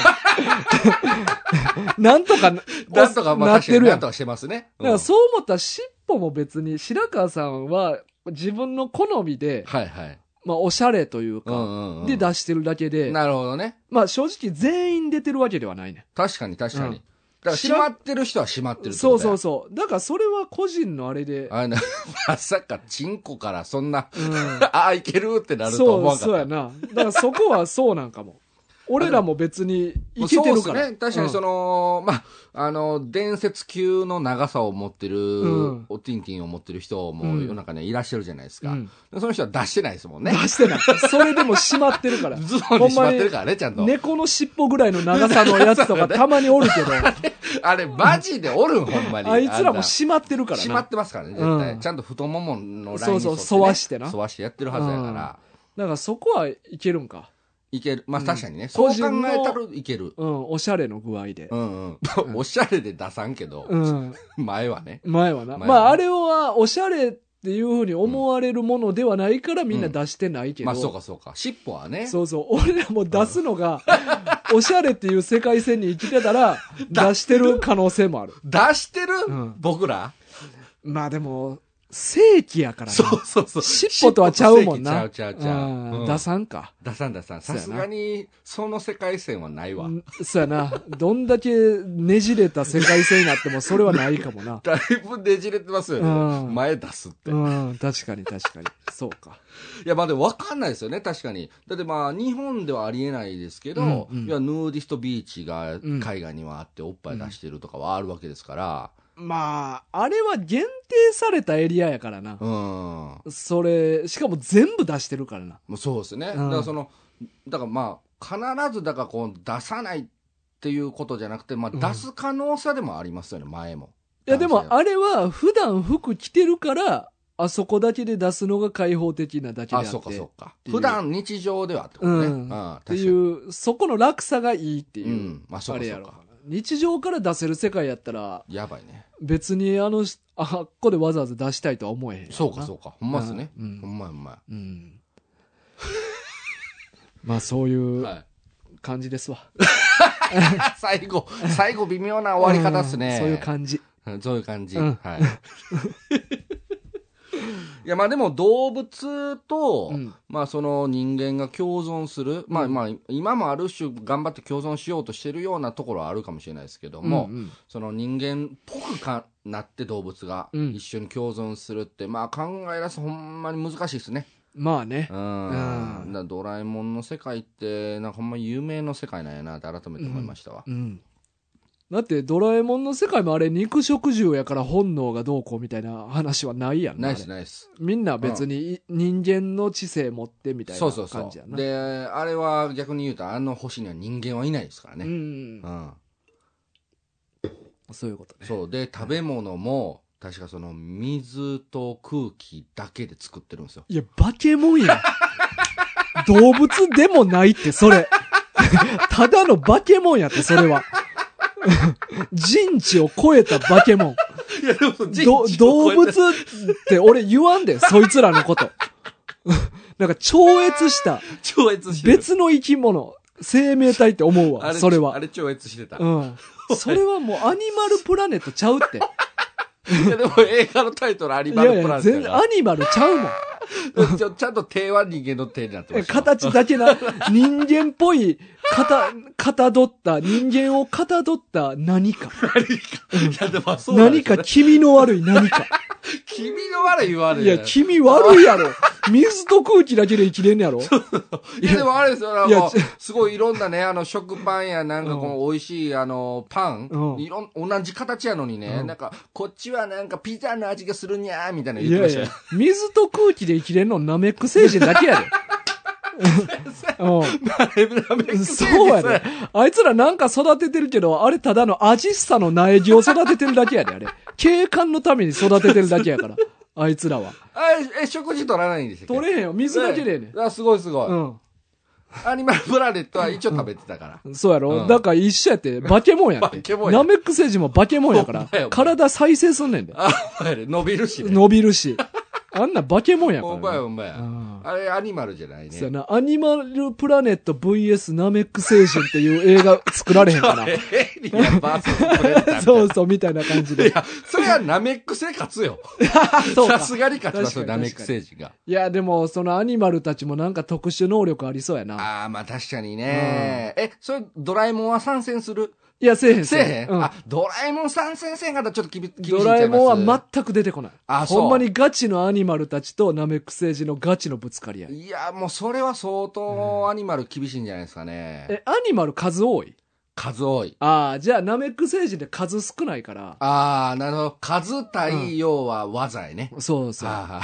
Speaker 3: やん。 なんとかな、
Speaker 2: なんとかまあ
Speaker 3: なっ
Speaker 2: 確か
Speaker 3: て
Speaker 2: に
Speaker 3: る
Speaker 2: な
Speaker 3: や
Speaker 2: ん
Speaker 3: ん。
Speaker 2: と
Speaker 3: だか
Speaker 2: かしてますね、うん
Speaker 3: らそう思ったら、尻尾も別に、白川さんは、自分の好みで、
Speaker 2: はいはい、
Speaker 3: まあ、おしゃれという
Speaker 2: うん
Speaker 3: か、
Speaker 2: うんうん、
Speaker 3: で出してるだけで、
Speaker 2: なるほどね
Speaker 3: まあ、正直全員出てるわけではないね。
Speaker 2: 確かに確かに、
Speaker 3: うん
Speaker 2: だから閉まってる人は閉まってるって
Speaker 3: そ
Speaker 2: こ
Speaker 3: う
Speaker 2: と
Speaker 3: そ
Speaker 2: や
Speaker 3: うそう。だから、それは個人のあれで、
Speaker 2: あれなまさかチンコからそんな
Speaker 3: うん。
Speaker 2: ああいけるってなるとは思
Speaker 3: そ
Speaker 2: わ
Speaker 3: う、
Speaker 2: んかった
Speaker 3: そうやな。だからそこはそうなんかも。 俺らも別にいけてるから。
Speaker 2: そうですね。確かにそ
Speaker 3: の、
Speaker 2: の、まあ、あの、伝説級の長さを持ってる、
Speaker 3: うん
Speaker 2: おティンティンを持ってる人も
Speaker 3: うん
Speaker 2: 世の中にはいらっしゃるじゃないです
Speaker 3: う
Speaker 2: か。
Speaker 3: ん
Speaker 2: でその人は出してないですもんね。
Speaker 3: 出してない。それでも閉まって るから。
Speaker 2: ズボンにしまってるからね、ちゃんと。
Speaker 3: 猫の尻尾ぐらいの長さのやつとかたまにおる けど、
Speaker 2: あれ、マジでおるん、ほんまに。
Speaker 3: あいつらも
Speaker 2: し
Speaker 3: 閉まってるから
Speaker 2: まっ
Speaker 3: な。
Speaker 2: てますからね、絶対。
Speaker 3: うん
Speaker 2: ちゃんと太もものラインに沿って、ね。
Speaker 3: そうそう沿わしてな
Speaker 2: 沿わしてやってるはずやから。
Speaker 3: だからそこはいけるんか。
Speaker 2: いける。まあ、
Speaker 3: うん
Speaker 2: 確かにね。そう
Speaker 3: 個
Speaker 2: 考
Speaker 3: 人の
Speaker 2: えたらいける。
Speaker 3: うん、おしゃれの具合で
Speaker 2: う。んうん。おしゃれで出さんけど、
Speaker 3: うん、
Speaker 2: 前はね。
Speaker 3: 前はな。
Speaker 2: 前はな
Speaker 3: まああれはおしゃれっていうふうに思われるものではないからみんな出してないけど。
Speaker 2: まあ、そうかそうか。尻尾はね。
Speaker 3: そうそう。俺らも出すのが、おしゃれっていう世界線に生きてたら、出してる可能性もある。
Speaker 2: 出してる、
Speaker 3: うん
Speaker 2: 僕ら
Speaker 3: まあでも、正規やからな。
Speaker 2: そうそうそう。
Speaker 3: 尻尾とはちゃうもんな。
Speaker 2: 尻尾と正規ちゃうちゃうちゃう。
Speaker 3: う
Speaker 2: うんん
Speaker 3: 出さんか。
Speaker 2: 出さん出さん。さ
Speaker 3: そうやな
Speaker 2: すがに、その世界線はないわ。
Speaker 3: う。んそうやな。どんだけねじれた世界線になっても、それはないかもな
Speaker 2: だいぶねじれてますよ
Speaker 3: う
Speaker 2: ね。
Speaker 3: ん
Speaker 2: 前出すって。い
Speaker 3: うん、確かに確かに。そうか。
Speaker 2: や、まあでも分かんないですよね、確かに。だってまあ、日本ではありえないですけど、
Speaker 3: うんうん
Speaker 2: いや、ヌーディストビーチが
Speaker 3: ん
Speaker 2: 海外にはあって、おっぱい出してるとかはあるわけですから、
Speaker 3: まあ、あれは限定されたエリアやからな
Speaker 2: う。ん。
Speaker 3: それ、しかも全部出してるからな。
Speaker 2: もうそうですね。だ
Speaker 3: うん
Speaker 2: からその、だからまあ、必ずだからこう、出さないっていうことじゃなくて、ま
Speaker 3: うん
Speaker 2: あ、出す可能性でもありますよね、前も。
Speaker 3: いやで
Speaker 2: 男性
Speaker 3: も
Speaker 2: は
Speaker 3: あれは普段服着てるから、あそこだけで出すのが開放的なだけであ
Speaker 2: あ、
Speaker 3: って。
Speaker 2: そうかそうか。
Speaker 3: ていう
Speaker 2: 普段日常ではってことね。
Speaker 3: う
Speaker 2: うんん。確
Speaker 3: って
Speaker 2: かに
Speaker 3: いう、そこの落差がいいっていう。
Speaker 2: うん。まあ、そう
Speaker 3: あ
Speaker 2: か
Speaker 3: れ
Speaker 2: そ
Speaker 3: や
Speaker 2: う
Speaker 3: ろ
Speaker 2: か。。
Speaker 3: 日常から出せる世界やったら、
Speaker 2: やばいね。
Speaker 3: 別にあのし、あっこでわざわざ出したいとは思えへんやろな。
Speaker 2: そうかそうか。ほんまっすね。
Speaker 3: うん
Speaker 2: ほんまほんま。
Speaker 3: う。うん。 まあそういう
Speaker 2: はい。
Speaker 3: 感じですわ。
Speaker 2: あ 最後、最後微妙な終わり方っす
Speaker 3: う
Speaker 2: ね
Speaker 3: ん。そういう感じ。
Speaker 2: うんそういう感じ。
Speaker 3: うん
Speaker 2: はい。 いや、まあでも動物と、
Speaker 3: うん
Speaker 2: まあその人間が共存する。まあまあ、今もある種頑張って共存しようとしてるようなところはあるかもしれないですけども、
Speaker 3: うんうん
Speaker 2: その人間っぽくかなって動物が
Speaker 3: うん
Speaker 2: 一緒に共存するって、まあ考え出すとほんまに難しいですね。
Speaker 3: まあね
Speaker 2: う。ん。
Speaker 3: う
Speaker 2: だ
Speaker 3: ん
Speaker 2: からドラえもんの世界って、なんかほんま有名の世界なんやなって改めて思いましたわ。
Speaker 3: うん。だって、ドラえもんの世界もあれ、肉食獣やから本能がどうこうみたいな話はないやんな。
Speaker 2: ナイス
Speaker 3: あれ
Speaker 2: ナイス。
Speaker 3: みんな別にい人間の知性持ってみたい
Speaker 2: そ
Speaker 3: な
Speaker 2: うそうそ
Speaker 3: 感じや
Speaker 2: う。
Speaker 3: な。
Speaker 2: で、あれは逆に言うと、あの星には人間はいないですから
Speaker 3: う
Speaker 2: ね。
Speaker 3: ん
Speaker 2: う。ん。
Speaker 3: そういうことね。
Speaker 2: そう。で、食べ物も、確かその水と空気だけで作ってるんですよ。
Speaker 3: いや、化け物やん。動物でもないって、それ。 ただの化け物やって、それは。人知を超えた化け物。
Speaker 2: いや、でも
Speaker 3: ど動物って俺言わんで、そいつらのこと。 なんか超越した。
Speaker 2: 超越してる。
Speaker 3: 別の生き物、生命体って思う
Speaker 2: あ
Speaker 3: わ、
Speaker 2: れ
Speaker 3: それ
Speaker 2: あ
Speaker 3: は。
Speaker 2: れ超越してた。
Speaker 3: う
Speaker 2: い
Speaker 3: ん。それはもうアニマルプラネットちゃうって。
Speaker 2: や、でも映画のタイトルアニ
Speaker 3: い
Speaker 2: マ
Speaker 3: やい
Speaker 2: ルプラ
Speaker 3: や、
Speaker 2: ネッ
Speaker 3: 全
Speaker 2: ト
Speaker 3: 然
Speaker 2: や
Speaker 3: アニマルちゃうもん。
Speaker 2: からちょちゃんと手は人間の手になってましたよ。
Speaker 3: 形だけな、人間っぽい、かた、かたどった、人間をかたどった何か。
Speaker 2: いや、でもそうなんで
Speaker 3: 何
Speaker 2: すよ
Speaker 3: か
Speaker 2: ね。
Speaker 3: 気味の悪い何か。
Speaker 2: 君の 悪い言われ
Speaker 3: いや、気味悪いやろ。水と空気だけで生きれんねやろ。
Speaker 2: いや、でもあれですよ、あ
Speaker 3: いや
Speaker 2: の
Speaker 3: ち、
Speaker 2: すごいいろんなね、あの、食パンやなんかこの美味しい、あの、パン
Speaker 3: う、ん
Speaker 2: いろん、同じ形やのにね、
Speaker 3: うん
Speaker 2: なんか、こっちはなんかピザの味がするにゃーみたいなの
Speaker 3: い
Speaker 2: 言って
Speaker 3: や
Speaker 2: ま
Speaker 3: い
Speaker 2: したよ
Speaker 3: や。、水と空気で生きれんのナメック星人だけ やで。うん そうやね。 あいつらなんか育ててるけど、あれただのアジッサの苗木を育ててるだけ やで、あれ。景観のために育ててるだけやから。あいつらは。
Speaker 2: あえ、え食事取らないんでしたっけ
Speaker 3: 取れへんよ。水だけでええねん。
Speaker 2: あ、すごいすごい。
Speaker 3: う
Speaker 2: アニマルプラネットは一応食べてたから。
Speaker 3: ん。そうやろ、
Speaker 2: うん
Speaker 3: だから一緒やって、バケモンやって。
Speaker 2: 化け物や
Speaker 3: ナメック星人もバケモンやか
Speaker 2: ほんまや
Speaker 3: ら、
Speaker 2: もん
Speaker 3: 体再生すんねんで。
Speaker 2: あ、お前ら伸びるしね。
Speaker 3: 伸びるし。あんな化け物やか
Speaker 2: ほ
Speaker 3: ら
Speaker 2: んまや
Speaker 3: ね
Speaker 2: ほんま
Speaker 3: う
Speaker 2: や。
Speaker 3: ん
Speaker 2: あれ、アニマルじゃない
Speaker 3: そうや
Speaker 2: ね。
Speaker 3: な、アニマルプラネット VS ナメック星人っていう映画作られへんか
Speaker 2: エイリアンバーサスプレ ッターみたい
Speaker 3: な。
Speaker 2: な。
Speaker 3: そうそう、みたいな感じ
Speaker 2: い
Speaker 3: で。
Speaker 2: や、それはナメック星勝つよ。
Speaker 3: そう
Speaker 2: さ
Speaker 3: か。
Speaker 2: すがに勝ちますよ、
Speaker 3: 確
Speaker 2: ナ
Speaker 3: かに
Speaker 2: メック星人が。
Speaker 3: いや、でも、そのアニマルたちもなんか特殊能力ありそうやな。
Speaker 2: ああ、まあ確かにね。え、それ、ドラえもんは参戦する
Speaker 3: いや、せえへん、
Speaker 2: せえへん、
Speaker 3: うん
Speaker 2: あ、ドラえもん参戦せんかったらちょっと厳厳しいん
Speaker 3: ド
Speaker 2: ちゃ
Speaker 3: ラえ
Speaker 2: います
Speaker 3: もんは全く出てこない。
Speaker 2: あそう
Speaker 3: ほんまにガチのアニマルたちとナメック星人のガチのぶつかり合い。
Speaker 2: いや、もうそれは相当アニマル厳しいんじゃないですかね。
Speaker 3: え、アニマル数多い
Speaker 2: 数多い。
Speaker 3: ああ、じゃあナメック星人って数少ないから。
Speaker 2: ああ、なるほど。数対要は技やね。
Speaker 3: そうそう。
Speaker 2: あ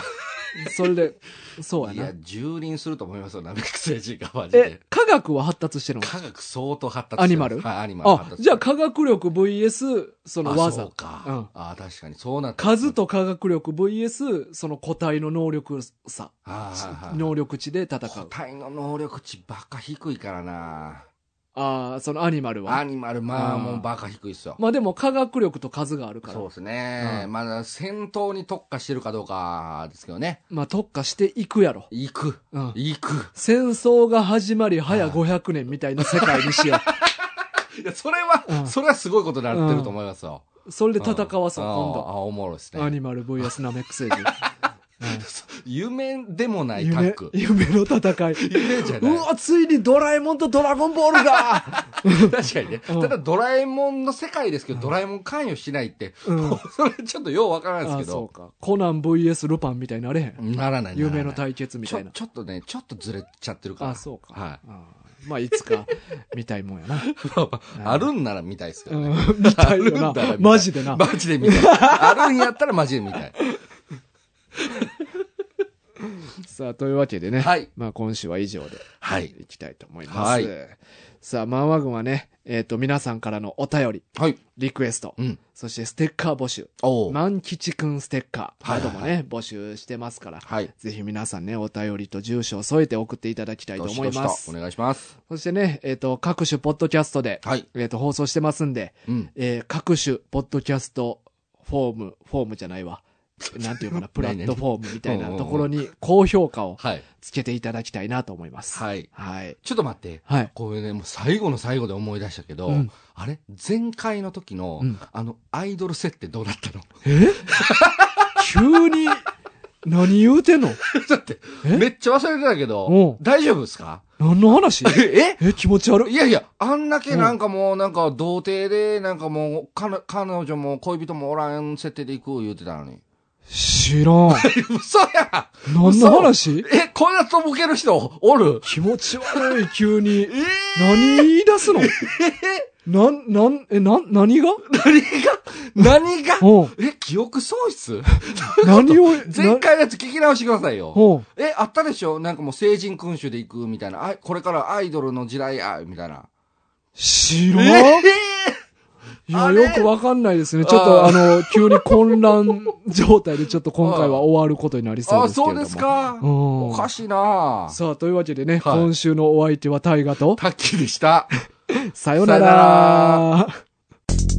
Speaker 3: それで、そう
Speaker 2: あ。
Speaker 3: や
Speaker 2: い
Speaker 3: な
Speaker 2: や、。蹂躙すると思いますよ、ナメック星人がマジ
Speaker 3: え
Speaker 2: で。、
Speaker 3: 科学は発達してるの
Speaker 2: 科学相当発達してます
Speaker 3: アニマル
Speaker 2: はい、アニマル発
Speaker 3: あ
Speaker 2: 達、
Speaker 3: じゃあ科学力 VS その
Speaker 2: あそ
Speaker 3: 技
Speaker 2: う。か。
Speaker 3: うん
Speaker 2: ああ、確かにそうなってます
Speaker 3: 数。と科学力 VS その個体の能力差。
Speaker 2: ああ、
Speaker 3: 能力値で戦
Speaker 2: 個
Speaker 3: う。
Speaker 2: 体の能力値ばっか低いからな。
Speaker 3: ああ、そのアニマル
Speaker 2: ア
Speaker 3: は。
Speaker 2: ニマル、ま
Speaker 3: あ
Speaker 2: あ、
Speaker 3: ー
Speaker 2: もうバカ低いっすよ。
Speaker 3: まあでも科学力と数があるから
Speaker 2: そう。ですね。
Speaker 3: うん
Speaker 2: まだ戦闘に特化してるかどうかですけどね。
Speaker 3: まあ特化していくやろ。
Speaker 2: 行く。
Speaker 3: うん。
Speaker 2: 行く。
Speaker 3: 戦争が始まり早
Speaker 2: はい
Speaker 3: 500年みたいな世界にしよ
Speaker 2: いや、それは、
Speaker 3: うん
Speaker 2: それはすごいことになってると思いますよ。
Speaker 3: う。それで戦わそう、
Speaker 2: んあ
Speaker 3: 今
Speaker 2: あ、おもろいです
Speaker 3: 度。
Speaker 2: ね。
Speaker 3: アニマル VS ナメック星人。
Speaker 2: 夢でもないタッ
Speaker 3: 夢
Speaker 2: グ、。
Speaker 3: 夢の戦い。
Speaker 2: 夢じゃな
Speaker 3: う
Speaker 2: い。
Speaker 3: わ、ついにドラえもんとドラゴンボールが
Speaker 2: 確かにね。
Speaker 3: うん
Speaker 2: ただ、ドラえもんの世界ですけど、ドラえもん関与しないって、
Speaker 3: うん。
Speaker 2: それちょっとようわからない
Speaker 3: あ
Speaker 2: ですけ
Speaker 3: そ
Speaker 2: ど
Speaker 3: う。か。コナン VS ルパンみたいになれへん。
Speaker 2: ならない。
Speaker 3: 夢の
Speaker 2: タイ
Speaker 3: 対決み
Speaker 2: み
Speaker 3: た
Speaker 2: た
Speaker 3: い
Speaker 2: い
Speaker 3: な
Speaker 2: な。。ちょちょっとね、ちょっとずれちゃってるから。
Speaker 3: あ、そうか。
Speaker 2: はい
Speaker 3: あーまあ、いつか、見たいもんやな。
Speaker 2: あるんなら見たいですけ
Speaker 3: う
Speaker 2: どね。
Speaker 3: ん、見たいよ
Speaker 2: あるんだ
Speaker 3: な
Speaker 2: よ。
Speaker 3: マジでな。
Speaker 2: マジで見たい。あるんやったらマジで見たい。
Speaker 3: さあ、というわけでね。
Speaker 2: はい
Speaker 3: まあ、今週は以上で。
Speaker 2: はい
Speaker 3: いきたいと思います。
Speaker 2: はい
Speaker 3: さあ、マンワ軍はね、えっ、と、皆さんからのお便り、
Speaker 2: はい。
Speaker 3: リクエスト、
Speaker 2: うん。
Speaker 3: そしてステッカー募集、
Speaker 2: おう
Speaker 3: 万吉くんステッカー
Speaker 2: は
Speaker 3: ない
Speaker 2: はい
Speaker 3: ど
Speaker 2: はい
Speaker 3: もね、募集してますから。
Speaker 2: はい。
Speaker 3: ぜひ皆さんね、お便りと住所を添えて送っていただきたいと思い
Speaker 2: どし
Speaker 3: ま
Speaker 2: どし
Speaker 3: す
Speaker 2: とお。願いします。
Speaker 3: そしてね、えっ、と、各種ポッドキャストで、
Speaker 2: はい。
Speaker 3: えっ、と、放送してますんで、
Speaker 2: うん。
Speaker 3: えー各種、ポッドキャスト、フォーム、フォームじゃないわ。なん ていうかな、プラットフォームみたいなところに高評価を
Speaker 2: はい。
Speaker 3: つけていただきたいなと思います。い。
Speaker 2: はい。
Speaker 3: はい。
Speaker 2: ちょっと待って。
Speaker 3: はい。
Speaker 2: これね、もう最後の最後で思い出したけど、
Speaker 3: うん
Speaker 2: あれ前回の時の、
Speaker 3: うん
Speaker 2: あの、アイドル設定どうなったの
Speaker 3: え 急に、何言うてんの
Speaker 2: だって、
Speaker 3: え
Speaker 2: めっちゃ忘れてたけ
Speaker 3: おう
Speaker 2: ど、大丈夫ですか
Speaker 3: 何の話
Speaker 2: え
Speaker 3: え、気持ち悪い。
Speaker 2: いやいや、あんだけなんかもう、なんか童貞で、なんかもう、彼彼女も恋人もおらん設定で行く言うてたのに。
Speaker 3: 知らん。
Speaker 2: 嘘や
Speaker 3: 何の話
Speaker 2: え、こんなとぼける人おる
Speaker 3: 気持ち悪い、急
Speaker 2: え。
Speaker 3: に
Speaker 2: ー、
Speaker 3: 何言い出すのなん、なん、え、なん、何が
Speaker 2: 何が
Speaker 3: うん。
Speaker 2: え、記憶喪失
Speaker 3: 何を、
Speaker 2: 前回のやつ聞き直してくださいよ。
Speaker 3: うん。
Speaker 2: え、あったでしょなんかもう成人君主で行くみたいな。あこれからアイドルの時代や、みたいな。
Speaker 3: 知
Speaker 2: え
Speaker 3: らん、いや、
Speaker 2: あれ
Speaker 3: よくわかんないですね。ちょっと、あ
Speaker 2: あ
Speaker 3: の、急に混乱状態で、ちょっと今回は終わることになりそ
Speaker 2: あ、
Speaker 3: うですけれ
Speaker 2: そ
Speaker 3: ど
Speaker 2: う
Speaker 3: も。
Speaker 2: ですか。
Speaker 3: うん
Speaker 2: おかしいな
Speaker 3: さあ、というわけでね、
Speaker 2: はい
Speaker 3: 今週のお相手は大河と、
Speaker 2: はっきりした。
Speaker 3: さよなら。
Speaker 2: さよ